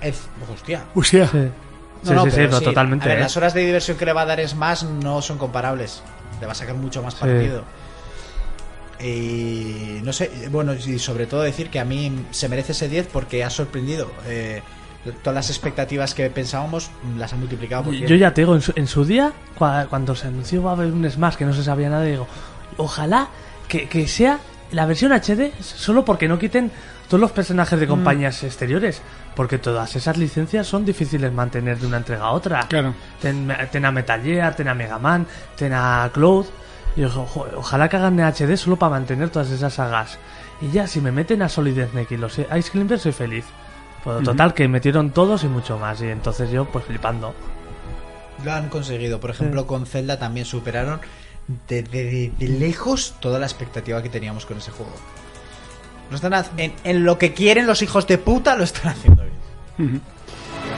E: Es, hostia.
D: Hostia.
F: Sí, sí, sí, sí,
E: pero
F: no,
E: sí.
F: totalmente.
E: A ver,
F: ¿eh?
E: Las horas de diversión que le va a dar es más no son comparables. Le va a sacar mucho más partido. Y no sé, bueno, y sobre todo decir que a mí se merece ese 10 porque ha sorprendido. eh, todas las expectativas que pensábamos mm, las ha multiplicado. por
F: Yo
E: cien.
F: ya te digo, en su, en su día, cua- cuando se anunció va a haber un Smash que no se sabía nada, digo, ojalá que, que sea la versión HD solo porque no quiten todos los personajes
E: Mm.
F: de compañías exteriores, porque todas esas licencias son difíciles mantener de una entrega a otra.
D: Claro.
F: Ten, ten a Metal Gear, ten a Mega Man, ten a Cloud. Y ojo, jo- ojalá que hagan HD solo para mantener todas esas sagas. Y ya, si me meten a Solid Snake y los Ice Climbers, soy feliz. Pues, total, que metieron todos y mucho más. Y entonces yo, pues flipando.
E: Lo han conseguido. Por ejemplo, con Zelda también superaron de, de- de- de lejos toda la expectativa que teníamos con ese juego. Lo están ha- en, en lo que quieren los hijos de puta, lo están haciendo bien.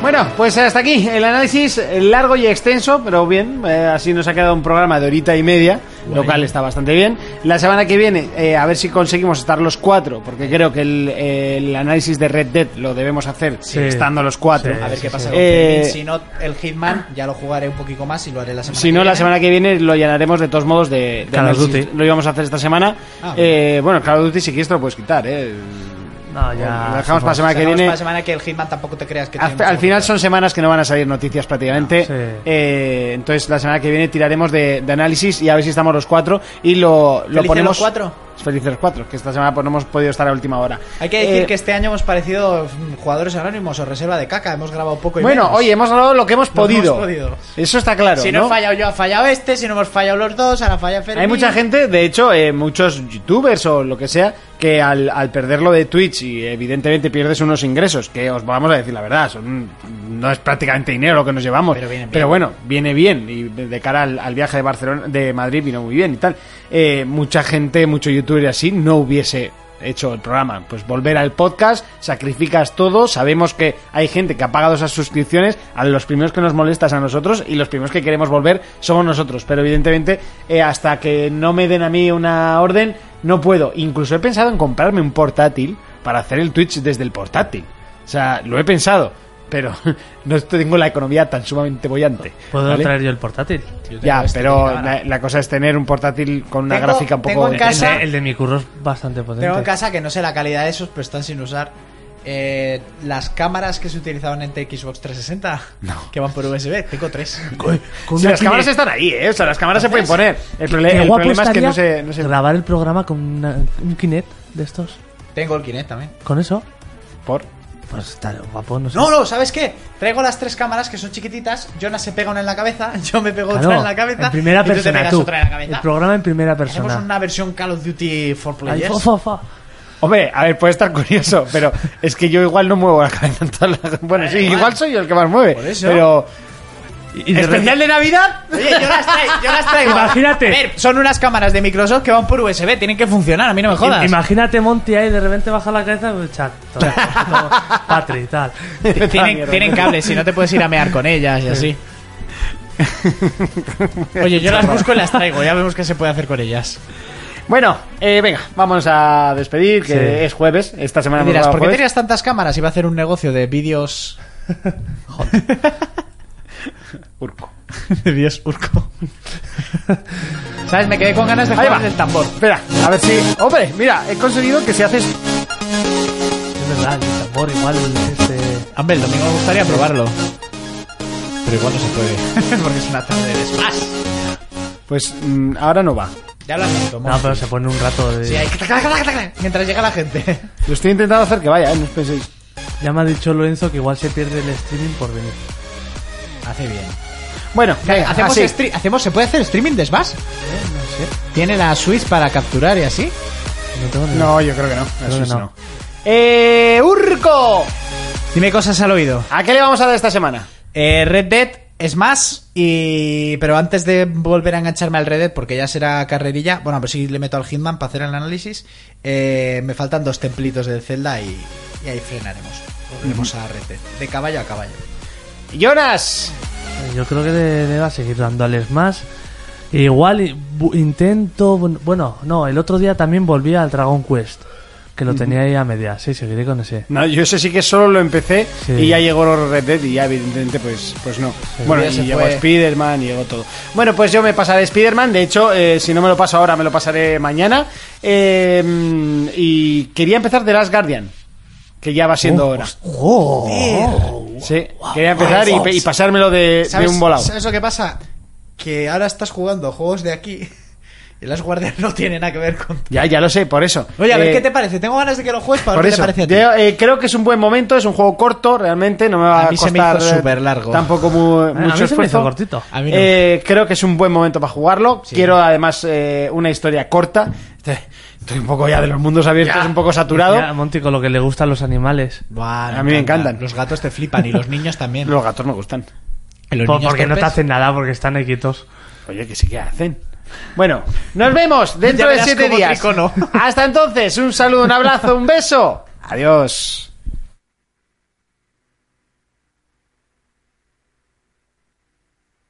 D: Bueno, pues hasta aquí el análisis eh, largo y extenso, pero bien, eh, así nos ha quedado un programa de horita y media, lo cual está bastante bien. La semana que viene, eh, a ver si conseguimos estar los cuatro, porque creo que el, el análisis de Red Dead lo debemos hacer
F: Sí.
D: estando los cuatro.
F: Sí,
E: A ver qué pasa con
D: Eh,
E: Pikmin. Si no, el Hitman ya lo jugaré un poquito más y lo haré la semana
D: Si
E: que
D: no, la
E: viene.
D: semana que viene lo llenaremos de todos modos de, de
F: Call of
D: análisis.
F: Duty.
D: Lo íbamos a hacer esta semana.
E: Ah,
D: Eh, bueno, Call of Duty si quieres te lo puedes quitar, eh.
F: No, ya.
D: Lo dejamos para la semana que
E: Dejamos
D: viene.
E: para la semana que el Hitman tampoco te creas que
D: Al,
E: tiene
D: al
E: mucho
D: final
E: que
D: son semanas que no van a salir noticias prácticamente.
F: Sí.
D: Eh, entonces la semana que viene tiraremos de, de análisis y a ver si estamos los cuatro y lo, lo
E: ¿Felices
D: ponemos...
E: los cuatro?
D: Felices los cuatro, que esta semana pues, no hemos podido estar a última hora.
E: Hay que decir
D: Eh,
E: que este año hemos parecido mm, jugadores anónimos o reserva de caca. Hemos grabado poco y
D: Bueno,
E: menos.
D: oye, hemos grabado lo que hemos
E: Lo que
D: podido.
E: hemos podido.
D: Eso está claro.
E: si no, he fallado yo, ha fallado este. Si no hemos fallado los dos, ahora falla Fermín.
D: Hay mucha gente, de hecho, eh, muchos youtubers o lo que sea, que al, al perderlo de Twitch y evidentemente pierdes unos ingresos, que os vamos a decir la verdad, son, no es prácticamente dinero lo que nos llevamos,
E: Pero viene bien.
D: bueno, viene bien y de cara al, al viaje de Barcelona, de Madrid vino muy bien y tal. Eh, mucha gente, mucho youtuber y así no hubiese hecho el programa, pues volver al podcast, sacrificas todo, sabemos que hay gente que ha pagado esas suscripciones, a los primeros que nos molestas a nosotros y los primeros que queremos volver somos nosotros, pero evidentemente eh, hasta que no me den a mí una orden no puedo, incluso he pensado en comprarme un portátil para hacer el Twitch desde el portátil, o sea, lo he pensado, pero (laughs) no tengo la economía tan sumamente bollante.
F: ¿Puedo
D: ¿vale?
F: traer yo el portátil?
E: Yo tengo
D: Ya,
E: este que
D: pero
E: me caga.
D: la, la cosa es tener un portátil con una
E: Tengo-
D: gráfica un
E: tengo
D: poco...
E: en casa-
F: El de, el de mi curro es bastante potente.
E: Tengo en casa que no sé la calidad de esos, pero están sin usar. eh, las cámaras que se utilizaban en Xbox 360 que van por USB, tengo tres.
F: Con
D: Sí,
F: una
D: las
F: Kinect.
D: cámaras están ahí, ¿eh? O sea, las cámaras se pueden poner. El, prole-
F: Qué
D: el
F: guapo
D: problema es que
F: estaría
D: no se... No se...
F: grabar el programa con una- un Kinect de estos.
E: Tengo el Kinect también.
F: Con eso,
D: Por...
F: pues está guapo, no sé.
E: No, no, ¿sabes qué? Traigo las tres cámaras que son chiquititas. Jonas se pega una en la cabeza, (laughs) yo me pego
F: Claro,
E: otra en la cabeza.
F: en primera
E: y tú te
F: persona,
E: pegas
F: tú.
E: otra en la
F: El
E: cabeza.
F: programa en primera
E: Hacemos
F: persona.
E: una versión Call of Duty for
F: Ay, (laughs)
E: Players.
F: fo, fo, fo.
D: Hombre, a ver, puede estar curioso, pero es que yo igual no muevo la cabeza en todas las- Bueno, sí, igual soy yo el que más mueve.
E: Por eso.
D: Pero...
F: Y- y de
D: ¿Especial de Navidad?
E: Oye, yo las, traigo, yo las traigo.
F: Imagínate.
E: A ver, son unas cámaras de Microsoft que van por USB, tienen que funcionar, a mí no me
F: repente-
E: jodas.
F: im- Imagínate Monty ahí de repente baja la cabeza pues, chat. (laughs) todo, todo, Patri y tal. (laughs)
E: Tienen, tienen cables, si no te puedes ir a mear con ellas y así. Oye, yo las busco y las traigo, ya vemos qué se puede hacer con ellas.
D: Bueno, eh, venga, vamos a despedir, que
F: Sí.
D: es jueves. Esta semana
E: Me
D: hemos
E: dirás,
D: grabado
E: ¿por qué
D: jueves.
E: tenías tantas cámaras? Iba a hacer un negocio de vídeos.
D: Urco.
E: (laughs) de vídeos Urco. ¿Sabes? Me quedé con ganas de
D: Ahí
E: jugar
D: va.
E: el tambor.
D: Espera, a ver si... Hombre, mira, he conseguido que si haces...
F: Es verdad, el tambor igual. Este...
E: Hombre, el domingo me gustaría probarlo. Pero igual no se puede. (laughs) Porque es una tarde de smash.
D: Pues mm, ahora no va.
E: Ya lo siento,
F: No, pero se pone un rato de.
E: Sí, hay... Mientras llega la gente.
D: Lo estoy intentando hacer que vaya, ¿eh? no os penséis.
F: Ya me ha dicho Lorenzo que igual se pierde el streaming por venir.
E: (laughs) Hace bien.
D: Bueno, venga,
E: ¿Hacemos
D: así.
E: stre- hacemos, ¿Se puede hacer streaming de Smash? ¿Tiene la Switch para capturar y así?
F: No tengo ni
D: No, yo creo que no. Eso
F: que
D: sí,
F: no.
D: no. Eh, Urco.
E: Dime cosas al oído.
D: ¿A qué le vamos a dar esta semana?
E: Eh, Red Dead es más y pero antes de volver a engancharme al Red Dead porque ya será carrerilla, bueno, a ver si le meto al Hitman para hacer el análisis, eh, me faltan dos templitos del Zelda y, y ahí frenaremos. Volveremos a Red Dead, de caballo a caballo.
D: Jonas,
F: Yo creo que le, le va a seguir dándoles más. Igual i- bu- intento. Bueno, no, el otro día también volví al Dragon Quest. Que lo tenía ahí a media. Sí, seguiré con ese.
D: No, yo ese sí que solo lo empecé
F: Sí.
D: y ya llegó Red Dead y ya evidentemente pues, pues no. Bueno,
E: Ya
D: y
E: se
D: llegó
E: fue.
D: Spider-Man y llegó todo. Bueno, pues yo me pasaré Spider-Man, de hecho, eh, si no me lo paso ahora, me lo pasaré mañana. Eh, y quería empezar The Last Guardian, que ya va siendo hora. ¡Oh!
E: Eh,
D: Sí, quería empezar y, pe- y pasármelo de, de un volado.
E: ¿Sabes lo que pasa? Que ahora estás jugando juegos de aquí y las guardias no tienen nada que ver con...
D: Ya, ya lo sé, por eso.
E: Oye, a ver
D: Eh,
E: qué te parece. Tengo ganas de que lo juegues para
D: Por
E: ver qué
D: eso,
E: te parece a ti.
D: yo, eh, creo que es un buen momento, es un juego corto, realmente, no me va a,
E: A mí se me hizo
D: costar eh,
E: superlargo.
D: Tampoco mu-
F: A
D: mucho
F: mí se me hizo
D: esfuerzo.
F: cortito.
E: A mí no.
D: Eh, creo que es un buen momento para jugarlo. Quiero además eh, una historia corta. Este- Estoy un poco ya de los mundos abiertos, un poco saturado.
F: Ya, Monty, con lo que le gustan los animales.
E: Buah,
D: A mí me encantan.
E: Los gatos te flipan y los
D: (laughs)
E: niños también.
D: Los gatos me gustan.
E: Y los
F: Po-
E: niños
F: porque no te
E: torpes.
F: hacen nada, porque están equitos.
D: Oye, que sí que hacen. Bueno, nos vemos dentro
E: (laughs) Ya
D: de
E: verás
D: siete
E: cómo
D: días.
E: tricono.
D: Hasta entonces, un saludo, un abrazo, un beso. Adiós.